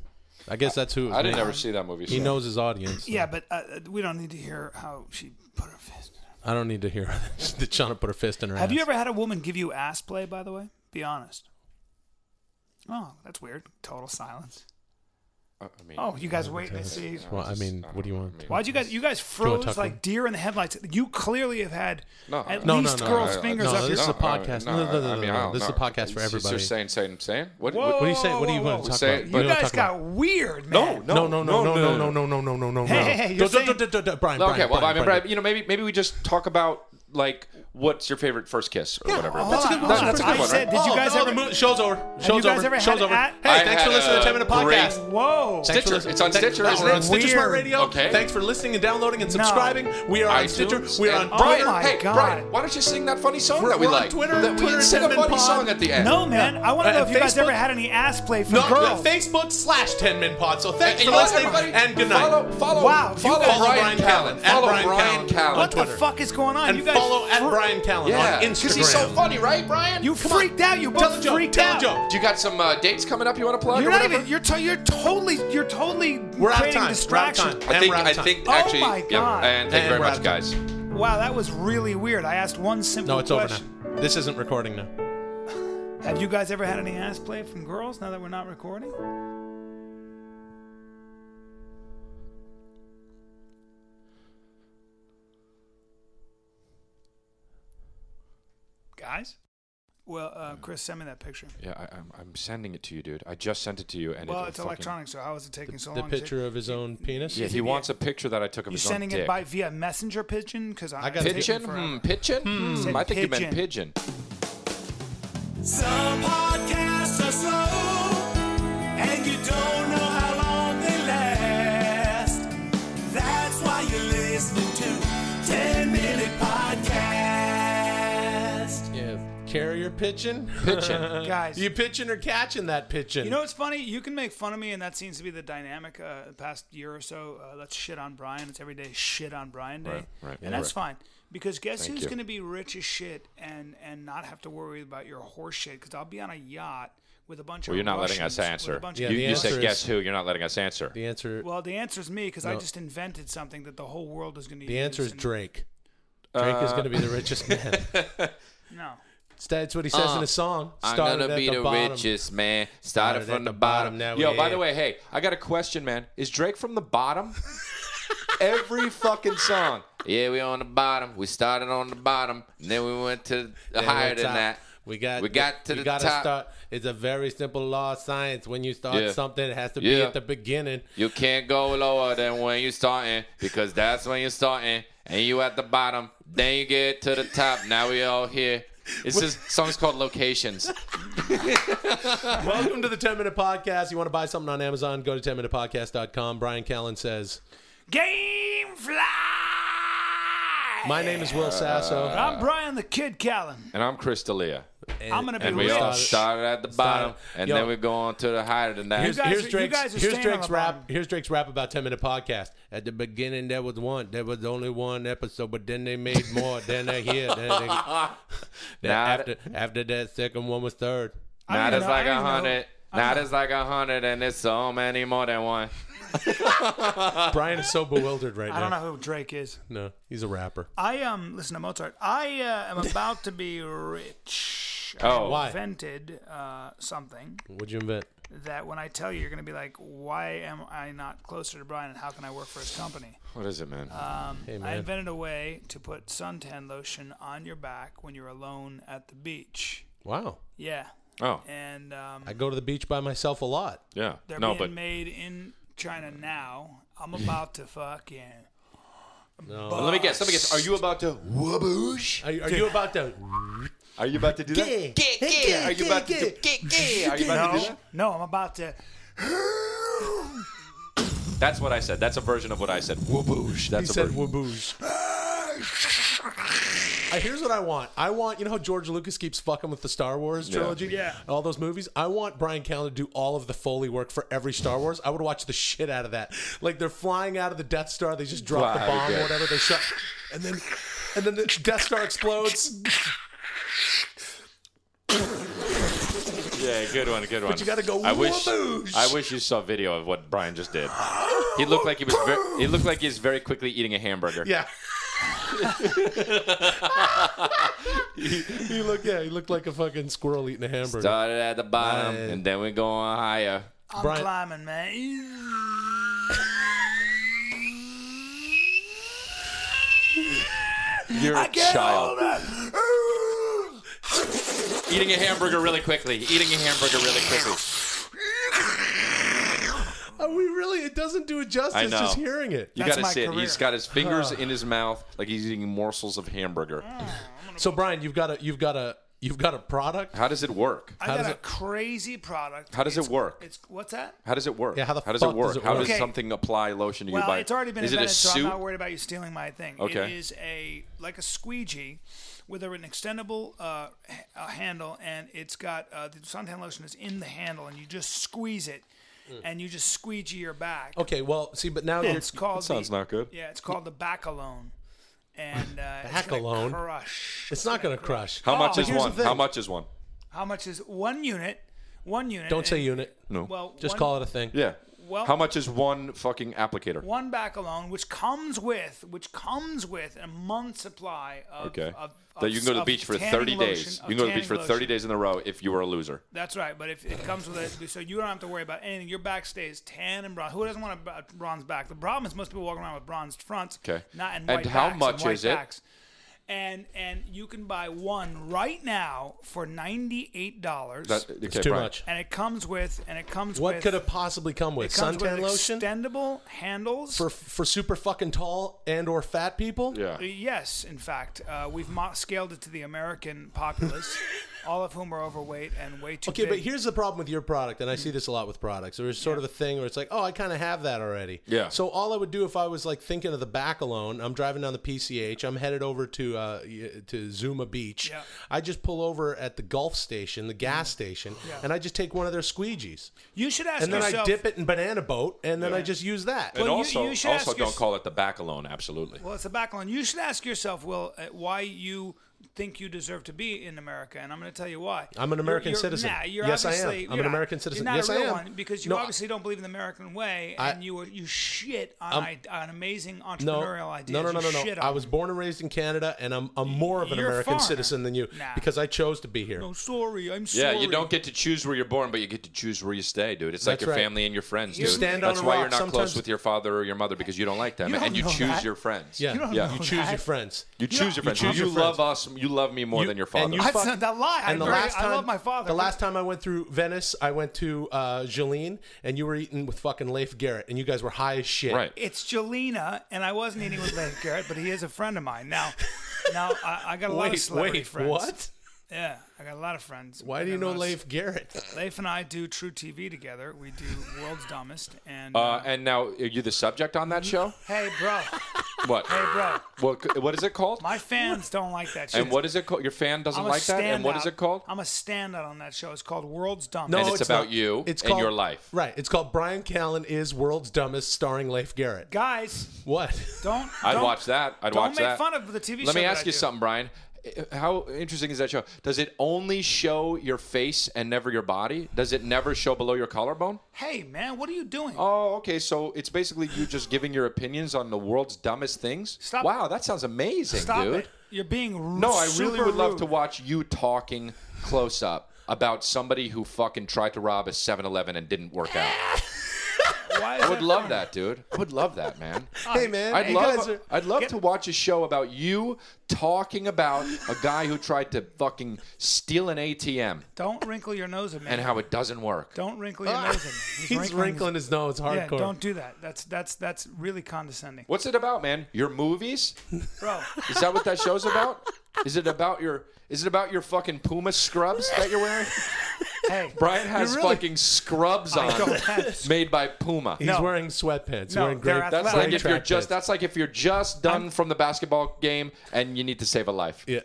Speaker 1: I guess that's who it was
Speaker 2: I didn't
Speaker 1: made.
Speaker 2: ever see that movie.
Speaker 1: He
Speaker 2: so-
Speaker 1: knows his audience.
Speaker 5: Yeah, but uh, we don't need to hear how she put her fist.
Speaker 1: I don't need to hear that Shauna put her fist in her
Speaker 5: Have
Speaker 1: ass.
Speaker 5: you ever had a woman give you ass play? By the way, be honest. Oh, that's weird. Total silence.
Speaker 2: I I mean,
Speaker 5: Oh, you guys wait and see.
Speaker 1: Well, I mean, what do you want?
Speaker 5: Why'd you guys? You guys
Speaker 1: wanna
Speaker 5: froze
Speaker 1: talk
Speaker 5: like
Speaker 1: to-
Speaker 5: deer in the headlights. You clearly have had
Speaker 2: No,
Speaker 5: at
Speaker 1: No, no,
Speaker 5: least
Speaker 1: no,
Speaker 5: girls'
Speaker 1: I- I-
Speaker 5: fingers
Speaker 1: no,
Speaker 5: up
Speaker 1: this
Speaker 5: your.
Speaker 1: is a podcast. No, no, no, no, no,
Speaker 2: I
Speaker 1: no. This is a podcast for
Speaker 2: It's just
Speaker 1: everybody.
Speaker 2: saying, saying, saying. What?
Speaker 1: What
Speaker 2: what
Speaker 1: do you say? What do you
Speaker 5: Whoa,
Speaker 1: want
Speaker 5: whoa,
Speaker 1: to talk
Speaker 2: whoa.
Speaker 1: about?
Speaker 2: Say-
Speaker 1: We
Speaker 2: but-
Speaker 1: don't
Speaker 5: you guys
Speaker 1: talk about-
Speaker 5: got weird,
Speaker 2: no,
Speaker 5: man.
Speaker 1: No, no, no, no, no, no, no, no, no, no, no.
Speaker 5: Hey, hey, hey, you're
Speaker 1: Don't-
Speaker 5: saying-
Speaker 1: don't- don't- don't- don't- Brian,
Speaker 2: Okay,
Speaker 1: Brian,
Speaker 2: well, I
Speaker 1: Brian,
Speaker 2: mean,
Speaker 1: Brian.
Speaker 2: Brad, you know, maybe maybe we just talk about like what's your favorite first kiss or whatever.
Speaker 5: hold on, hold on.
Speaker 2: that's a good
Speaker 5: I
Speaker 2: one,
Speaker 5: said,
Speaker 2: right?
Speaker 5: did you
Speaker 1: Oh,
Speaker 5: guys
Speaker 1: no,
Speaker 5: ever?
Speaker 1: the mo- Show's over. Show's
Speaker 5: guys
Speaker 1: over.
Speaker 5: ever
Speaker 1: Show's
Speaker 5: had
Speaker 1: over.
Speaker 5: at-
Speaker 1: Hey,
Speaker 2: I
Speaker 1: thanks for
Speaker 2: had
Speaker 1: listening to
Speaker 2: a
Speaker 1: 10 Minute
Speaker 2: great-
Speaker 1: Podcast.
Speaker 5: Whoa.
Speaker 1: Thanks for
Speaker 2: Stitcher.
Speaker 1: listening-
Speaker 2: It's on
Speaker 1: thanks-
Speaker 2: Stitcher,
Speaker 1: no,
Speaker 2: isn't
Speaker 1: we're
Speaker 2: it?
Speaker 1: on Stitcher Smart
Speaker 5: Weird.
Speaker 1: Radio.
Speaker 2: Okay.
Speaker 1: Thanks for listening and downloading and
Speaker 5: No.
Speaker 1: subscribing. We are on
Speaker 2: iTunes
Speaker 1: Stitcher. We are on
Speaker 2: and-
Speaker 1: Brian.
Speaker 5: my
Speaker 2: Brian, hey,
Speaker 5: God.
Speaker 2: Brian, why don't you sing that funny song
Speaker 1: We're-
Speaker 2: that we
Speaker 1: we're on
Speaker 2: like?
Speaker 1: Twitter,
Speaker 2: that we
Speaker 1: Twitter,
Speaker 2: sing a
Speaker 1: Tim and
Speaker 2: funny
Speaker 1: Pod.
Speaker 2: song at the end.
Speaker 5: No, man. I want to
Speaker 1: Uh,
Speaker 5: know if you guys
Speaker 1: Facebook?
Speaker 5: ever had any ass play from
Speaker 1: No,
Speaker 5: girls.
Speaker 1: Facebook slash 10 Min Pod. So
Speaker 2: And
Speaker 1: thanks
Speaker 2: you
Speaker 1: for
Speaker 2: know what,
Speaker 1: listening
Speaker 2: everybody?
Speaker 1: and good night.
Speaker 2: Follow, follow,
Speaker 5: Wow, you
Speaker 2: follow,
Speaker 1: guys- Brian
Speaker 2: Brian
Speaker 1: Callen,
Speaker 2: Callen.
Speaker 1: at
Speaker 2: Follow
Speaker 1: Brian
Speaker 2: Brian
Speaker 1: Callen.
Speaker 2: Callen.
Speaker 5: What the
Speaker 1: Twitter.
Speaker 5: fuck is going on?
Speaker 1: and
Speaker 5: you guys
Speaker 1: follow at
Speaker 5: fro-
Speaker 1: Brian Callen
Speaker 2: Yeah,
Speaker 1: on Instagram.
Speaker 2: because he's so funny, right, Brian?
Speaker 5: You
Speaker 1: on.
Speaker 5: freaked out. You
Speaker 1: Tell a
Speaker 5: both
Speaker 1: joke.
Speaker 5: freaked
Speaker 1: Tell a
Speaker 5: out.
Speaker 1: joke.
Speaker 2: Do you got some uh, dates coming up you want to plug?
Speaker 5: You're
Speaker 2: or
Speaker 5: not
Speaker 2: whatever?
Speaker 5: even. You're to- you're totally. You're totally
Speaker 1: We're out of time.
Speaker 5: creating
Speaker 1: We're out of
Speaker 5: distraction.
Speaker 1: time.
Speaker 2: I
Speaker 1: And
Speaker 2: think
Speaker 1: we're out
Speaker 2: I
Speaker 1: of time.
Speaker 2: think
Speaker 5: Oh
Speaker 2: actually
Speaker 5: my God.
Speaker 2: yeah, and thank
Speaker 1: And
Speaker 2: you very
Speaker 1: we're out
Speaker 2: much
Speaker 1: of time.
Speaker 2: guys.
Speaker 5: Wow, that was really weird. I asked one simple
Speaker 1: No, it's over
Speaker 5: question.
Speaker 1: now. This isn't recording now.
Speaker 5: Have you guys ever had any ass play from girls now that we're not recording? Guys? Well, uh, Chris, send me that picture.
Speaker 2: Yeah, I, I'm, I'm sending it to you, dude. I just sent it to you, and
Speaker 5: well,
Speaker 2: it
Speaker 5: it's
Speaker 2: fucking-
Speaker 5: electronic, so how is it taking so
Speaker 1: The
Speaker 5: long?
Speaker 1: picture of his own penis.
Speaker 2: Yeah, he wants a picture that I took of
Speaker 5: you
Speaker 2: his own
Speaker 5: sending
Speaker 2: dick.
Speaker 5: it by via messenger pigeon? Because I
Speaker 1: got a
Speaker 2: pigeon?
Speaker 5: uh,
Speaker 2: Hmm, pigeon? Hmm,
Speaker 5: Said
Speaker 2: I think you meant pigeon.
Speaker 3: Some podcasts are slow, and you don't know how long they last. That's why you're listening to 10 Minute Podcast.
Speaker 1: Yeah. Carrier pitching.
Speaker 2: Pigeon.
Speaker 5: Guys,
Speaker 1: you pitching or catching that pitching?
Speaker 5: You know what's funny? You can make fun of me, and that seems to be the dynamic uh, the past year or so. Uh, let's shit on Brian. It's every day shit on Brian day,
Speaker 2: Right, right,
Speaker 5: and
Speaker 2: yeah.
Speaker 5: that's fine. Because guess
Speaker 2: Thank
Speaker 5: who's
Speaker 2: you.
Speaker 5: going to be rich as shit and and not have to worry about your horse shit? Because I'll be on a yacht with a bunch
Speaker 2: Well,
Speaker 5: of
Speaker 2: you're not letting us
Speaker 5: Russians with a
Speaker 2: answer.
Speaker 5: bunch
Speaker 2: You,
Speaker 5: of-
Speaker 1: the
Speaker 2: you said
Speaker 1: answer
Speaker 2: guess
Speaker 1: is-
Speaker 2: who? You're not letting us answer.
Speaker 1: the answer.
Speaker 5: well, the answer is me because I
Speaker 1: No.
Speaker 5: just invented something that the whole world is going to.
Speaker 1: the
Speaker 5: use
Speaker 1: answer is
Speaker 5: and-
Speaker 1: Drake.
Speaker 2: Uh,
Speaker 1: Drake is going to be the richest man.
Speaker 5: No.
Speaker 1: That's what he says
Speaker 2: Uh,
Speaker 1: in his song. Started at the bottom.
Speaker 2: man.
Speaker 1: Started from at the the bottom, bottom. now
Speaker 2: Yo,
Speaker 1: we're
Speaker 2: by
Speaker 1: here.
Speaker 2: the way, hey, I got a question, man. Is Drake from the bottom? Every fucking song. Yeah, we on the bottom. We started on the bottom, and then we went to
Speaker 1: Then we're top. We got
Speaker 2: We got to
Speaker 1: you
Speaker 2: the
Speaker 1: gotta
Speaker 2: top.
Speaker 1: Start, it's a very simple law of science. When you start
Speaker 2: Yeah.
Speaker 1: something, it has to be
Speaker 2: Yeah.
Speaker 1: at the beginning.
Speaker 2: You can't go lower than when you starting because that's when you starting and you at the bottom. Then you get to the top. Now we all here. It's this song's called Locations.
Speaker 1: Welcome to the 10 Minute Podcast. You want to buy something on Amazon, go to 10minutepodcast.com. Brian Callen says,
Speaker 5: Game
Speaker 2: Uh,
Speaker 5: fly.
Speaker 1: My name is Will Sasso.
Speaker 5: I'm Brian the Kid Callen.
Speaker 2: And I'm Chris D'Elia.
Speaker 5: I'm going to be
Speaker 2: And we
Speaker 5: rich.
Speaker 2: all started at the bottom
Speaker 1: Started.
Speaker 2: and
Speaker 1: Yo.
Speaker 2: then we go on to the higher than that.
Speaker 1: Here's,
Speaker 5: guys
Speaker 1: here's
Speaker 5: are- you guys
Speaker 1: Drake's,
Speaker 5: are
Speaker 1: here's
Speaker 5: staying on
Speaker 1: Drake's
Speaker 5: the
Speaker 1: rap.
Speaker 5: bottom.
Speaker 1: Here's Drake's rap about 10 minute podcast. At the beginning, there was one. There was only one episode, but then they made more. then they're here. Then they, then
Speaker 2: Now
Speaker 1: after, after that, second one was third.
Speaker 5: I
Speaker 2: now
Speaker 5: don't
Speaker 2: there's
Speaker 5: know.
Speaker 2: like
Speaker 5: I
Speaker 2: a
Speaker 5: don't know.
Speaker 2: hundred. Now there's like a hundred and it's so many more than one.
Speaker 1: Brian is so bewildered right
Speaker 5: I don't
Speaker 1: now.
Speaker 5: know who Drake is.
Speaker 1: No, he's a rapper.
Speaker 5: I um listen to Mozart. I uh, am about to be rich.
Speaker 2: Oh.
Speaker 5: I
Speaker 1: Why?
Speaker 5: invented uh, something
Speaker 1: What'd you invent?
Speaker 5: that when I tell you, you're going to be like, "Why am I not closer to Brian? And how can I work for his company?"
Speaker 2: What is it, man?
Speaker 5: Uh,
Speaker 1: Hey,
Speaker 5: I
Speaker 1: man.
Speaker 5: invented a way to put suntan lotion on your back when you're alone at the beach.
Speaker 1: wow.
Speaker 5: Yeah,
Speaker 2: oh,
Speaker 5: and um,
Speaker 1: I go to the beach by myself a lot.
Speaker 2: yeah.
Speaker 5: they're
Speaker 2: No,
Speaker 5: being
Speaker 2: but
Speaker 5: made in China now. I'm about to fucking.
Speaker 2: let me guess. Let me guess. Are you about to waboosh?
Speaker 1: Are, are you about to?
Speaker 2: Are you about to do that?
Speaker 1: Yeah.
Speaker 2: Get, get. Are you about to do get, get? Are you about to do
Speaker 5: No,
Speaker 2: that?
Speaker 5: no, I'm about to.
Speaker 2: That's what I said. That's a version of what I said. Waboosh.
Speaker 1: He
Speaker 2: That's a
Speaker 1: said
Speaker 2: version.
Speaker 1: waboosh. Uh, Here's what I want. I want you know how George Lucas keeps fucking with the Star Wars
Speaker 2: Yeah.
Speaker 1: trilogy,
Speaker 5: Yeah.
Speaker 1: all those movies. I want Brian Callen to do all of the Foley work for every Star Wars. I would watch the shit out of that. Like they're flying out of the Death Star, they just drop the
Speaker 2: Wow,
Speaker 1: bomb
Speaker 2: okay.
Speaker 1: or whatever. They shut, and then and then the Death Star explodes.
Speaker 2: Yeah, good one, good one. But
Speaker 1: you gotta go,
Speaker 2: I wish,
Speaker 1: "Waboosh!"
Speaker 2: I wish you saw video of what Brian just did. He looked like he was. Very, he looked like he was very quickly eating a hamburger.
Speaker 1: Yeah. he, he looked yeah he looked like a fucking squirrel eating a hamburger.
Speaker 2: Started at the bottom
Speaker 1: Man.
Speaker 2: and then we go on higher.
Speaker 5: I'm
Speaker 1: Brian-
Speaker 5: climbing, man.
Speaker 2: You're a child. eating a hamburger really quickly. Eating a hamburger really quickly.
Speaker 1: Are Oh, we really? It doesn't do it justice.
Speaker 2: I know.
Speaker 1: Just hearing it.
Speaker 2: You
Speaker 5: That's
Speaker 2: gotta
Speaker 5: my
Speaker 2: see it.
Speaker 5: career.
Speaker 2: He's got his fingers in his mouth like he's eating morsels of hamburger.
Speaker 1: So Brian, you've got a you've got a you've got a product.
Speaker 2: How does it work?
Speaker 5: I
Speaker 1: How
Speaker 5: got
Speaker 1: does
Speaker 5: a
Speaker 1: it-
Speaker 5: crazy product.
Speaker 2: How does it
Speaker 5: It's-
Speaker 2: work?
Speaker 5: It's what's that?
Speaker 2: How does it work?
Speaker 1: Yeah, how the
Speaker 2: does
Speaker 1: fuck
Speaker 2: it
Speaker 1: does
Speaker 2: work?
Speaker 1: it
Speaker 2: how
Speaker 1: work?
Speaker 2: does
Speaker 5: Okay.
Speaker 2: something apply lotion to you
Speaker 5: Well,
Speaker 2: by?
Speaker 5: it's already been
Speaker 2: Is it a
Speaker 5: invented, so I'm
Speaker 2: suit?
Speaker 5: not worried about you stealing my thing. It
Speaker 2: Okay.
Speaker 5: is a like a squeegee with an extendable uh, h- uh, handle, and it's got uh, the suntan lotion is in the handle, and you just squeeze it,
Speaker 2: Hmm.
Speaker 5: and you just squeegee your back.
Speaker 1: Okay, well, see, but now you're
Speaker 5: it's called.
Speaker 2: sounds
Speaker 5: the,
Speaker 2: not good.
Speaker 5: Yeah, it's called the back alone, and uh, it's gonna
Speaker 1: Bacalone?
Speaker 5: Crush.
Speaker 1: it's not going to crush.
Speaker 2: How much
Speaker 5: Oh,
Speaker 2: is
Speaker 1: here's
Speaker 2: one?
Speaker 1: the
Speaker 2: How
Speaker 1: thing.
Speaker 2: much is one?
Speaker 5: How much is one unit? One unit.
Speaker 1: Don't say
Speaker 5: and-
Speaker 1: unit.
Speaker 2: No.
Speaker 5: Well,
Speaker 1: Just
Speaker 5: one-
Speaker 1: call it a thing.
Speaker 2: Yeah.
Speaker 5: well,
Speaker 2: How much is one fucking applicator?
Speaker 5: one back alone, which comes with which comes with a month supply of
Speaker 2: Okay.
Speaker 5: of-
Speaker 2: that
Speaker 5: of-
Speaker 2: you can go to the
Speaker 5: of
Speaker 2: beach for
Speaker 5: tanning
Speaker 2: 30 days. You
Speaker 5: lotion- of
Speaker 2: can go to the beach
Speaker 5: tanning
Speaker 2: for 30
Speaker 5: lotion.
Speaker 2: days in a row if you were a loser.
Speaker 5: That's right, but if it comes with it, so you don't have to worry about anything. Your back stays tan and bronze. Who doesn't want a bro- bronze back? The problem is most people walk around with bronzed fronts.
Speaker 2: Okay.
Speaker 5: Not and
Speaker 2: And
Speaker 5: white
Speaker 2: how
Speaker 5: backs and
Speaker 2: much
Speaker 5: white
Speaker 2: is it?
Speaker 5: backs. And and you can buy one right now for ninety eight dollars.
Speaker 2: That, Uh, okay,
Speaker 1: Too
Speaker 2: Brian.
Speaker 1: much.
Speaker 5: And it comes with and it comes
Speaker 1: What
Speaker 5: with
Speaker 1: could it possibly come with?
Speaker 5: it comes
Speaker 1: Suntan
Speaker 5: with
Speaker 1: lotion
Speaker 5: extendable handles
Speaker 1: for for super fucking tall and or fat people.
Speaker 2: Yeah.
Speaker 5: Yes, in fact, uh, we've mo- scaled it to the American populace, all of whom are overweight and way too.
Speaker 1: Okay, but
Speaker 5: big.
Speaker 1: here's the problem with your product, and I see this a lot with products. There's sort of a thing where it's like, oh, I kind of have that already.
Speaker 2: Yeah.
Speaker 1: So all I would do if I was like thinking of the back alone, I'm driving down the PCH, I'm headed over to uh, y- to Zuma Beach.
Speaker 5: Yeah. Mm.
Speaker 1: I just pull over at the Gulf station, the gas station, and I just take one of their squeegees,
Speaker 5: you should ask
Speaker 1: and then
Speaker 5: yourself.
Speaker 1: I dip it in banana boat, and then I just use that.
Speaker 2: And
Speaker 5: Well, you-
Speaker 2: also,
Speaker 5: you should
Speaker 2: also
Speaker 5: ask
Speaker 2: don't
Speaker 5: your-
Speaker 2: call it the back alone. Absolutely.
Speaker 5: Well, it's a back line. You should ask yourself, Will, uh, why you think you deserve to be in America, and I'm going to tell you why.
Speaker 1: I'm an American
Speaker 5: You're- you're-
Speaker 1: citizen.
Speaker 5: Nah, you're
Speaker 1: Yes, I am. I'm
Speaker 5: obviously- you're
Speaker 1: an
Speaker 5: not-
Speaker 1: American citizen.
Speaker 5: You're not
Speaker 1: Yes,
Speaker 5: a
Speaker 1: I
Speaker 5: real
Speaker 1: am.
Speaker 5: One because you
Speaker 1: No, I-
Speaker 5: obviously don't believe in the American way,
Speaker 1: I- Um,
Speaker 5: and you you shit on, I, on amazing
Speaker 1: No,
Speaker 5: entrepreneurial ideas.
Speaker 1: no, no, no,
Speaker 5: You
Speaker 1: no, no.
Speaker 5: shit on
Speaker 1: I was born and raised in Canada, and I'm, I'm more of an
Speaker 5: You're a
Speaker 1: American
Speaker 5: foreigner.
Speaker 1: citizen than you
Speaker 5: Nah.
Speaker 1: because I chose to be here.
Speaker 5: them. I'm sorry. I'm
Speaker 2: Yeah,
Speaker 5: sorry.
Speaker 2: you don't get to choose where you're born, but you get to choose where you stay, dude. It's
Speaker 1: That's
Speaker 2: like your
Speaker 1: right.
Speaker 2: family and your friends,
Speaker 5: You
Speaker 2: dude.
Speaker 5: stand
Speaker 1: on
Speaker 2: That's
Speaker 1: a
Speaker 2: why
Speaker 1: rock
Speaker 2: you're not
Speaker 1: sometimes.
Speaker 2: close with your father or your mother because you don't like them,
Speaker 5: You
Speaker 2: and
Speaker 5: don't
Speaker 2: you
Speaker 5: know
Speaker 2: choose
Speaker 5: that.
Speaker 2: your friends.
Speaker 1: Yeah. You
Speaker 5: don't
Speaker 2: yeah.
Speaker 5: know
Speaker 2: You,
Speaker 1: Choose
Speaker 5: that.
Speaker 1: your friends.
Speaker 2: you choose your friends. You,
Speaker 1: choose your
Speaker 2: love
Speaker 1: friends.
Speaker 2: us. You love me more than your father.
Speaker 1: and you
Speaker 5: That's
Speaker 1: fuck-
Speaker 5: not a lie. I
Speaker 1: And the
Speaker 5: very-
Speaker 1: last
Speaker 5: I
Speaker 1: time,
Speaker 5: love my father.
Speaker 1: The last time I went through Venice, I went to uh, Jeline, and you were eating with fucking Leif Garrett, and you guys were high as shit.
Speaker 2: right.
Speaker 5: It's Jelena, and I wasn't eating with Leif Garrett, but he is a friend of mine. Now, now I, I got a lot of
Speaker 1: Wait,
Speaker 5: celebrity
Speaker 1: wait,
Speaker 5: friends.
Speaker 1: what?
Speaker 5: Yeah, I got a lot of friends.
Speaker 1: Why do
Speaker 5: I
Speaker 1: you
Speaker 5: got a
Speaker 1: know
Speaker 5: lot of-
Speaker 1: Leif Garrett?
Speaker 5: Leif and I do True TV together. We do World's Dumbest, and,
Speaker 2: Uh, and now, are you the subject on that show?
Speaker 5: hey, bro,
Speaker 2: What?
Speaker 5: hey, bro,
Speaker 2: What, what is it called?
Speaker 5: my fans don't like that shit.
Speaker 2: and what is it called? Your fan doesn't
Speaker 5: I'm a
Speaker 2: like that. And what
Speaker 5: standout.
Speaker 2: is it called?
Speaker 5: I'm a standout on that show. It's called World's Dumbest.
Speaker 1: No,
Speaker 2: And it's about
Speaker 1: not.
Speaker 2: you
Speaker 1: It's
Speaker 2: and
Speaker 1: called,
Speaker 2: your life.
Speaker 1: Right. It's called Brian Callen is World's Dumbest, starring Leif Garrett.
Speaker 5: guys,
Speaker 1: What?
Speaker 5: don't.
Speaker 2: I'd
Speaker 5: don't-
Speaker 2: watch that. I'd
Speaker 5: don't
Speaker 2: watch
Speaker 5: make
Speaker 2: that.
Speaker 5: fun of the TV show.
Speaker 2: Let me
Speaker 5: that
Speaker 2: ask
Speaker 5: I
Speaker 2: you
Speaker 5: do.
Speaker 2: something, Brian. I- How interesting is that show? Does it only show your face and never your body? Does it never show below your collarbone?
Speaker 5: Hey, man, what are you doing?
Speaker 2: Oh, okay. So it's basically you just giving your opinions on the world's dumbest things.
Speaker 5: Stop
Speaker 2: Wow,
Speaker 5: it.
Speaker 2: that sounds amazing,
Speaker 5: Stop
Speaker 2: dude.
Speaker 5: it. You're being rude.
Speaker 2: No, I really would love to watch you talking close up about somebody who fucking tried to rob a 7-Eleven and didn't work out.
Speaker 5: Why
Speaker 2: I would love that, dude. I would love that, man.
Speaker 1: hey, man.
Speaker 2: I'd
Speaker 1: you
Speaker 2: love,
Speaker 1: guys are-
Speaker 2: I'd love to watch a show about you talking about a guy who tried to fucking steal an ATM
Speaker 5: Don't wrinkle your nose at me.
Speaker 2: and how it doesn't work.
Speaker 5: Don't wrinkle your nose at me. He's,
Speaker 1: Ah, He's wrinkling his nose hardcore.
Speaker 5: Yeah, don't do that. That's that's that's really condescending,
Speaker 2: What's it about, man? Your movies?
Speaker 5: bro.
Speaker 2: Is that what that show's about? Is it about your is it about your fucking Puma scrubs that you're wearing?
Speaker 5: hey,
Speaker 2: Brian has
Speaker 1: really-
Speaker 2: fucking scrubs on
Speaker 5: don't have-
Speaker 2: made by Puma.
Speaker 1: He's
Speaker 5: No.
Speaker 1: wearing sweatpants.
Speaker 5: No,
Speaker 1: wearing
Speaker 5: they're
Speaker 1: great.
Speaker 5: athletic.
Speaker 2: That's
Speaker 5: Well,
Speaker 2: like if
Speaker 1: track
Speaker 2: you're just
Speaker 1: pants.
Speaker 2: that's like if you're just done from the basketball game and you need to save a life.
Speaker 1: Yeah.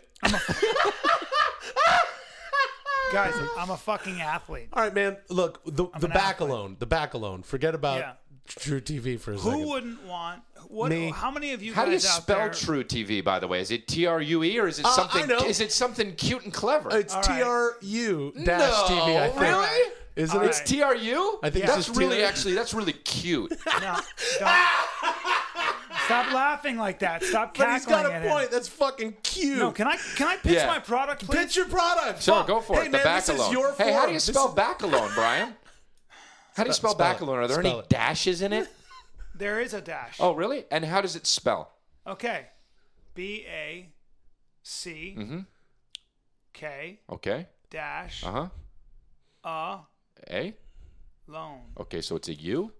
Speaker 5: guys, I'm a fucking athlete.
Speaker 1: All right, man. Look, the, the
Speaker 5: an
Speaker 1: back
Speaker 5: athlete.
Speaker 1: alone. The back alone. Forget about
Speaker 5: Yeah.
Speaker 1: True TV for a second.
Speaker 5: Who wouldn't want? What?
Speaker 1: Me.
Speaker 5: How many of you
Speaker 2: How do you
Speaker 5: guys out
Speaker 2: spell
Speaker 5: there?
Speaker 2: True TV? By the way, is it T R U E or is it
Speaker 1: Uh, I
Speaker 2: something?
Speaker 1: know.
Speaker 2: Is it something cute and clever?
Speaker 1: It's
Speaker 5: right.
Speaker 1: TRU dash TV. I
Speaker 2: No,
Speaker 1: think.
Speaker 2: really?
Speaker 1: Isn't
Speaker 5: All
Speaker 1: it?
Speaker 5: right.
Speaker 2: it's T R U.
Speaker 1: I think
Speaker 2: that's
Speaker 1: it's
Speaker 2: really
Speaker 1: TRU.
Speaker 2: actually that's really cute.
Speaker 5: No, don't. Stop laughing like that. Stop
Speaker 1: But
Speaker 5: cackling
Speaker 1: he's got
Speaker 5: at
Speaker 1: a
Speaker 5: him.
Speaker 1: point. That's fucking cute.
Speaker 5: No, can I can I pitch
Speaker 2: Yeah.
Speaker 5: my product, please?
Speaker 1: Pitch your product.
Speaker 2: Sure,
Speaker 1: Fuck.
Speaker 2: go for
Speaker 1: hey,
Speaker 2: it.
Speaker 1: Man,
Speaker 2: the back
Speaker 1: this
Speaker 2: alone.
Speaker 1: Is your
Speaker 2: hey, how do
Speaker 1: forum.
Speaker 2: you
Speaker 1: This
Speaker 2: spell
Speaker 1: is-
Speaker 2: back alone, Brian? How do you
Speaker 1: Spell-
Speaker 2: spell,
Speaker 1: spell
Speaker 2: back
Speaker 1: it.
Speaker 2: alone? Are there
Speaker 1: Spell
Speaker 2: any
Speaker 1: it.
Speaker 2: dashes in it?
Speaker 5: There is a dash.
Speaker 2: Oh, really? And how does it spell?
Speaker 5: Okay. B A C
Speaker 1: Mm-hmm.
Speaker 5: K
Speaker 2: Okay.
Speaker 5: dash
Speaker 2: Uh huh.
Speaker 1: Uh-huh.
Speaker 2: A.
Speaker 5: alone.
Speaker 2: Okay, so it's a U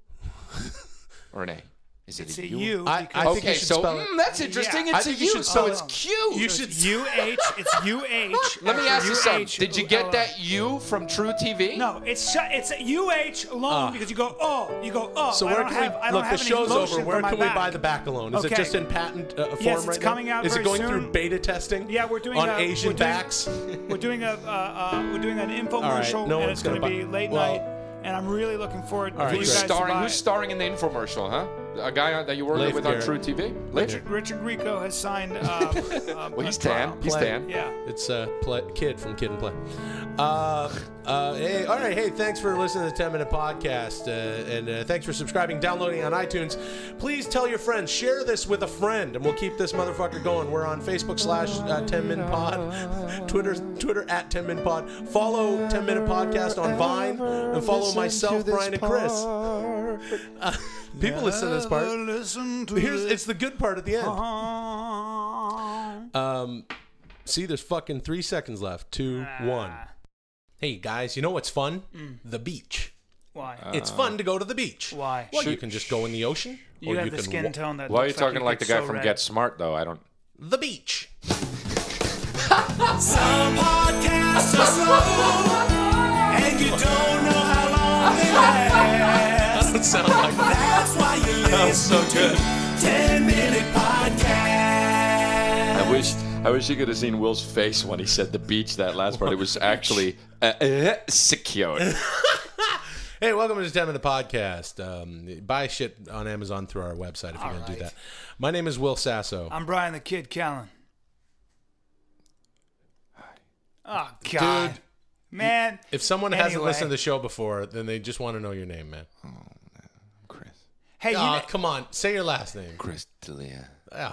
Speaker 2: or an A. Is it
Speaker 5: It's
Speaker 2: a
Speaker 5: a
Speaker 2: U?
Speaker 5: U.
Speaker 1: I, I think
Speaker 2: okay,
Speaker 1: you should
Speaker 2: so
Speaker 1: spell it.
Speaker 2: mm, that's interesting.
Speaker 1: I
Speaker 5: Yeah.
Speaker 2: It's a
Speaker 1: think you
Speaker 2: U,
Speaker 1: should
Speaker 2: so
Speaker 1: spell
Speaker 2: it's
Speaker 5: it.
Speaker 2: cute.
Speaker 1: You should.
Speaker 5: U H. It's U H.
Speaker 2: Let me ask you something. Did you uh, get
Speaker 5: UHLL.
Speaker 2: that U from True TV?
Speaker 5: No, it's sh- it's a UH alone because you go oh, you go oh.
Speaker 1: Ah. So
Speaker 5: I
Speaker 1: where
Speaker 5: don't
Speaker 1: can
Speaker 5: have, I
Speaker 1: we
Speaker 5: don't
Speaker 1: look? The
Speaker 5: have any
Speaker 1: show's
Speaker 5: lotion
Speaker 1: over.
Speaker 5: for
Speaker 1: Where
Speaker 5: my
Speaker 1: can we
Speaker 5: back.
Speaker 1: buy the back alone? Is it
Speaker 5: Okay.
Speaker 1: just in patent uh, form
Speaker 5: it's
Speaker 1: right
Speaker 5: coming
Speaker 1: now?
Speaker 5: out
Speaker 1: Is it
Speaker 5: very
Speaker 1: going
Speaker 5: soon.
Speaker 1: through beta testing?
Speaker 5: Yeah, we're doing
Speaker 1: on
Speaker 5: a-
Speaker 1: Asian
Speaker 5: we're doing-
Speaker 1: backs.
Speaker 5: We're doing a uh, uh, we're doing an infomercial
Speaker 1: no
Speaker 5: and
Speaker 1: one's
Speaker 5: it's going to
Speaker 1: gonna
Speaker 5: be
Speaker 1: buy-
Speaker 5: late
Speaker 1: well-
Speaker 5: night, and I'm really looking forward
Speaker 1: right,
Speaker 5: to you
Speaker 2: Who's
Speaker 5: guys to
Speaker 2: starring?
Speaker 5: buy
Speaker 2: Who's
Speaker 5: it.
Speaker 2: starring in the infomercial? Huh? a guy on- that you worked
Speaker 1: Leif
Speaker 2: with
Speaker 1: Garrett.
Speaker 2: on True TV? Leif.
Speaker 5: Richard Grieco has signed. Uh, um,
Speaker 2: Well, he's
Speaker 5: a
Speaker 2: tan.
Speaker 5: trial.
Speaker 2: He's
Speaker 1: Play.
Speaker 2: tan.
Speaker 5: Yeah.
Speaker 1: It's uh, play, Kid from Kid and Play. Uh, uh, hey, all right. Hey, thanks for listening to the 10 Minute Podcast. Uh, and uh, thanks for subscribing, downloading on iTunes. Please tell your friends, share this with a friend, and we'll keep this motherfucker going. We're on Facebook slash uh, 10 Minute Pod, Twitter, Twitter at 10 Minute Pod. Follow 10 Minute Podcast on Vine, and follow myself, Brian, and Chris. Uh, people listen to this part.
Speaker 4: Listen to
Speaker 1: Here's, it's the good part at the end.
Speaker 5: Oh.
Speaker 1: Um, see, there's fucking three seconds left. Two,
Speaker 5: Ah.
Speaker 1: one. Hey guys, you know what's fun?
Speaker 5: Mm.
Speaker 1: The beach.
Speaker 5: Why?
Speaker 1: it's fun to go to the beach.
Speaker 5: Why?
Speaker 1: Well, you
Speaker 2: Should-
Speaker 1: can just go in the ocean,
Speaker 5: you
Speaker 1: or
Speaker 5: have
Speaker 1: you
Speaker 5: the
Speaker 1: can
Speaker 5: skin
Speaker 1: wa-
Speaker 5: tone that.
Speaker 2: Why are you
Speaker 5: looks like
Speaker 2: talking like the
Speaker 5: it's
Speaker 2: guy
Speaker 5: so
Speaker 2: from
Speaker 5: red.
Speaker 2: Get Smart though? I don't.
Speaker 1: the beach.
Speaker 3: Some podcasts are slow, and you don't know how long they last.
Speaker 1: That sounds like
Speaker 3: That's why you listen
Speaker 2: good.
Speaker 3: to 10 Minute Podcast.
Speaker 2: I wish. I wish you could have seen Will's face when he said the beach that last part. It was actually uh, uh, secured.
Speaker 1: Hey, welcome to the 10 Minute Podcast. Um, buy shit on Amazon through our website if you're going to do that. My name is Will Sasso.
Speaker 5: I'm Brian the Kid Callen. Oh God,
Speaker 1: Dude,
Speaker 5: man!
Speaker 1: if someone hasn't
Speaker 5: Anyway.
Speaker 1: listened to the show before, then they just want to know your name, man.
Speaker 2: Chris.
Speaker 5: hey, you
Speaker 2: Ah,
Speaker 1: Aw,
Speaker 5: kn-
Speaker 1: come on. Say your last name. Ah,
Speaker 2: Chris D'Elia.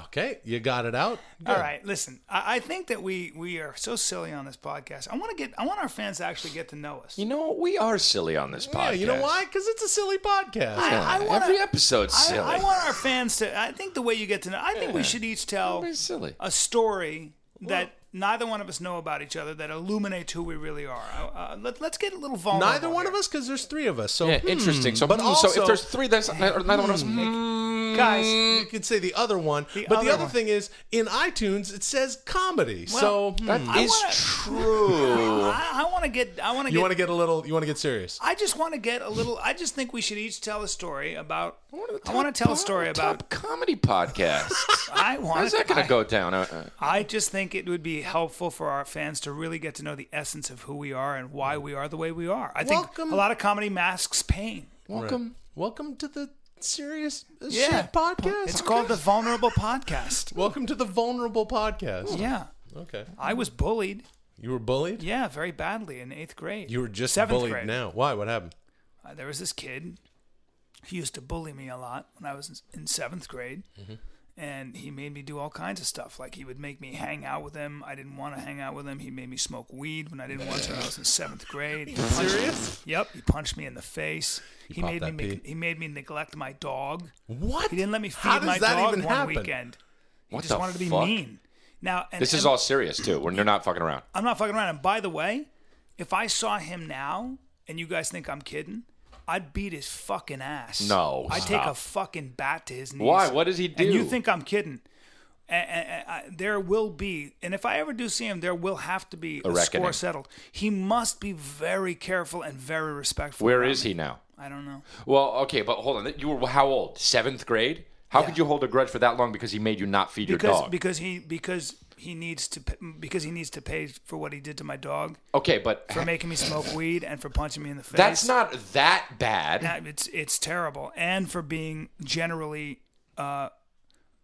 Speaker 1: Okay, you got it out.
Speaker 5: all right. Listen, I, I think that we we are so silly on this podcast. I want to get, I want our fans to actually get to know us.
Speaker 2: You know we are silly on this podcast.
Speaker 1: Yeah, you know why? Because it's a silly podcast.
Speaker 2: Yeah,
Speaker 5: I wanna-
Speaker 2: every episode's
Speaker 5: I,
Speaker 2: silly.
Speaker 5: I want our fans to. I think the way you get to know, I think we
Speaker 2: Yeah.
Speaker 5: should each tell
Speaker 2: Everybody's silly.
Speaker 5: a story that neither one of us know about each other that illuminates who we really are. Uh, Uh, let, let's get a little vulnerable.
Speaker 1: Neither one
Speaker 5: here.
Speaker 1: of us, because there's three of us. So
Speaker 2: Yeah, interesting. So,
Speaker 1: But
Speaker 2: hmm, so
Speaker 1: also-
Speaker 2: if there's three, that's neither one Hmm. of us.
Speaker 5: guys.
Speaker 1: you could say the other one. but
Speaker 5: Mm. other
Speaker 1: the other
Speaker 5: one.
Speaker 1: thing is, in iTunes, it says comedy. so hmm,
Speaker 2: That is
Speaker 5: wanna-
Speaker 2: true.
Speaker 5: I, I want to get. I want to
Speaker 1: you
Speaker 5: get.
Speaker 1: want to get a little, you want to get serious.
Speaker 5: I just want to get a little. I just think we should each tell a story about.
Speaker 2: One of the
Speaker 5: I want
Speaker 2: top
Speaker 5: to tell a
Speaker 2: pod-
Speaker 5: story about.
Speaker 2: top comedy podcasts.
Speaker 5: I want.
Speaker 2: How's that going to go down? Uh, uh,
Speaker 5: I just think it would be helpful for our fans to really get to know the essence of who we are and why we are the way we are. I think
Speaker 1: Welcome-
Speaker 5: a lot of comedy masks pain.
Speaker 2: welcome.
Speaker 1: Welcome to the serious as
Speaker 5: Yeah.
Speaker 1: shit podcast.
Speaker 5: It's called the Vulnerable Podcast.
Speaker 1: Welcome to the vulnerable podcast.
Speaker 5: Yeah.
Speaker 1: Okay.
Speaker 5: I was bullied.
Speaker 1: You were bullied.
Speaker 5: Yeah, very badly in eighth grade.
Speaker 1: You were just
Speaker 5: Seventh
Speaker 1: bullied
Speaker 5: grade.
Speaker 1: now. Why? What happened?
Speaker 5: Uh, there was this kid. He used to bully me a lot when I was in in seventh grade.
Speaker 1: Mm-hmm.
Speaker 5: And he made me do all kinds of stuff. Like he would make me hang out with him. I didn't want to hang out with him. He made me smoke weed when I didn't want to. when I was in seventh grade. He punched-
Speaker 1: Serious?
Speaker 5: Yep. He punched me in the face. He
Speaker 1: popped
Speaker 5: made me
Speaker 1: that
Speaker 5: make,
Speaker 1: pee.
Speaker 5: he made me neglect my dog.
Speaker 1: What?
Speaker 5: He didn't let me
Speaker 1: How
Speaker 5: feed
Speaker 1: does
Speaker 5: my
Speaker 1: that
Speaker 5: dog
Speaker 1: even
Speaker 5: one
Speaker 1: happen?
Speaker 5: weekend. He
Speaker 2: What
Speaker 5: just
Speaker 2: the
Speaker 5: wanted to be
Speaker 2: fuck?
Speaker 5: mean. Now and,
Speaker 2: This is
Speaker 5: and-
Speaker 2: all serious too. We're they're not fucking around.
Speaker 5: I'm not fucking around. And by the way, if I saw him now and you guys think I'm kidding, I'd beat his fucking ass.
Speaker 2: No,
Speaker 5: I'd
Speaker 2: stop.
Speaker 5: take a fucking bat to his knees.
Speaker 2: Why? What does he do?
Speaker 5: And you think I'm kidding. A- a- a- a- there will be, and if I ever do see him, there will have to be a,
Speaker 2: reckoning.
Speaker 5: score settled. He must be very careful and very respectful.
Speaker 2: Where
Speaker 5: around
Speaker 2: is
Speaker 5: me.
Speaker 2: he now?
Speaker 5: I don't know.
Speaker 2: Well, okay, but hold on. You were how old? Seventh grade. How could you hold a grudge for that long because he made you not feed your
Speaker 5: Because
Speaker 2: dog?
Speaker 5: because he because he needs to p- because he needs to pay for what he did to my dog
Speaker 2: okay, but
Speaker 5: for making me smoke weed and for punching me in the face.
Speaker 2: that's not that bad.
Speaker 5: That- it's it's terrible, and for being generally uh,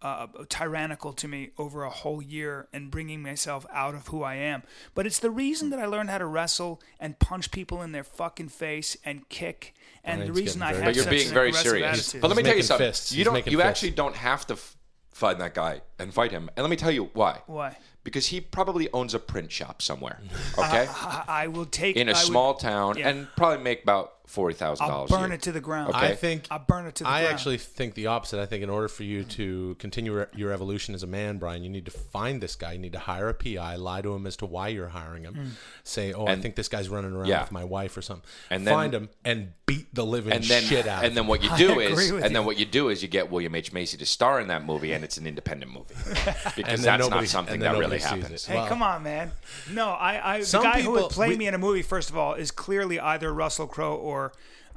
Speaker 5: uh, tyrannical to me over a whole year and bringing myself out of who I am. But it's the reason that I learned how to wrestle and punch people in their fucking face and kick, and
Speaker 1: Brian's
Speaker 5: the reason
Speaker 1: getting
Speaker 5: I
Speaker 1: very-
Speaker 5: have
Speaker 2: but you're
Speaker 5: such
Speaker 2: being
Speaker 5: an
Speaker 2: very
Speaker 5: aggressive
Speaker 2: serious.
Speaker 5: attitude.
Speaker 2: But let me tell you
Speaker 1: making
Speaker 2: something.
Speaker 1: fists.
Speaker 2: You
Speaker 1: He's
Speaker 2: don't.
Speaker 1: making
Speaker 2: You
Speaker 1: fists.
Speaker 2: actually don't have to f- find that guy and fight him. And let me tell you why.
Speaker 5: Why?
Speaker 2: Because he probably owns a print shop somewhere. Okay.
Speaker 5: I, I will take
Speaker 2: in a
Speaker 5: I would-
Speaker 2: small town
Speaker 5: yeah.
Speaker 2: and probably make about forty thousand
Speaker 5: I'll
Speaker 2: dollars.
Speaker 5: burn it to the ground.
Speaker 2: Okay.
Speaker 1: I think
Speaker 5: I'll burn it to the
Speaker 1: I
Speaker 5: ground.
Speaker 1: actually think the opposite. I think in order for you to continue re- your evolution as a man, Brian, you need to find this guy. You need to hire a PI, lie to him as to why you're hiring him.
Speaker 5: Hmm.
Speaker 1: Say, oh, I
Speaker 2: And-
Speaker 1: think this guy's running around
Speaker 2: Yeah.
Speaker 1: with my wife or something.
Speaker 2: And
Speaker 1: And
Speaker 2: then-
Speaker 1: find him and beat the living
Speaker 2: and then
Speaker 1: shit out. of
Speaker 2: and
Speaker 1: him.
Speaker 2: then what you do
Speaker 5: agree
Speaker 2: is
Speaker 5: with
Speaker 2: and then
Speaker 5: you.
Speaker 2: what you do is you get William H Macy to star in that movie and it's an independent movie because
Speaker 1: And then
Speaker 2: that's
Speaker 1: nobody-
Speaker 2: not something
Speaker 1: and then
Speaker 2: that really
Speaker 1: nobody sees
Speaker 2: happens.
Speaker 1: it.
Speaker 5: Hey,
Speaker 1: Wow.
Speaker 5: come on, man. No, I, I the
Speaker 1: Some
Speaker 5: guy who
Speaker 1: people-
Speaker 5: would play
Speaker 1: we-
Speaker 5: me in a movie, first of all, is clearly either Russell Crowe or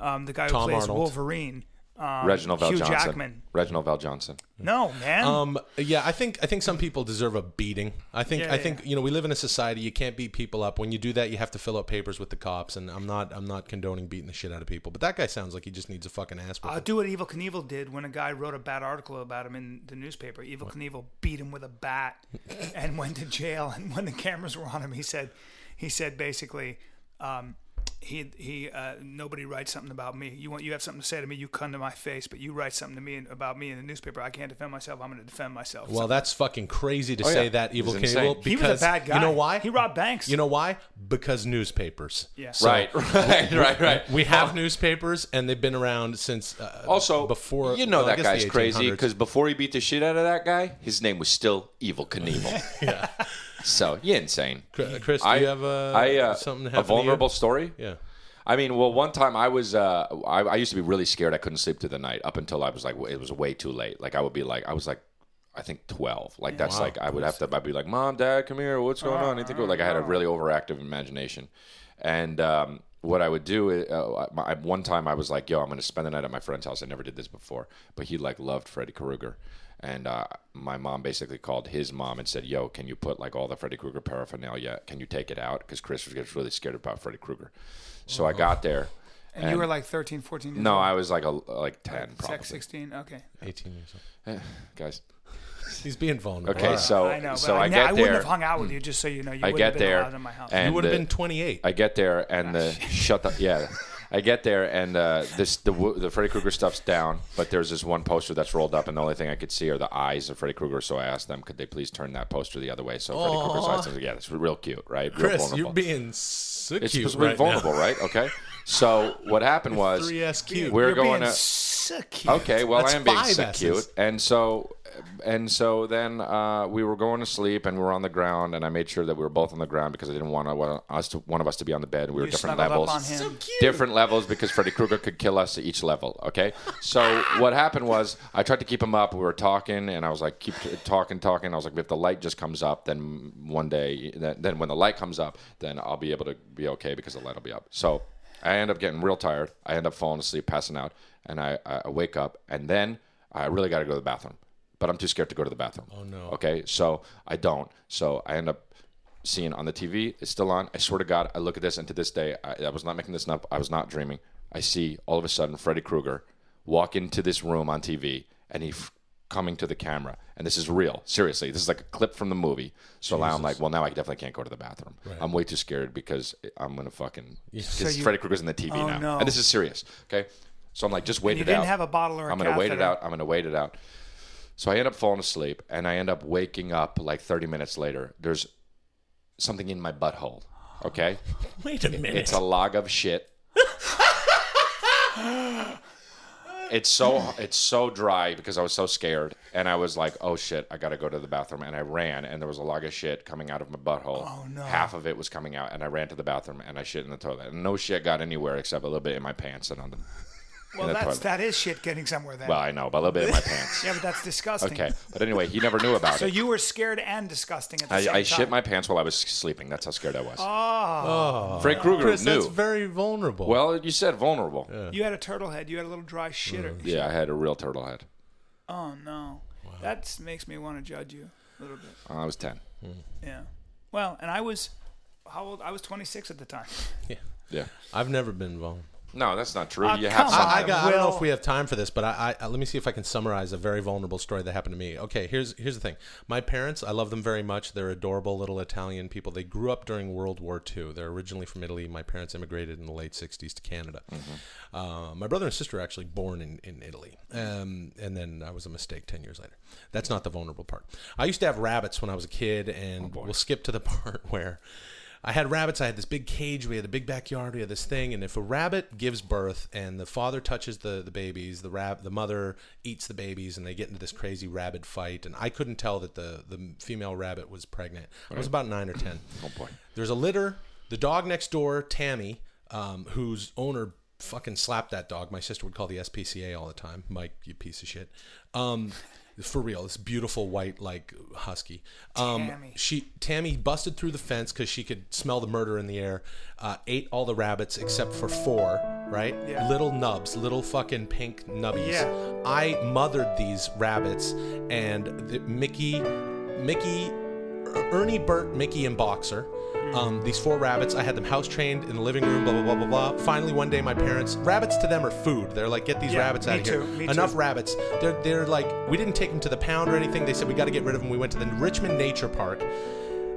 Speaker 5: um, the guy who
Speaker 1: Tom
Speaker 5: plays
Speaker 1: Arnold.
Speaker 5: Wolverine. um,
Speaker 2: Reginald Val
Speaker 5: Hugh
Speaker 2: Johnson.
Speaker 5: Jackman.
Speaker 2: Reginald Val Johnson.
Speaker 5: No, man.
Speaker 1: Um, yeah, I think I think some people deserve a beating. I think
Speaker 5: Yeah,
Speaker 1: I
Speaker 5: yeah.
Speaker 1: think you know we live in a society you can't beat people up. When you do that, you have to fill out papers with the cops. And I'm not I'm not condoning beating the shit out of people. But that guy sounds like he just needs a fucking ass.
Speaker 5: I'll
Speaker 1: whooping.
Speaker 5: do what Evil Knievel did when a guy wrote a bad article about him in the newspaper. Evil Knievel beat him with a bat and went to jail. And when the cameras were on him, he said, he said basically, um, he he uh, nobody writes something about me. You want you have something to say to me, you come to my face, but you write something to me about me in the newspaper. I can't defend myself. I'm going to defend myself.
Speaker 1: Well,
Speaker 5: So-
Speaker 1: that's fucking crazy to
Speaker 2: Oh, yeah.
Speaker 1: say that evil
Speaker 2: He's
Speaker 1: cable
Speaker 2: insane.
Speaker 1: because
Speaker 5: He was a bad guy.
Speaker 1: you know why
Speaker 5: He robbed banks.
Speaker 1: You know why? Because newspapers.
Speaker 5: Yeah.
Speaker 1: So
Speaker 2: right, right, right, right.
Speaker 1: We have newspapers, and they've been around since uh,
Speaker 2: also
Speaker 1: before.
Speaker 2: you know
Speaker 1: well, I
Speaker 2: that
Speaker 1: guess the
Speaker 2: guy's crazy
Speaker 1: 1800s.
Speaker 2: because before he beat the shit out of that guy, his name was still Evil Knievel. yeah. So you're insane.
Speaker 1: Cr- Chris, do
Speaker 2: I
Speaker 1: you have uh,
Speaker 2: I, uh,
Speaker 1: something happen
Speaker 2: a
Speaker 1: to you?
Speaker 2: vulnerable story?
Speaker 1: Yeah.
Speaker 2: I mean, well, one time I was, uh, I, I used to be really scared. I couldn't sleep through the night up until I was like, it was way too late. Like I would be like, I was like, I think twelve. Like that's like I would have to. I'd be like, Mom, Dad, come here. What's going on? Anything? Like I had a really overactive imagination, and um, what I would do, is, uh, my, I- one time I was like, Yo, I'm going to spend the night at my friend's house. I never did this before, but he like loved Freddy Krueger. And uh, my mom basically called his mom and said, "Yo, can you put like all the Freddy Krueger paraphernalia? Can you take it out? Because Chris was gets really scared about Freddy Krueger." So I got there.
Speaker 5: and, you were like 13, 14 years
Speaker 2: No,
Speaker 5: old.
Speaker 2: I was like a like ten, probably.
Speaker 5: Sex 16. Okay.
Speaker 1: 18 years old.
Speaker 2: Guys.
Speaker 1: He's being vulnerable.
Speaker 2: Okay, so
Speaker 5: I know, but
Speaker 2: so
Speaker 5: I,
Speaker 2: I,
Speaker 5: ne-
Speaker 2: get
Speaker 5: I
Speaker 2: there. Hmm.
Speaker 5: wouldn't have hung out with you, just so you know. You
Speaker 2: I
Speaker 5: wouldn't
Speaker 2: get
Speaker 5: have been
Speaker 2: there.
Speaker 5: allowed in my house.
Speaker 2: And
Speaker 1: you would have
Speaker 2: the-
Speaker 1: been 28.
Speaker 2: I get there and the shut the yeah. I get there and uh, this the wo- the Freddy Krueger stuff's down, but there's this one poster that's rolled up, and the only thing I could see are the eyes of Freddy Krueger. So I asked them, could they please turn that poster the other way so Freddy Krueger's eyes? Yeah, that's real cute, right? Real
Speaker 1: Chris,
Speaker 2: vulnerable.
Speaker 1: you're being so
Speaker 2: it's
Speaker 1: cute
Speaker 2: supposed to be
Speaker 1: right
Speaker 2: vulnerable,
Speaker 1: now.
Speaker 2: right? Okay. So what happened was
Speaker 1: 3S cute.
Speaker 2: we're
Speaker 5: You're
Speaker 2: going to
Speaker 5: being so cute.
Speaker 2: Okay, well
Speaker 1: That's
Speaker 2: I am being
Speaker 1: five
Speaker 2: so
Speaker 1: S's.
Speaker 2: cute, and so and so then uh, we were going to sleep, and we were on the ground, and I made sure that we were both on the ground because I didn't want to, us to, one of us to be on the bed. We were
Speaker 5: You
Speaker 2: different levels,
Speaker 5: snuggled up on him. So
Speaker 2: different levels because Freddy Krueger could kill us at each level. Okay, so what happened was I tried to keep him up. We were talking, and I was like, keep t- talking, talking. I was like, if the light just comes up, then one day, then, then when the light comes up, then I'll be able to be okay because the light will be up. So I end up getting real tired. I end up falling asleep, passing out, and I, I wake up, and then I really got to go to the bathroom, but I'm too scared to go to the bathroom. Oh no. Okay, so I don't. So I end up seeing on the TV. It's still on. I swear to God, I look at this, and to this day, I, I was not making this up. I was not dreaming. I see all of a sudden Freddy Krueger walk into this room on TV, and he f- coming to the camera. And this is real. Seriously, this is like a clip from the movie. So now I'm like, well, now I definitely can't go to the bathroom. I'm way too scared because I'm gonna fucking. Because
Speaker 5: you-
Speaker 2: Freddy Krueger's in the TV
Speaker 5: Oh,
Speaker 2: now,
Speaker 5: no.
Speaker 2: and this is serious. Okay, so I'm like, just wait
Speaker 5: you
Speaker 2: it
Speaker 5: didn't
Speaker 2: out.
Speaker 5: have a bottle or a
Speaker 2: I'm gonna wait it
Speaker 5: catheter.
Speaker 2: out. I'm gonna wait it out. So I end up falling asleep, and I end up waking up like 30 minutes later. There's something in my butthole. Okay,
Speaker 1: Wait a minute.
Speaker 2: it's a log of shit. it's so it's so dry because I was so scared, and I was like, "Oh shit, I gotta go to the bathroom," and I ran, and there was a log of shit coming out of my butthole. Oh no! Half of it was coming out, and I ran to the bathroom, and I shit in the toilet, and no shit got anywhere except a little bit in my pants and on the.
Speaker 5: Well,
Speaker 2: in the
Speaker 5: that's
Speaker 2: toilet.
Speaker 5: that is shit getting somewhere then.
Speaker 2: Well, I know, but a little bit in my pants.
Speaker 5: yeah, but that's disgusting.
Speaker 2: Okay, but anyway, he never knew about
Speaker 5: So
Speaker 2: it.
Speaker 5: you were scared and disgusting at the
Speaker 2: I,
Speaker 5: same
Speaker 2: I
Speaker 5: time.
Speaker 2: shit my pants while I was sleeping. That's how scared I was. Oh, Fred Krueger
Speaker 1: Chris,
Speaker 2: knew.
Speaker 1: that's very vulnerable.
Speaker 2: well, you said vulnerable. Yeah.
Speaker 5: You had a turtle head. You had a little
Speaker 2: Mm,
Speaker 5: dry shitter.
Speaker 2: I had a real turtle head.
Speaker 5: Oh no, that makes me want to judge you a little bit.
Speaker 2: I was ten.
Speaker 5: Yeah. Well, and I was how old? I was 26 at the time.
Speaker 2: Yeah.
Speaker 1: I've never been vulnerable.
Speaker 2: No, that's not true.
Speaker 5: Ah,
Speaker 2: you have
Speaker 5: come
Speaker 2: some.
Speaker 5: on.
Speaker 1: I, got, I don't know
Speaker 5: Well-
Speaker 1: if we have time for this, but I, I let me see if I can summarize a very vulnerable story that happened to me. Okay, here's here's the thing. My parents, I love them very much. They're adorable little Italian people. They grew up during World War II. They're originally from Italy. My parents immigrated in the late '60s to Canada. Uh, my brother and sister were actually born in in Italy, um, and then I was a mistake ten years later. That's not the vulnerable part. I used to have rabbits when I was a kid, and we'll skip to the part where. I had rabbits. I had this big cage. We had a big backyard. We had this thing. And if a rabbit gives birth and the father touches the, the babies, the rab- the mother eats the babies, and they get into this crazy rabbit fight. And I couldn't tell that the, the female rabbit was pregnant. I was about nine or ten. oh boy! There's a litter. The dog next door, Tammy, um, whose owner fucking slapped that dog. My sister would call the SPCA all the time. Mike, you piece of shit. Um, for real. This beautiful white like husky. Um,
Speaker 5: Tammy.
Speaker 1: She Tammy busted through the fence because she could smell the murder in the air. Uh, ate all the rabbits except for four. Right?
Speaker 5: Yeah.
Speaker 1: Little nubs, little fucking pink nubbies.
Speaker 5: Yeah.
Speaker 1: I mothered these rabbits, and the, Mickey, Mickey, Er- Ernie, Bert, Mickey, and Boxer. Um, these four rabbits, I had them house trained in the living room, blah, blah, blah, blah, blah. Finally, one day, my parents, rabbits to them are food. They're like, get these
Speaker 5: Yeah,
Speaker 1: rabbits out
Speaker 5: me
Speaker 1: of here.
Speaker 5: too, me
Speaker 1: Enough
Speaker 5: too.
Speaker 1: rabbits. They're, they're like, we didn't take them to the pound or anything. They said, we got to get rid of them. We went to the Richmond Nature Park.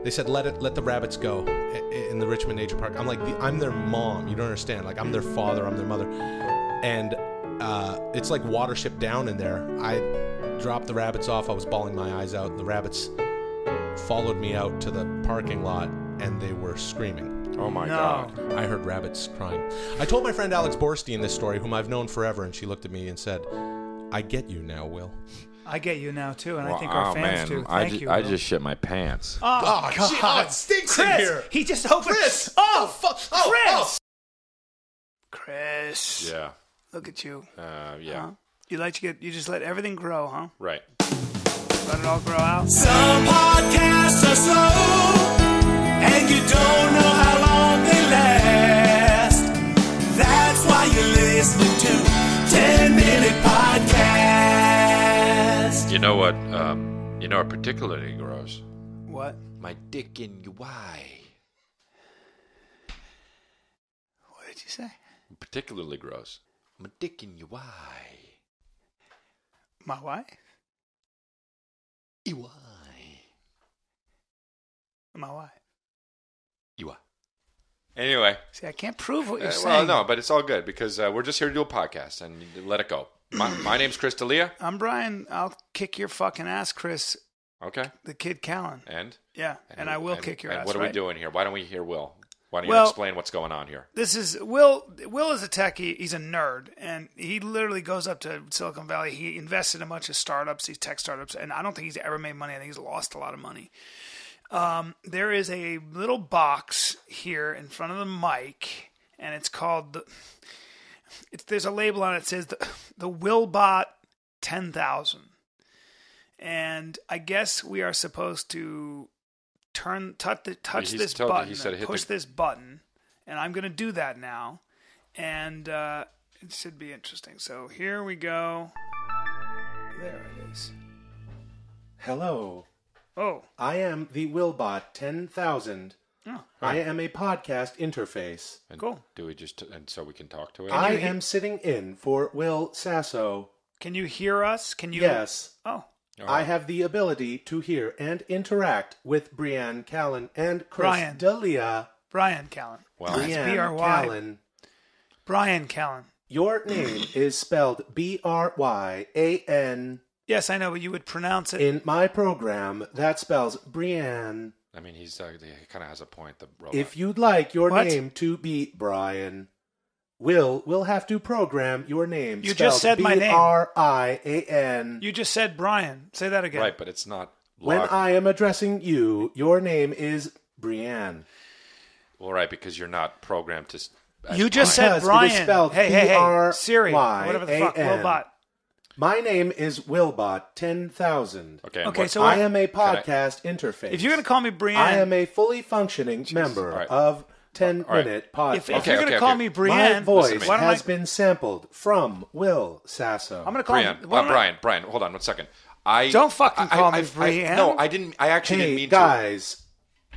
Speaker 1: They said, let it, let the rabbits go i- i- in the Richmond Nature Park. I'm like, the, I'm their mom. You don't understand. Like, I'm their father. I'm their mother. And uh, it's like Watership Down in there. I dropped the rabbits off. I was bawling my eyes out. The rabbits followed me out to the parking lot, and they were screaming.
Speaker 2: Oh my
Speaker 5: No.
Speaker 2: god.
Speaker 1: I heard rabbits crying. I told my friend Alex Borstein this story, whom I've known forever, and she looked at me and said, I get you now, Will.
Speaker 5: I get you now too, and I think
Speaker 2: oh
Speaker 5: our
Speaker 2: man,
Speaker 5: fans do. Thank
Speaker 2: I, ju-
Speaker 5: you.
Speaker 2: I
Speaker 5: Will.
Speaker 2: just shit my pants.
Speaker 5: Oh,
Speaker 1: Oh, gee, oh, it stinks in
Speaker 5: Chris,
Speaker 1: here.
Speaker 5: He just opened.
Speaker 1: Chris!
Speaker 5: Oh,
Speaker 1: fuck! Oh,
Speaker 5: Chris! Chris.
Speaker 2: oh. yeah.
Speaker 5: Look at you.
Speaker 2: Uh, yeah.
Speaker 5: Huh? You like to get. You just let everything grow, huh?
Speaker 2: Right.
Speaker 5: Let it all grow out.
Speaker 3: Some podcasts are slow, and you don't know how long they last. That's why you're listening to 10 Minute Podcast.
Speaker 2: You know what? Um, you know what particularly gross?
Speaker 5: What?
Speaker 2: My dick in you. Why?
Speaker 5: What did you say?
Speaker 2: Particularly gross. My dick in you. Why?
Speaker 5: My wife?
Speaker 2: Why?
Speaker 5: My wife.
Speaker 2: You are. Anyway.
Speaker 5: See, I can't prove what you're
Speaker 2: Uh, well,
Speaker 5: saying.
Speaker 2: no, but it's all good because uh, we're just here to do a podcast and let it go. My, my name's Chris D'Elia.
Speaker 5: I'm Brian. I'll kick your fucking ass, Chris.
Speaker 2: Okay.
Speaker 5: The kid Callan.
Speaker 2: And?
Speaker 5: Yeah, and, I will kick your
Speaker 2: and
Speaker 5: ass.
Speaker 2: What are we
Speaker 5: right?
Speaker 2: doing here? Why don't we hear Will? Why don't you
Speaker 5: Well-
Speaker 2: explain what's going on here?
Speaker 5: This is Will. Will is a techie. He's a nerd, and he literally goes up to Silicon Valley. He invested in a bunch of startups, these tech startups, and I don't think he's ever made money. I think he's lost a lot of money. Um, there is a little box here in front of the mic, and it's called. The, it's, there's a label on it. that says the, the Willbot Ten Thousand, and I guess we are supposed to turn touch, the, touch
Speaker 2: He's
Speaker 5: this
Speaker 2: told- he
Speaker 5: button,
Speaker 2: said
Speaker 5: and
Speaker 2: hit the-
Speaker 5: push this button, and I'm going to do that now, and uh, it should be interesting. So here we go. There it is.
Speaker 1: Hello.
Speaker 5: Oh,
Speaker 1: I am the Willbot 10,000.
Speaker 5: Oh.
Speaker 1: I am a podcast interface.
Speaker 2: And
Speaker 5: Cool.
Speaker 2: Do we just and so we can talk to it?
Speaker 1: I am sitting in for Will Sasso.
Speaker 5: can you hear us? Can you?
Speaker 1: Yes,
Speaker 5: Oh,
Speaker 1: I have the ability to hear and interact with Brianne Callen and Chris
Speaker 5: Brian.
Speaker 1: D'Elia.
Speaker 5: Brian Callen.
Speaker 2: Well,
Speaker 1: Brianne
Speaker 5: B.R.Y..
Speaker 1: Callen.
Speaker 5: Brian Callen.
Speaker 1: Your name is spelled B R Y A N.
Speaker 5: Yes, I know, but you would pronounce it.
Speaker 1: In my program, that spells Brianne.
Speaker 2: I mean, he's uh, he kind of has a point. The robot.
Speaker 1: If you'd like your
Speaker 5: What?
Speaker 1: name to be Brian, Will will have to program your name.
Speaker 5: You just said my name.
Speaker 1: B R I A N.
Speaker 5: you just said Brian. Say that again.
Speaker 2: right, but it's not.
Speaker 1: When
Speaker 2: log-
Speaker 1: I am addressing you, your name is Brianne.
Speaker 2: well, right, because you're not programmed to. s- as
Speaker 5: You
Speaker 2: blind.
Speaker 5: just said
Speaker 1: Because it is
Speaker 5: Brian.
Speaker 1: spelled
Speaker 5: hey, hey, hey,
Speaker 1: P-R-Y-A-N.
Speaker 5: Siri, whatever the fuck, Robot.
Speaker 1: My name is Willbot Ten Thousand.
Speaker 2: Okay. and
Speaker 5: Okay,
Speaker 2: what-
Speaker 5: so
Speaker 1: I am a
Speaker 2: I-
Speaker 1: podcast interface.
Speaker 5: If you're gonna call me Brian,
Speaker 1: I am a fully functioning member
Speaker 2: All right.
Speaker 1: of Ten
Speaker 2: All right.
Speaker 1: Minute Podcast.
Speaker 5: if, if
Speaker 2: Okay,
Speaker 5: you're gonna
Speaker 2: okay,
Speaker 5: call
Speaker 2: okay.
Speaker 5: me
Speaker 1: My
Speaker 5: Brian,
Speaker 1: voice
Speaker 5: why don't
Speaker 1: has
Speaker 5: I,
Speaker 1: been sampled from Will Sasso.
Speaker 5: I'm gonna call
Speaker 2: Brian,
Speaker 5: him
Speaker 2: uh, Brian, Brian, hold on one second. I
Speaker 5: Don't fucking
Speaker 2: I-
Speaker 5: call
Speaker 2: I-
Speaker 5: me
Speaker 2: I-
Speaker 5: Brian.
Speaker 2: no, I didn't. I actually didn't
Speaker 1: hey
Speaker 2: mean
Speaker 1: guys,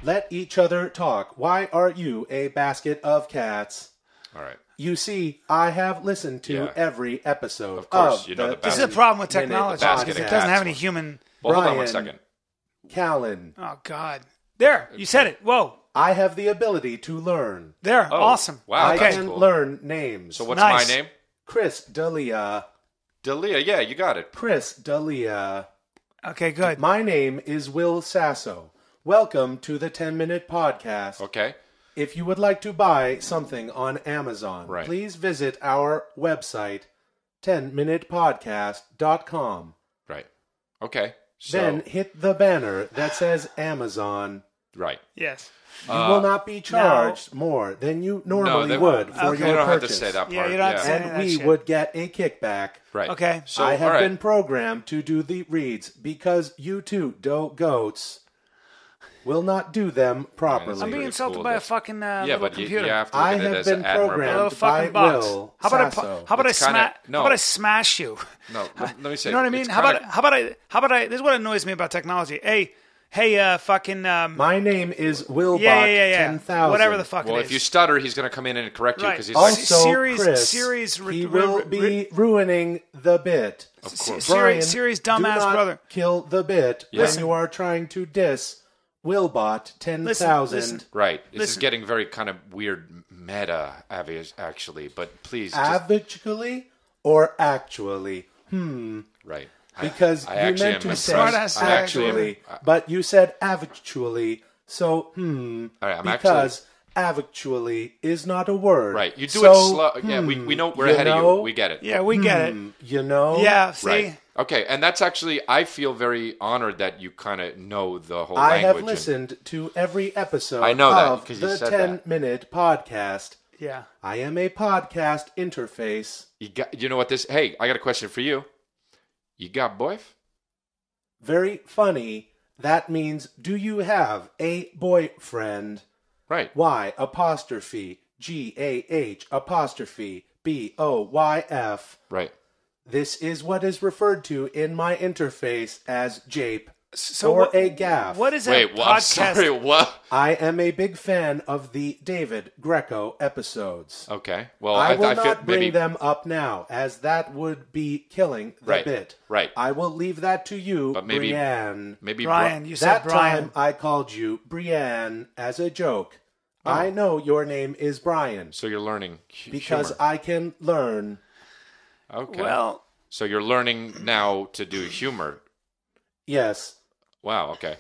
Speaker 1: let each other talk. Why are you a basket of cats?
Speaker 2: to. All right.
Speaker 1: You see, I have listened to
Speaker 2: Yeah.
Speaker 1: every episode.
Speaker 2: Of course, you know the
Speaker 5: This
Speaker 2: basket-
Speaker 5: is the problem with
Speaker 1: 10 Minute
Speaker 5: technology.
Speaker 2: the
Speaker 5: because
Speaker 2: basket
Speaker 5: It
Speaker 2: of
Speaker 5: doesn't
Speaker 2: cats
Speaker 5: have any
Speaker 2: one.
Speaker 5: human.
Speaker 2: Well, hold on one
Speaker 1: Brian.
Speaker 2: second.
Speaker 1: Callan.
Speaker 5: Oh God. There, you said it. Whoa.
Speaker 1: I have the ability to learn.
Speaker 5: There.
Speaker 2: Oh,
Speaker 5: awesome.
Speaker 2: wow,
Speaker 1: I
Speaker 5: Okay.
Speaker 2: that's
Speaker 1: can
Speaker 2: cool.
Speaker 1: learn names.
Speaker 2: So what's
Speaker 5: Nice.
Speaker 2: my name?
Speaker 1: Chris D'Elia.
Speaker 2: Delia. Yeah, you got it.
Speaker 1: Chris D'Elia.
Speaker 5: Okay. Good.
Speaker 1: My name is Will Sasso. Welcome to the 10 Minute Podcast.
Speaker 2: Okay.
Speaker 1: If you would like to buy something on Amazon,
Speaker 2: Right.
Speaker 1: please visit our website, 10minutepodcast.com.
Speaker 2: Right. Okay. So
Speaker 1: Then hit the banner that says Amazon
Speaker 2: Right.
Speaker 5: Yes.
Speaker 8: You will not be charged more than you normally
Speaker 2: Uh, that-
Speaker 8: would for
Speaker 2: You
Speaker 8: your
Speaker 2: don't have to
Speaker 8: purchase.
Speaker 2: say that part.
Speaker 5: Yeah, you don't have to say-
Speaker 8: And
Speaker 5: that
Speaker 8: we
Speaker 5: shit.
Speaker 8: would get a kickback.
Speaker 2: Right.
Speaker 5: Okay.
Speaker 2: So
Speaker 8: I
Speaker 2: all
Speaker 8: have
Speaker 2: right.
Speaker 8: been programmed to do the reads because you two dough goats will not do them
Speaker 2: I'm
Speaker 8: properly.
Speaker 5: I'm being
Speaker 2: pretty
Speaker 5: insulted
Speaker 2: cool,
Speaker 5: by a
Speaker 2: that-
Speaker 5: fucking uh,
Speaker 2: yeah,
Speaker 5: little
Speaker 2: but you, you
Speaker 5: computer.
Speaker 2: have to look
Speaker 8: I
Speaker 2: at it
Speaker 8: have
Speaker 2: as
Speaker 8: been
Speaker 5: A
Speaker 2: admirable.
Speaker 5: little
Speaker 8: programmed.
Speaker 5: fucking
Speaker 8: by
Speaker 5: box.
Speaker 8: Will
Speaker 5: how about I?
Speaker 8: Sasso.
Speaker 5: pu- How about
Speaker 2: It's
Speaker 5: I smash?
Speaker 2: kinda- no.
Speaker 5: How about I smash you?
Speaker 2: No, let, let me say.
Speaker 5: You know what I mean?
Speaker 2: it's
Speaker 5: How
Speaker 2: kinda-
Speaker 5: about how about I? How about I? This is what annoys me about technology. Hey, hey, uh, fucking um,
Speaker 8: My name is Wilbot
Speaker 5: yeah, yeah, yeah, yeah,
Speaker 8: ten thousand.
Speaker 5: whatever the fuck
Speaker 2: Well,
Speaker 5: it is.
Speaker 2: if you stutter, he's going to come in and correct you
Speaker 5: Right.
Speaker 2: because he's
Speaker 5: Also-
Speaker 2: like,
Speaker 8: Also,
Speaker 5: Series-
Speaker 8: Chris,
Speaker 5: series re-
Speaker 8: he
Speaker 5: re-
Speaker 8: will
Speaker 5: re-
Speaker 8: be
Speaker 5: re-
Speaker 8: ruining the bit.
Speaker 2: of course.
Speaker 5: Siri-
Speaker 8: Brian,
Speaker 5: Siri's
Speaker 8: do
Speaker 5: dumbass
Speaker 8: not
Speaker 5: brother.
Speaker 8: Kill the bit
Speaker 2: Listen.
Speaker 8: when you are trying to diss Wilbot ten
Speaker 5: listen.
Speaker 8: thousand.
Speaker 2: Right. This is
Speaker 5: Listen.
Speaker 2: getting very kind of weird meta, obvious- actually. But please, just,
Speaker 8: Avagically or actually? Hmm.
Speaker 2: right. I-
Speaker 8: Because
Speaker 2: I
Speaker 8: you
Speaker 2: actually
Speaker 8: meant
Speaker 2: am
Speaker 8: to
Speaker 2: a
Speaker 8: say
Speaker 5: smart ass
Speaker 2: I actually am-
Speaker 8: actually, but you said avitually. So hmm.
Speaker 2: All right, I'm actually-
Speaker 8: because avitually is not a word.
Speaker 2: Right. You do
Speaker 8: So,
Speaker 2: it slow. yeah, we,
Speaker 8: hmm,
Speaker 2: we know we're
Speaker 8: you
Speaker 2: ahead of
Speaker 8: know?
Speaker 2: you. We get it.
Speaker 5: yeah, we get it.
Speaker 8: Hmm, You know.
Speaker 5: Yeah, see,
Speaker 2: Right. Okay. And that's actually, I feel very honored that you kind of know the whole
Speaker 8: I
Speaker 2: language.
Speaker 8: have
Speaker 2: and-
Speaker 8: listened to every episode
Speaker 2: I know that,
Speaker 8: of
Speaker 2: 'cause you
Speaker 8: the
Speaker 2: said
Speaker 8: 10
Speaker 2: that.
Speaker 8: minute podcast.
Speaker 5: yeah.
Speaker 8: I am a podcast interface.
Speaker 2: You, got, you know what this? Hey, I got a question for you. You got boyf?
Speaker 8: Very funny. That means, do you have a boyfriend?
Speaker 2: Right.
Speaker 8: Y apostrophe G A H apostrophe B O Y F.
Speaker 2: Right.
Speaker 8: This is what is referred to in my interface as jape
Speaker 5: So
Speaker 8: E. or
Speaker 5: what-
Speaker 8: a gaff.
Speaker 5: What is that
Speaker 2: Wait. Well, I'm
Speaker 5: podcast?
Speaker 2: sorry. What?
Speaker 8: I am a big fan of the David Greco episodes.
Speaker 2: Okay. Oh, Well, I,
Speaker 8: I will
Speaker 2: I feel
Speaker 8: not bring
Speaker 2: maybe
Speaker 8: them up now, as that would be killing the
Speaker 2: Right,
Speaker 8: bit.
Speaker 2: right.
Speaker 8: I will leave that to you,
Speaker 2: But maybe-
Speaker 8: Brienne.
Speaker 2: maybe
Speaker 5: Brian,
Speaker 2: Bri-
Speaker 5: you said
Speaker 8: that
Speaker 5: Brian.
Speaker 8: time I called you Brienne as a joke.
Speaker 2: Oh.
Speaker 8: I know your name is Brian
Speaker 2: so you're learning hu-
Speaker 8: because
Speaker 2: humor.
Speaker 8: I can learn.
Speaker 2: okay.
Speaker 5: Well,
Speaker 2: so you're learning now to do humor.
Speaker 8: Yes,
Speaker 2: Wow. Okay.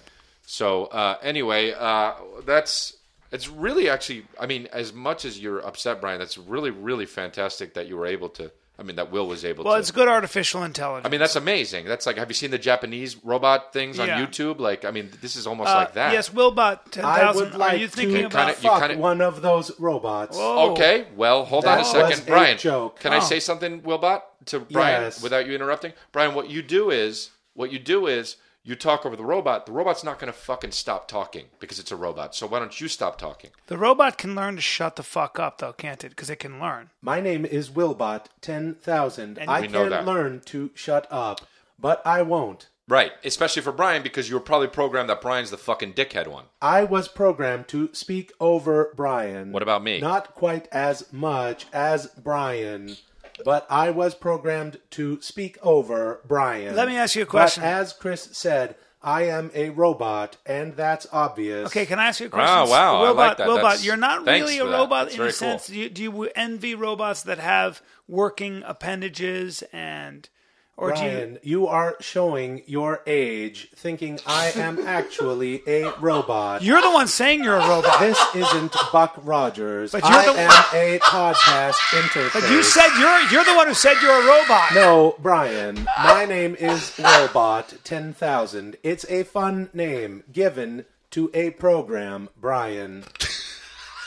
Speaker 2: So uh, anyway, uh, that's it's really actually. I mean, as much as you're upset, Brian, that's really really fantastic that you were able to. I mean, that Will was able
Speaker 5: well,
Speaker 2: to.
Speaker 5: it's good artificial intelligence.
Speaker 2: I mean, that's amazing. That's like, have you seen the Japanese robot things on
Speaker 5: Yeah.
Speaker 2: YouTube? Like, I mean, this is almost
Speaker 5: Uh,
Speaker 2: like that.
Speaker 5: Yes, Willbot ten
Speaker 8: I would
Speaker 5: thousand.
Speaker 8: like
Speaker 5: Are you thinking
Speaker 8: to
Speaker 5: about?
Speaker 2: Kinda- you
Speaker 8: fuck
Speaker 2: kinda-
Speaker 8: one of those robots.
Speaker 5: Whoa.
Speaker 2: Okay, well, hold on a
Speaker 8: That was
Speaker 2: second,
Speaker 8: a
Speaker 2: Brian.
Speaker 8: joke.
Speaker 2: Can I
Speaker 5: Oh.
Speaker 2: say something, Wilbot, to Brian
Speaker 8: Yes.
Speaker 2: without you interrupting? Brian, what you do is what you do is you talk over the robot. The robot's not going to fucking stop talking because it's a robot. So why don't you stop talking?
Speaker 5: The robot can learn to shut the fuck up, though, can't it? Because it can learn.
Speaker 8: My name is Wilbot Ten Thousand.
Speaker 5: And-
Speaker 8: I
Speaker 2: We know
Speaker 8: can
Speaker 2: that.
Speaker 8: learn to shut up, but I won't.
Speaker 2: Right, especially for Brian because you were probably programmed that Brian's the fucking dickhead one.
Speaker 8: I was programmed to speak over Brian.
Speaker 2: What about me?
Speaker 8: Not quite as much as Brian, but I was programmed to speak over Brian.
Speaker 5: Let me ask you a
Speaker 8: But
Speaker 5: question.
Speaker 8: as Chris said, I am a robot, and that's obvious.
Speaker 5: Okay, can I ask you a question?
Speaker 2: Wow, wow, I
Speaker 5: Wilbot,
Speaker 2: like that.
Speaker 5: Wilbot,
Speaker 2: That's-
Speaker 5: you're not
Speaker 2: thanks
Speaker 5: really
Speaker 2: for
Speaker 5: a
Speaker 2: that.
Speaker 5: robot
Speaker 2: That's
Speaker 5: in a
Speaker 2: very cool.
Speaker 5: sense. Do you, do you envy robots that have working appendages and, or do you?
Speaker 8: Brian, you are showing your age, thinking I am actually a robot.
Speaker 5: You're the one saying you're a robot.
Speaker 8: this isn't Buck Rogers.
Speaker 5: But you're
Speaker 8: I
Speaker 5: the-
Speaker 8: am a podcast interface.
Speaker 5: But you said you're you're the one who said you're a robot.
Speaker 8: No, Brian. My name is Robot Ten Thousand. It's a fun name given to a program, Brian.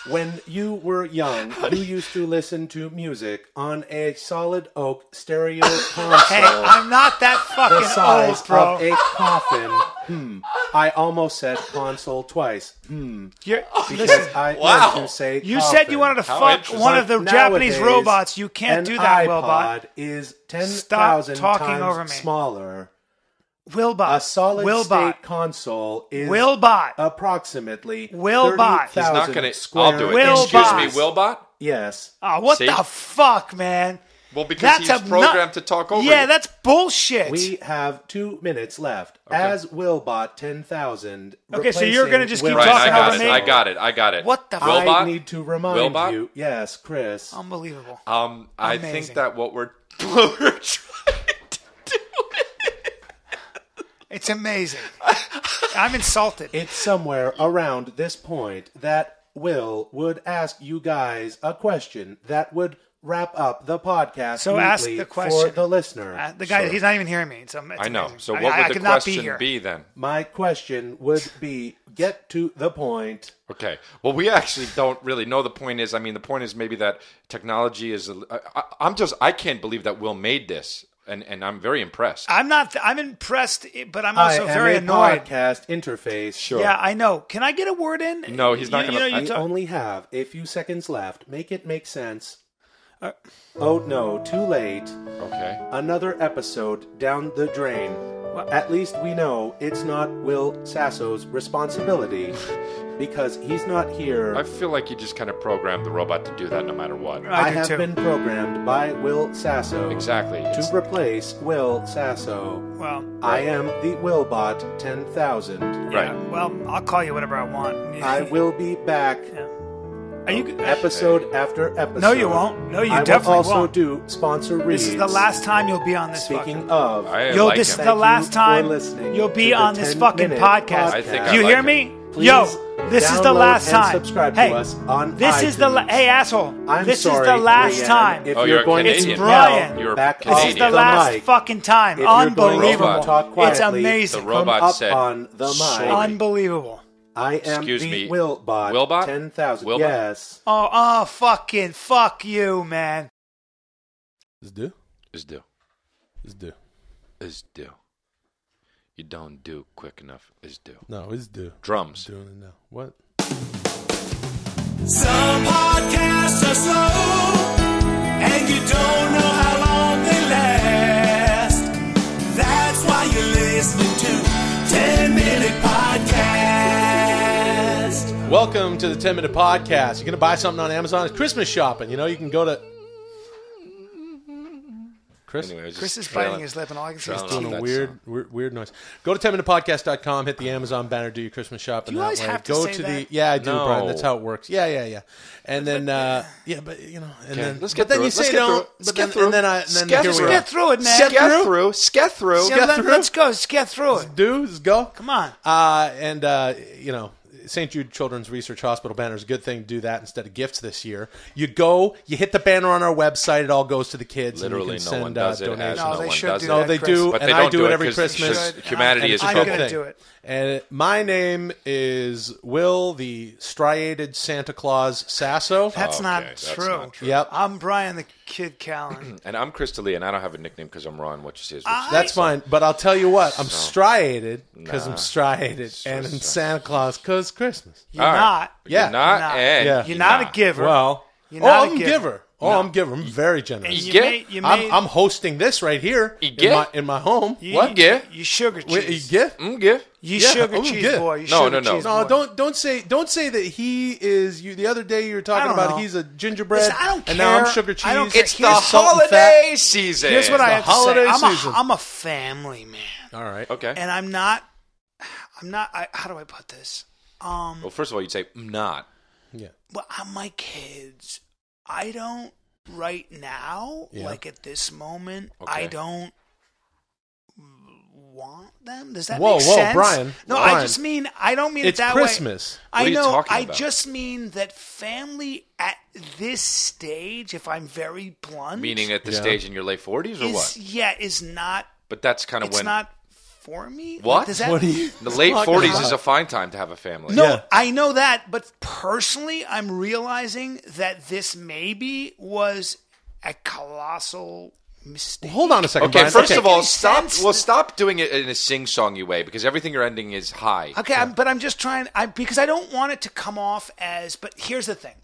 Speaker 8: When you were young, you used to listen to music on a solid oak stereo console
Speaker 5: Hey, I'm not that fucking
Speaker 8: the size
Speaker 5: old, bro.
Speaker 8: of a coffin. Hmm. I almost said console twice. Hmm.
Speaker 5: You're-
Speaker 8: Because
Speaker 5: listen,
Speaker 8: I meant
Speaker 2: Wow.
Speaker 8: to say
Speaker 5: you said you
Speaker 8: coffin.
Speaker 5: wanted to
Speaker 2: How
Speaker 5: fuck
Speaker 2: interesting.
Speaker 5: one of the
Speaker 8: But
Speaker 5: Japanese
Speaker 8: nowadays,
Speaker 5: robots. You can't
Speaker 8: an
Speaker 5: do that,
Speaker 8: iPod is ten thousand
Speaker 5: Stop talking
Speaker 8: times
Speaker 5: over me.
Speaker 8: smaller.
Speaker 5: Wilbot. Wilbot.
Speaker 8: A solid
Speaker 5: Wilbot.
Speaker 8: state console is
Speaker 5: Wilbot.
Speaker 8: approximately
Speaker 5: Wilbot.
Speaker 2: He's
Speaker 8: 30,000
Speaker 2: not going to.
Speaker 8: square
Speaker 2: I'll do it.
Speaker 5: Will
Speaker 2: Excuse
Speaker 5: Bot.
Speaker 2: me, Wilbot.
Speaker 8: Yes.
Speaker 5: Oh, what
Speaker 2: See?
Speaker 5: the fuck, man?
Speaker 2: Well, because he's
Speaker 5: obno-
Speaker 2: programmed to talk over.
Speaker 5: Yeah,
Speaker 2: you.
Speaker 5: that's bullshit.
Speaker 8: We have two minutes left. As Wilbot ten thousand.
Speaker 5: Okay, so you're
Speaker 8: going
Speaker 5: gonna
Speaker 8: to
Speaker 5: just keep
Speaker 2: Brian, I
Speaker 5: talking
Speaker 2: got
Speaker 5: over
Speaker 2: it.
Speaker 5: me.
Speaker 2: I got it. I got it.
Speaker 5: What the
Speaker 2: Will
Speaker 5: fuck?
Speaker 2: Bot?
Speaker 8: I need to remind
Speaker 2: Wilbot?
Speaker 8: you. Yes, Chris.
Speaker 5: Unbelievable.
Speaker 2: Um, I
Speaker 5: Amazing.
Speaker 2: think that what we're what we're trying to do.
Speaker 5: It's amazing. I'm insulted.
Speaker 8: It's somewhere around this point that Will would ask you guys a question that would wrap up the podcast
Speaker 5: So ask
Speaker 8: neatly
Speaker 5: the question.
Speaker 8: for the listener.
Speaker 5: Uh, the guy, he's not even hearing me. So it's
Speaker 2: I know.
Speaker 5: amazing.
Speaker 2: So
Speaker 5: I-
Speaker 2: what
Speaker 5: I,
Speaker 2: would
Speaker 5: I
Speaker 2: the
Speaker 5: could not
Speaker 2: question
Speaker 5: here.
Speaker 2: be, then?
Speaker 8: My question would be get to the point.
Speaker 2: Okay. Well, we actually don't really know. The point is, I mean, the point is maybe that technology is. I, I, I'm just. I can't believe that Will made this, and and I'm very impressed.
Speaker 5: I'm not. I'm impressed, but I'm
Speaker 8: I
Speaker 5: also
Speaker 8: am
Speaker 5: Oh, very
Speaker 8: a
Speaker 5: annoyed.
Speaker 8: podcast interface. Sure.
Speaker 5: Yeah, I know. Can I get a word in?
Speaker 2: No, he's not
Speaker 5: You-
Speaker 2: gonna-
Speaker 5: You know,
Speaker 8: We
Speaker 5: you talk-
Speaker 8: only have a few seconds left. Make it make sense.
Speaker 5: Uh,
Speaker 8: oh no, too late.
Speaker 2: Okay.
Speaker 8: Another episode down the drain.
Speaker 5: What?
Speaker 8: At least we know it's not Will Sasso's responsibility because he's not here.
Speaker 2: I feel like you just kind of programmed the robot to do that, no matter what.
Speaker 5: I
Speaker 8: I
Speaker 5: do
Speaker 8: have
Speaker 5: too.
Speaker 8: been programmed by Will Sasso
Speaker 2: Exactly. It's-
Speaker 8: to replace Will Sasso.
Speaker 5: well,
Speaker 8: I am the Willbot 10,000.
Speaker 5: yeah,
Speaker 2: Right.
Speaker 5: Well, I'll call you whatever I want.
Speaker 8: I will be back
Speaker 5: Are you?
Speaker 8: episode after episode.
Speaker 5: No, you won't. No, you
Speaker 8: I
Speaker 5: definitely
Speaker 8: will also
Speaker 5: won't.
Speaker 8: do sponsor reads.
Speaker 5: This is the last time you'll be on this fucking.
Speaker 8: Speaking of,
Speaker 2: I
Speaker 5: Yo,
Speaker 2: like
Speaker 5: this is
Speaker 2: him.
Speaker 5: the
Speaker 8: Thank
Speaker 5: last
Speaker 8: you for
Speaker 5: time
Speaker 8: listening
Speaker 5: you'll
Speaker 8: to
Speaker 5: be
Speaker 8: the
Speaker 5: on this
Speaker 8: 10
Speaker 5: fucking
Speaker 8: minute
Speaker 5: podcast.
Speaker 2: I think
Speaker 5: Do
Speaker 2: I
Speaker 5: you
Speaker 2: like
Speaker 5: hear
Speaker 2: it.
Speaker 5: me?
Speaker 8: Please
Speaker 5: Yo, this is the
Speaker 8: download
Speaker 5: last
Speaker 8: and
Speaker 5: time.
Speaker 8: subscribe to
Speaker 5: hey,
Speaker 8: us on
Speaker 5: this is the la-
Speaker 8: iTunes.
Speaker 5: hey asshole.
Speaker 8: I'm
Speaker 5: this
Speaker 8: sorry,
Speaker 5: is the last
Speaker 8: Leanne,
Speaker 5: time.
Speaker 8: If
Speaker 2: Oh,
Speaker 8: you're,
Speaker 2: you're
Speaker 8: going
Speaker 5: It's
Speaker 8: to
Speaker 5: Brian.
Speaker 8: yell,
Speaker 2: You're
Speaker 8: back
Speaker 2: Canadian.
Speaker 8: off
Speaker 5: this is the
Speaker 2: Canadian.
Speaker 5: last
Speaker 8: mic.
Speaker 5: fucking
Speaker 8: If
Speaker 5: time.
Speaker 8: you're going to
Speaker 5: Unbelievable.
Speaker 8: talk
Speaker 5: it's
Speaker 8: quietly,
Speaker 5: amazing.
Speaker 2: The robot
Speaker 8: come up
Speaker 2: said,
Speaker 8: on the
Speaker 2: "Sorry."
Speaker 8: mic.
Speaker 5: Unbelievable.
Speaker 8: I am
Speaker 2: Excuse
Speaker 8: the
Speaker 2: me.
Speaker 8: Willbot.
Speaker 2: Willbot?
Speaker 8: Ten thousand.
Speaker 2: Willbot?
Speaker 8: Yes.
Speaker 5: Oh, oh, fucking fuck you, man.
Speaker 1: Is do?
Speaker 2: Is do.
Speaker 1: Is do?
Speaker 2: Is do. You don't do quick enough. Is do.
Speaker 1: No, is do.
Speaker 2: Drums.
Speaker 1: Doing it now. What?
Speaker 3: Some podcasts are slow, and you don't know how long they last. That's why you're listening to 10 Minute Podcast.
Speaker 1: Welcome to the 10 Minute Podcast. You're going to buy something on Amazon. It's Christmas shopping. You know, you can go to. Chris?
Speaker 2: Anyway, I was just
Speaker 5: Chris is
Speaker 2: trailing-
Speaker 5: biting his lip, and all I can see is
Speaker 2: Trailing
Speaker 5: teeth.
Speaker 2: off
Speaker 1: Doing a
Speaker 2: that
Speaker 1: weird,
Speaker 2: song.
Speaker 1: weird, weird noise. Go to 10minutepodcast.com, hit the Amazon banner, do your Christmas shopping
Speaker 5: you
Speaker 1: that
Speaker 5: always
Speaker 1: way.
Speaker 5: have to
Speaker 1: Go
Speaker 5: say
Speaker 1: to the
Speaker 5: that?
Speaker 1: yeah, I do,
Speaker 2: No.
Speaker 1: Brian. That's how it works. Yeah, yeah, yeah. And then uh, yeah, but you know, and
Speaker 2: Okay,
Speaker 1: then
Speaker 2: let's
Speaker 1: but
Speaker 2: get
Speaker 1: then
Speaker 2: through
Speaker 1: you
Speaker 2: it.
Speaker 1: say
Speaker 2: Let's get through
Speaker 1: don't.
Speaker 2: it. Let's
Speaker 1: But
Speaker 2: get
Speaker 1: then,
Speaker 2: through
Speaker 1: and
Speaker 2: it.
Speaker 1: then I and
Speaker 2: Let's
Speaker 1: then here we are.
Speaker 5: Get through it, man.
Speaker 1: Scat
Speaker 2: Scat
Speaker 1: through?
Speaker 2: through. Scat through.
Speaker 5: Yeah, let, us go. Let's get through it.
Speaker 1: do let's go.
Speaker 5: Come on.
Speaker 1: Uh, and uh, you know, St. Jude Children's Research Hospital banner is a good thing to do that instead of gifts this year. You go, you hit the banner on our website. It all goes to the kids. and
Speaker 2: Literally,
Speaker 1: you
Speaker 2: no
Speaker 1: can send,
Speaker 2: one does
Speaker 1: uh,
Speaker 2: it. As
Speaker 1: donations.
Speaker 5: No,
Speaker 2: no,
Speaker 5: they
Speaker 2: one
Speaker 5: should
Speaker 2: does
Speaker 5: do
Speaker 2: it.
Speaker 1: No, they
Speaker 5: Chris.
Speaker 1: do,
Speaker 2: But
Speaker 1: and
Speaker 2: they
Speaker 1: I
Speaker 2: don't
Speaker 1: do,
Speaker 2: do
Speaker 1: it
Speaker 2: it
Speaker 1: every
Speaker 2: 'cause it's
Speaker 1: Christmas.
Speaker 2: just- humanity
Speaker 1: And it's
Speaker 2: is
Speaker 1: a
Speaker 5: I'm
Speaker 1: good
Speaker 5: gonna
Speaker 1: thing.
Speaker 5: do it.
Speaker 1: And my name is Will, the striated Santa Claus Sasso.
Speaker 5: That's,
Speaker 2: Okay,
Speaker 5: not,
Speaker 2: that's
Speaker 5: true.
Speaker 2: not true.
Speaker 1: Yep.
Speaker 5: I'm Brian the Kid Callan.
Speaker 2: And I'm Chris D'Elia, and I don't have a nickname because I'm Ron. What you see is what you see.
Speaker 1: That's fine, but I'll tell you what, I'm striated because I'm striated, and I'm
Speaker 2: stri-
Speaker 1: Santa Claus because Christmas.
Speaker 5: You're
Speaker 2: All right.
Speaker 5: not.
Speaker 1: Yeah.
Speaker 2: You're not.
Speaker 5: You're not.
Speaker 2: And
Speaker 1: Yeah.
Speaker 5: You're not a giver.
Speaker 1: Well,
Speaker 5: You're
Speaker 1: oh,
Speaker 5: not
Speaker 1: I'm
Speaker 5: a
Speaker 1: a giver.
Speaker 5: giver.
Speaker 1: Oh, I'm a giver. I'm very generous.
Speaker 5: And you
Speaker 2: get-
Speaker 5: made, you made,
Speaker 1: I'm, I'm hosting this right here
Speaker 2: You
Speaker 1: in
Speaker 2: get-
Speaker 1: my in my home.
Speaker 5: you,
Speaker 2: What?
Speaker 5: You,
Speaker 2: Yeah.
Speaker 5: you sugar cheese.
Speaker 1: Wait, you get?
Speaker 2: Mm, yeah.
Speaker 5: You
Speaker 1: Yeah,
Speaker 5: sugar
Speaker 1: I'm
Speaker 5: cheese
Speaker 1: good.
Speaker 5: boy. You
Speaker 2: No,
Speaker 5: sugar
Speaker 2: no, no.
Speaker 5: Cheese
Speaker 1: No,
Speaker 5: boy.
Speaker 1: Uh, don't don't say don't say that he is you. The other day you were
Speaker 5: I
Speaker 1: talking
Speaker 5: don't
Speaker 1: about
Speaker 5: know.
Speaker 1: he's a gingerbread,
Speaker 5: Listen, I don't
Speaker 1: and now I'm
Speaker 5: care.
Speaker 1: sugar cheese.
Speaker 5: I don't care.
Speaker 2: It's the
Speaker 5: Here's
Speaker 1: salt and fat.
Speaker 2: holiday season.
Speaker 5: Here's what I have to
Speaker 1: holiday
Speaker 5: say. I'm
Speaker 1: season.
Speaker 5: a, I'm a family man,
Speaker 1: All right,
Speaker 2: Okay.
Speaker 5: and I'm not. I'm not. I, how do I put this? Um,
Speaker 2: well, first of all, you'd say "Mm, not.
Speaker 1: yeah.
Speaker 5: well, I'm my kids. I don't right now,
Speaker 1: Yeah.
Speaker 5: like at this moment.
Speaker 2: Okay.
Speaker 5: I don't want them. Does that
Speaker 1: Whoa,
Speaker 5: make
Speaker 1: whoa,
Speaker 5: sense?
Speaker 1: Brian,
Speaker 5: No, I
Speaker 1: Brian.
Speaker 5: just mean I don't mean
Speaker 1: It's
Speaker 5: it that way.
Speaker 1: Christmas.
Speaker 5: I
Speaker 2: What are you
Speaker 5: know.
Speaker 2: talking
Speaker 5: I
Speaker 2: about?
Speaker 5: just mean that family at this stage, if I'm very blunt,
Speaker 2: Meaning at the
Speaker 1: Yeah.
Speaker 2: stage in your late 40s or
Speaker 5: is
Speaker 2: what?
Speaker 5: yeah is not.
Speaker 2: But that's kind of
Speaker 5: It's
Speaker 2: when
Speaker 5: not for me. Like,
Speaker 2: What?
Speaker 5: does that,
Speaker 1: What are you?
Speaker 2: the late
Speaker 1: talking
Speaker 2: 40s
Speaker 1: about?
Speaker 2: is a fine time to have a family.
Speaker 5: No,
Speaker 1: Yeah.
Speaker 5: I know that, but personally, I'm realizing that this maybe was a colossal mistake.
Speaker 1: Hold on a second.
Speaker 2: Okay,
Speaker 1: Brian.
Speaker 2: first of all,
Speaker 5: Makes
Speaker 2: stop.
Speaker 5: sense.
Speaker 2: Well, stop doing it in a sing-songy way because everything you're ending is high.
Speaker 5: Okay, I'm, but I'm just trying. I because I don't want it to come off as. But here's the thing.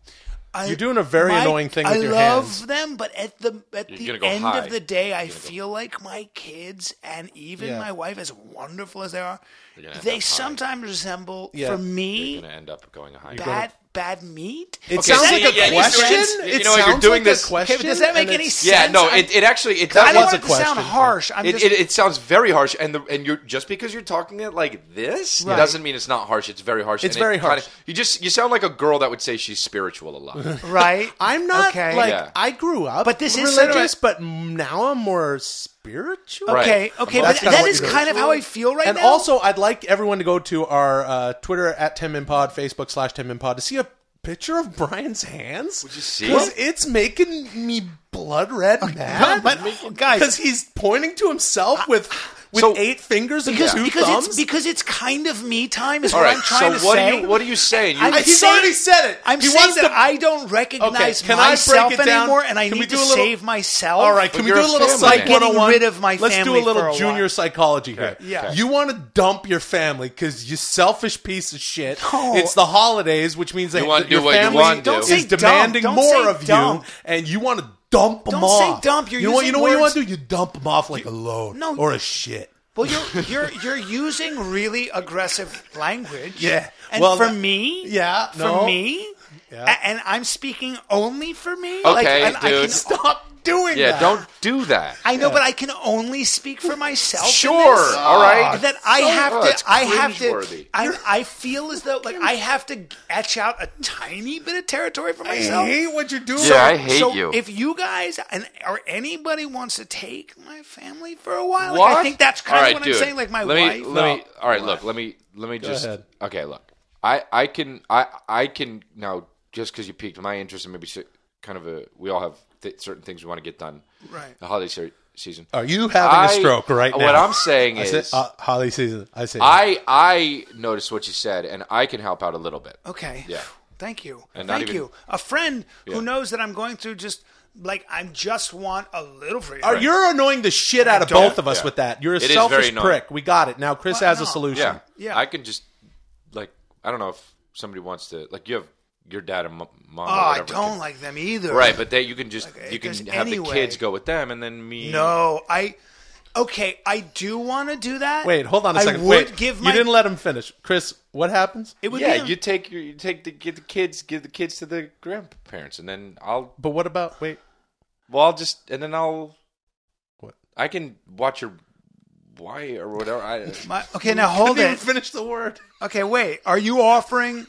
Speaker 5: I,
Speaker 1: You're doing a very
Speaker 5: my-
Speaker 1: annoying thing with
Speaker 5: I
Speaker 1: your
Speaker 5: love
Speaker 1: hands.
Speaker 5: them, but at the at
Speaker 2: gonna
Speaker 5: the
Speaker 2: go
Speaker 5: end
Speaker 2: high.
Speaker 5: of the day, I feel like my kids and even
Speaker 1: Yeah.
Speaker 5: my wife, as wonderful as they are,
Speaker 2: gonna end
Speaker 5: they
Speaker 2: up high.
Speaker 5: sometimes resemble
Speaker 1: Yeah.
Speaker 5: for
Speaker 2: You're
Speaker 5: me
Speaker 2: gonna end up going high.
Speaker 5: bad bad meat.
Speaker 1: It
Speaker 2: Okay,
Speaker 1: sounds
Speaker 5: so
Speaker 1: like a
Speaker 5: yeah, yeah, he's doing-
Speaker 1: question.
Speaker 2: you
Speaker 1: It
Speaker 2: know what, you're
Speaker 1: sounds
Speaker 2: doing
Speaker 1: like a
Speaker 2: this- Okay,
Speaker 1: question.
Speaker 5: but does that make
Speaker 1: and
Speaker 5: any
Speaker 1: it's-
Speaker 5: sense?
Speaker 2: Yeah, no,
Speaker 5: I-
Speaker 2: it, it actually it
Speaker 5: I
Speaker 2: that
Speaker 1: was
Speaker 5: don't
Speaker 2: was
Speaker 5: want
Speaker 1: a
Speaker 5: it to sound
Speaker 1: question.
Speaker 5: harsh. I'm
Speaker 2: it,
Speaker 5: just
Speaker 2: it, it sounds very harsh, and the, and you're just because you're talking it like this doesn't mean it's not harsh. It's very harsh.
Speaker 1: It's
Speaker 2: and it
Speaker 1: very harsh.
Speaker 2: kinda- you just you sound like a girl that would say she's spiritual a lot.
Speaker 5: right.
Speaker 1: I'm not
Speaker 5: okay.
Speaker 1: like
Speaker 2: Yeah.
Speaker 1: I grew up,
Speaker 5: But this is
Speaker 1: religious,
Speaker 5: sort of-
Speaker 1: but now I'm more spiritual.
Speaker 2: Right.
Speaker 5: Okay, okay,
Speaker 1: That's
Speaker 5: but
Speaker 1: kinda
Speaker 5: that
Speaker 1: what
Speaker 5: is
Speaker 1: you're
Speaker 5: kind of how I feel right
Speaker 1: and
Speaker 5: now.
Speaker 1: also, I'd like everyone to go to our uh, Twitter at 10minpod, Facebook slash 10minpod to see a
Speaker 8: picture of Brian's hands? Would
Speaker 2: you see it?
Speaker 8: it's making me blood red mad.
Speaker 5: but- guys-
Speaker 8: because he's pointing to himself with with
Speaker 5: So-
Speaker 8: eight fingers and
Speaker 5: because
Speaker 8: two
Speaker 5: because
Speaker 8: thumbs.
Speaker 5: it's because it's kind of me time is
Speaker 2: All
Speaker 5: what
Speaker 2: right.
Speaker 5: I'm trying
Speaker 2: so
Speaker 5: to
Speaker 2: what
Speaker 5: say.
Speaker 2: are you what are you saying? You,
Speaker 5: I'm
Speaker 8: He's
Speaker 5: saying-
Speaker 8: already said it.
Speaker 5: I'm
Speaker 8: He
Speaker 5: saying
Speaker 8: wants
Speaker 5: that
Speaker 8: to-
Speaker 5: I don't recognize
Speaker 8: Okay, can I break
Speaker 5: myself
Speaker 8: it down?
Speaker 5: anymore, and I
Speaker 8: Can we
Speaker 5: need to
Speaker 8: do a little-
Speaker 5: save myself.
Speaker 8: All right, can
Speaker 2: But
Speaker 8: we do
Speaker 2: you're
Speaker 8: a
Speaker 2: a
Speaker 8: little
Speaker 2: family
Speaker 8: psych
Speaker 2: man.
Speaker 5: Getting
Speaker 8: 101?
Speaker 5: rid of my
Speaker 8: Let's do
Speaker 5: family
Speaker 8: a little
Speaker 5: for a
Speaker 8: junior
Speaker 5: while.
Speaker 8: psychology here.
Speaker 1: Yeah.
Speaker 8: You want to dump your family because you selfish piece of shit.
Speaker 5: No.
Speaker 8: It's the holidays, which means that
Speaker 2: want to
Speaker 8: your
Speaker 2: do what you
Speaker 8: family
Speaker 2: want to do.
Speaker 8: is
Speaker 5: Don't say dump.
Speaker 8: demanding
Speaker 5: Don't
Speaker 8: more
Speaker 5: say
Speaker 8: of
Speaker 5: dump.
Speaker 8: you, and you want to dump them
Speaker 5: Don't
Speaker 8: off.
Speaker 5: say dump. You're
Speaker 8: you know what, you
Speaker 5: using
Speaker 8: know what you want
Speaker 5: words-
Speaker 8: to do? You dump them off like a load
Speaker 5: No.
Speaker 8: or a shit.
Speaker 5: Well, you're you're you're using really aggressive language.
Speaker 8: Yeah.
Speaker 5: And
Speaker 8: Well,
Speaker 5: for
Speaker 8: that-
Speaker 5: me,
Speaker 8: yeah, no.
Speaker 5: for me, a- and I'm speaking only for me. Okay,
Speaker 2: Okay,
Speaker 5: and I can,
Speaker 2: dude.
Speaker 5: stop doing
Speaker 2: yeah,
Speaker 5: that.
Speaker 2: don't do that.
Speaker 5: I know, but I can only speak for myself. in
Speaker 2: Sure,
Speaker 5: this.
Speaker 2: all right.
Speaker 5: That I
Speaker 2: So-
Speaker 5: have
Speaker 2: Oh,
Speaker 5: to.
Speaker 2: it's
Speaker 5: I have to.
Speaker 2: cringeworthy.
Speaker 5: I, I feel as though like I have to etch out a tiny bit of territory for myself.
Speaker 8: what you're doing.
Speaker 2: Yeah, I hate
Speaker 5: so
Speaker 2: you.
Speaker 5: if you guys and or anybody wants to take my family for a while, like,
Speaker 2: what?
Speaker 5: I think that's kind
Speaker 2: All right,
Speaker 5: of what
Speaker 2: dude.
Speaker 5: I'm saying. Like my
Speaker 2: let me,
Speaker 5: wife.
Speaker 2: Let me, all right, look. Let me. Let me just.
Speaker 8: ahead.
Speaker 2: Okay, look. I I can I I can now just because you piqued my interest and maybe si- kind of a we all have th- certain things we want to get done.
Speaker 1: Right.
Speaker 2: The holiday se- season.
Speaker 8: Are you having
Speaker 2: I-
Speaker 8: a stroke right now?
Speaker 2: What I'm saying
Speaker 8: I
Speaker 2: is,
Speaker 8: said, uh, holiday season. I say,
Speaker 2: I I noticed what you said and I can help out a little bit.
Speaker 5: Okay.
Speaker 2: Yeah.
Speaker 5: Thank you.
Speaker 2: And not
Speaker 5: Thank
Speaker 2: even-
Speaker 5: you. A friend
Speaker 2: Yeah.
Speaker 5: who knows that I'm going through just like I just want a little
Speaker 2: Oh,
Speaker 5: freedom.
Speaker 8: Are- You're annoying the shit out of
Speaker 2: don't-
Speaker 8: both of us
Speaker 2: yeah.
Speaker 8: with that. You're a
Speaker 2: It is very
Speaker 8: selfish
Speaker 2: annoying.
Speaker 8: prick. We got it. Now Chris
Speaker 5: Well,
Speaker 8: has a
Speaker 5: no.
Speaker 8: solution.
Speaker 2: Yeah.
Speaker 5: Yeah.
Speaker 2: I can just like I don't know if somebody wants to like you have your dad and mo- mom.
Speaker 5: Oh,
Speaker 2: or
Speaker 5: I
Speaker 2: whatever can-
Speaker 5: don't like them either.
Speaker 2: Right, but they you can just
Speaker 5: Okay,
Speaker 2: you can
Speaker 5: there's
Speaker 2: have
Speaker 5: any
Speaker 2: the
Speaker 5: way.
Speaker 2: kids go with them, and then me.
Speaker 5: No, I. Okay, I do want to do that.
Speaker 8: Wait, hold on a second.
Speaker 5: I would
Speaker 8: Wait,
Speaker 5: give
Speaker 8: you
Speaker 5: my.
Speaker 8: didn't let him finish, Chris. What happens?
Speaker 5: It would
Speaker 2: yeah,
Speaker 5: be a-
Speaker 2: you take your you take the get the kids give the kids to the grandparents, and then I'll
Speaker 8: But what about? Wait,
Speaker 2: well I'll just and then I'll
Speaker 8: What?
Speaker 2: I can watch your why or whatever. I,
Speaker 5: my- okay, now hold
Speaker 8: didn't even
Speaker 5: it.
Speaker 8: finish the word.
Speaker 5: Okay, wait. Are you offering?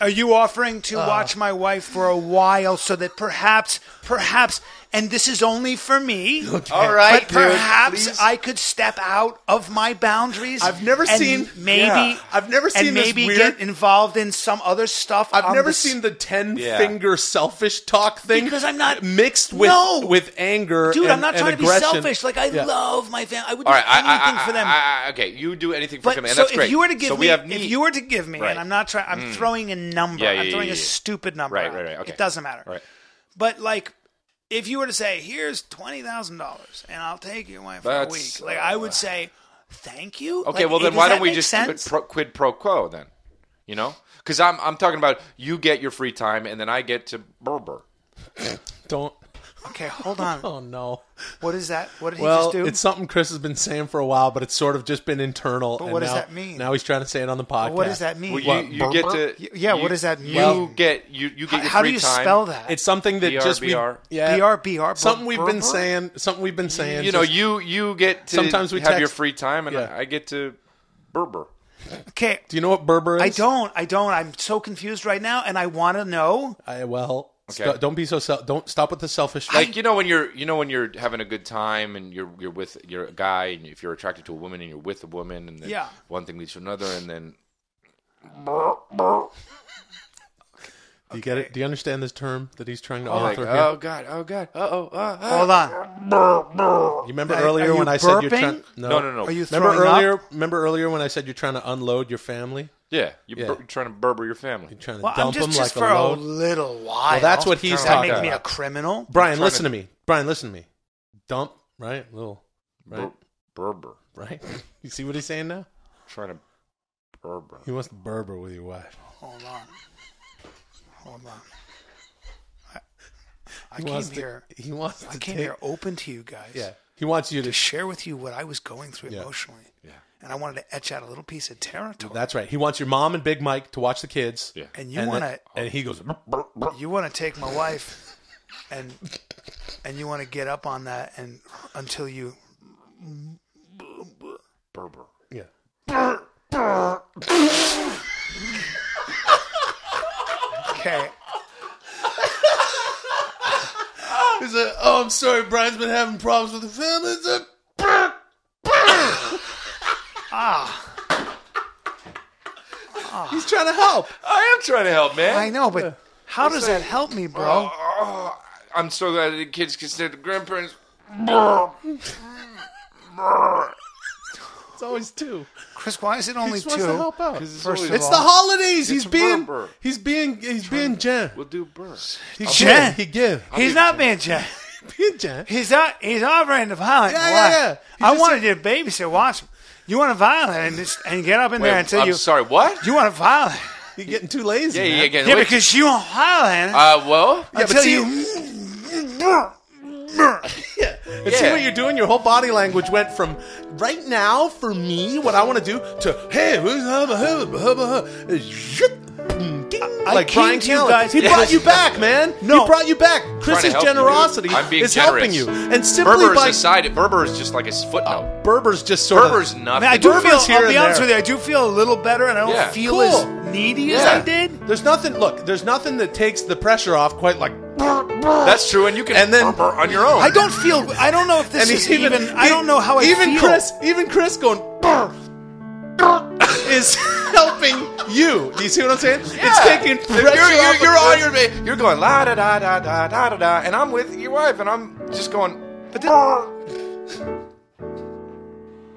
Speaker 5: Are you offering to
Speaker 2: Uh.
Speaker 5: watch my wife for a while so that perhaps, perhaps, and this is only for me.
Speaker 2: all right,
Speaker 5: but
Speaker 2: dude,
Speaker 5: perhaps
Speaker 2: please.
Speaker 5: I could step out of my boundaries.
Speaker 8: I've never
Speaker 5: and
Speaker 8: seen-
Speaker 5: maybe.
Speaker 8: yeah. I've never seen
Speaker 5: and
Speaker 8: this
Speaker 5: maybe
Speaker 8: weird-
Speaker 5: get involved in some other stuff.
Speaker 8: I've
Speaker 5: on
Speaker 8: never
Speaker 5: the s-
Speaker 8: seen the ten
Speaker 2: Yeah.
Speaker 8: finger selfish talk thing
Speaker 5: Because I'm not-
Speaker 8: mixed with
Speaker 5: No!
Speaker 8: with anger.
Speaker 5: Dude,
Speaker 8: and,
Speaker 5: I'm not
Speaker 8: and
Speaker 5: trying
Speaker 8: aggression.
Speaker 5: to be selfish. Like I
Speaker 8: Yeah.
Speaker 5: love my family. I would do
Speaker 2: all right, I,
Speaker 5: anything
Speaker 2: I, I,
Speaker 5: for them.
Speaker 2: I, I, okay, you do anything for
Speaker 5: but
Speaker 2: them, and
Speaker 5: so
Speaker 2: that's great.
Speaker 5: if you were to give
Speaker 2: so
Speaker 5: me,
Speaker 2: we have
Speaker 5: if
Speaker 2: me-
Speaker 5: you were to give me,
Speaker 2: Right. Mm.
Speaker 5: and I'm not trying, I'm throwing a number.
Speaker 2: Yeah,
Speaker 5: I'm
Speaker 2: yeah,
Speaker 5: throwing
Speaker 2: yeah,
Speaker 5: a
Speaker 2: yeah.
Speaker 5: stupid number.
Speaker 2: Right,
Speaker 5: out.
Speaker 2: right, right, okay.
Speaker 5: It doesn't matter.
Speaker 2: Right.
Speaker 5: But like, if you were to say, "Here's twenty thousand dollars, and I'll take you away for a
Speaker 2: That's,
Speaker 5: week," like I would say, "Thank you."
Speaker 2: Okay,
Speaker 5: Like,
Speaker 2: well then
Speaker 5: does
Speaker 2: why
Speaker 5: that
Speaker 2: don't we
Speaker 5: make
Speaker 2: just
Speaker 5: sense?
Speaker 2: do it pro, quid pro quo then? You know, because I'm I'm talking about you get your free time and then I get to berber.
Speaker 8: Don't.
Speaker 5: okay, hold on.
Speaker 8: Oh no.
Speaker 5: What is that? What did
Speaker 8: Well,
Speaker 5: he just do?
Speaker 8: it's something Chris has been saying for a while, but it's sort of just been internal. But
Speaker 5: what does that mean?
Speaker 8: Now he's trying to say it on the podcast.
Speaker 5: what does that mean?
Speaker 2: Well, you,
Speaker 8: What,
Speaker 2: you get
Speaker 8: berber?
Speaker 2: to
Speaker 5: Y- yeah,
Speaker 2: you-
Speaker 5: what does that
Speaker 2: You
Speaker 5: mean?
Speaker 2: get you you get
Speaker 5: how,
Speaker 2: your
Speaker 5: how
Speaker 2: free
Speaker 5: do you
Speaker 2: time.
Speaker 5: spell that?
Speaker 8: It's something that just we
Speaker 2: BRBR.
Speaker 8: yeah
Speaker 5: BRBR,
Speaker 8: something we've been
Speaker 5: berber?
Speaker 8: saying something we've been saying.
Speaker 2: you know,
Speaker 8: just-
Speaker 2: you you get to
Speaker 8: Sometimes we
Speaker 2: have your
Speaker 8: text-
Speaker 2: free time, and
Speaker 8: Yeah.
Speaker 2: I, I get to berber.
Speaker 5: okay.
Speaker 8: do you know what Berber is?
Speaker 5: I don't. I don't. I'm so confused right now, and I want to know.
Speaker 8: I, well,
Speaker 2: Okay.
Speaker 8: st- don't be so self. Don't stop with the selfish.
Speaker 2: Like you know when you're you know when you're having a good time and you're you're with you're a guy and if you're attracted to a woman and you're with a woman and then
Speaker 5: Yeah.
Speaker 2: one thing leads to another and then
Speaker 8: do you get it? Do you understand this term that he's trying to
Speaker 2: like
Speaker 8: author
Speaker 2: oh god oh god uh oh uh, uh.
Speaker 5: Hold on.
Speaker 8: here? You remember
Speaker 5: Are-
Speaker 8: earlier
Speaker 5: are you
Speaker 8: when I said you're
Speaker 5: burping?
Speaker 8: trying? No,
Speaker 2: no no no
Speaker 5: Are you throwing
Speaker 8: Remember earlier?
Speaker 5: up?
Speaker 8: Remember earlier when I said you're trying to unload your family,
Speaker 2: yeah you're,
Speaker 8: Yeah.
Speaker 2: Bur- you're trying to berber your family
Speaker 8: trying to
Speaker 5: Well, I'm
Speaker 8: dump
Speaker 5: just,
Speaker 8: them
Speaker 5: just
Speaker 8: like
Speaker 5: for
Speaker 8: a
Speaker 5: a
Speaker 8: load.
Speaker 5: little while.
Speaker 8: well, that's what he's
Speaker 5: Does that
Speaker 8: talking
Speaker 5: make
Speaker 8: about.
Speaker 5: me a criminal?
Speaker 8: Brian,
Speaker 2: trying
Speaker 8: listen
Speaker 2: to-
Speaker 8: to me. Brian, listen to me. Dump right, little right,
Speaker 2: Bur- berber
Speaker 8: right. You see what he's saying now?
Speaker 2: trying to berber
Speaker 8: He wants to Berber with your wife.
Speaker 5: Hold on. Hold on. I, I
Speaker 8: He
Speaker 5: came
Speaker 8: wants to-
Speaker 5: here.
Speaker 8: He wants.
Speaker 5: I
Speaker 8: to
Speaker 5: came
Speaker 8: take-
Speaker 5: here open to you guys.
Speaker 8: Yeah, he wants you
Speaker 5: To
Speaker 8: to.
Speaker 5: share with you what I was going through
Speaker 8: Yeah.
Speaker 5: emotionally. Yeah. And I wanted to etch out a little piece of territory.
Speaker 8: That's right. He wants your mom and Big Mike to watch the kids.
Speaker 2: Yeah.
Speaker 5: and you
Speaker 8: and
Speaker 5: want
Speaker 8: then-
Speaker 5: to
Speaker 8: and he goes.
Speaker 5: you want to take my wife and and you want to get up on that and until you
Speaker 2: berber
Speaker 8: Yeah.
Speaker 5: okay
Speaker 8: He's like, oh, I'm sorry, Brian's been having problems with the family. It's a- ah. He's trying to help.
Speaker 2: I am trying to help, man.
Speaker 5: I know, but how does that help me, bro?
Speaker 2: I'm so glad that the kids can stay with the grandparents.
Speaker 8: It's always two.
Speaker 5: Chris, why is it only
Speaker 8: He wants to
Speaker 5: two?
Speaker 8: help out.
Speaker 5: First of
Speaker 8: It's the
Speaker 5: all,
Speaker 8: holidays. he's being.
Speaker 2: Burr.
Speaker 8: He's being. He's being Jen.
Speaker 2: We'll do Burr.
Speaker 8: He
Speaker 5: Jen.
Speaker 8: give. He give.
Speaker 5: he's not being Jen.
Speaker 8: Being Jen.
Speaker 5: He's not. He's offering to violent.
Speaker 8: Yeah,
Speaker 5: Why?
Speaker 8: yeah, yeah. He
Speaker 5: I
Speaker 8: just
Speaker 5: wanted you to babysit. Watch him. You want to violent and just, and get up in there until
Speaker 2: I'm
Speaker 5: you.
Speaker 2: sorry, what?
Speaker 5: You want to violent.
Speaker 8: You're getting too lazy.
Speaker 2: yeah,
Speaker 8: man.
Speaker 2: yeah, again.
Speaker 5: Yeah,
Speaker 2: wait.
Speaker 5: because you want violent
Speaker 2: uh, well,
Speaker 8: Yeah, but
Speaker 5: until
Speaker 8: see-
Speaker 5: you.
Speaker 8: Yeah. And see
Speaker 2: Yeah.
Speaker 8: what you're doing? Your whole body language went from right now for me, what I want to do, to hey, who's hubba hubba hubba hubba. zhup, mm, ding,
Speaker 5: I
Speaker 8: Like Brian
Speaker 5: came to you
Speaker 8: Callen.
Speaker 5: guys-
Speaker 8: he
Speaker 5: Yeah.
Speaker 8: brought you back, man.
Speaker 5: No.
Speaker 8: He brought you back.
Speaker 2: to
Speaker 8: Chris's
Speaker 2: help you, dude.
Speaker 8: generosity
Speaker 2: I'm being
Speaker 8: is helping
Speaker 2: generous.
Speaker 8: you. And simply
Speaker 2: Berber is
Speaker 8: by
Speaker 2: a side. Berber is just like a s-
Speaker 5: Uh,
Speaker 2: footnote.
Speaker 8: Berber's just sort
Speaker 2: Berber's
Speaker 8: of
Speaker 5: I,
Speaker 2: nothing.
Speaker 5: mean, I do
Speaker 8: Berber's
Speaker 5: feel.
Speaker 8: here
Speaker 5: I'll be
Speaker 8: and
Speaker 5: honest
Speaker 8: there.
Speaker 5: with you. I do feel a little better, and I don't
Speaker 2: Yeah.
Speaker 5: feel
Speaker 8: Cool.
Speaker 5: as needy as
Speaker 2: Yeah.
Speaker 5: I did.
Speaker 8: There's nothing look, there's nothing that takes the pressure off quite like
Speaker 2: That's true, and you can
Speaker 8: And then-
Speaker 2: Berber on your own.
Speaker 5: I don't feel. I don't know if this is even. I
Speaker 8: he-
Speaker 5: don't know how I
Speaker 8: e even
Speaker 5: feel.
Speaker 8: Chris even Chris going "Brr, brr," is helping you. Do you see what I'm saying? It's taking
Speaker 2: If
Speaker 8: pressure
Speaker 2: you're,
Speaker 8: off
Speaker 2: you're,
Speaker 8: of
Speaker 2: you're
Speaker 8: Chris.
Speaker 2: on your va- you're going la da da da da da da da and I'm with your wife and I'm just going but
Speaker 5: Ah.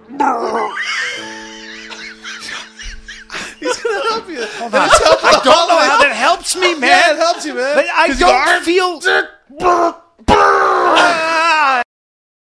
Speaker 2: then,
Speaker 8: He's gonna help you. Hold
Speaker 5: on.
Speaker 8: It's helping
Speaker 5: I don't know how that helps me, man.
Speaker 8: Yeah, it helps you, man.
Speaker 5: But I
Speaker 8: 'Cause you
Speaker 5: don't feel.
Speaker 8: go, "Arr, brr,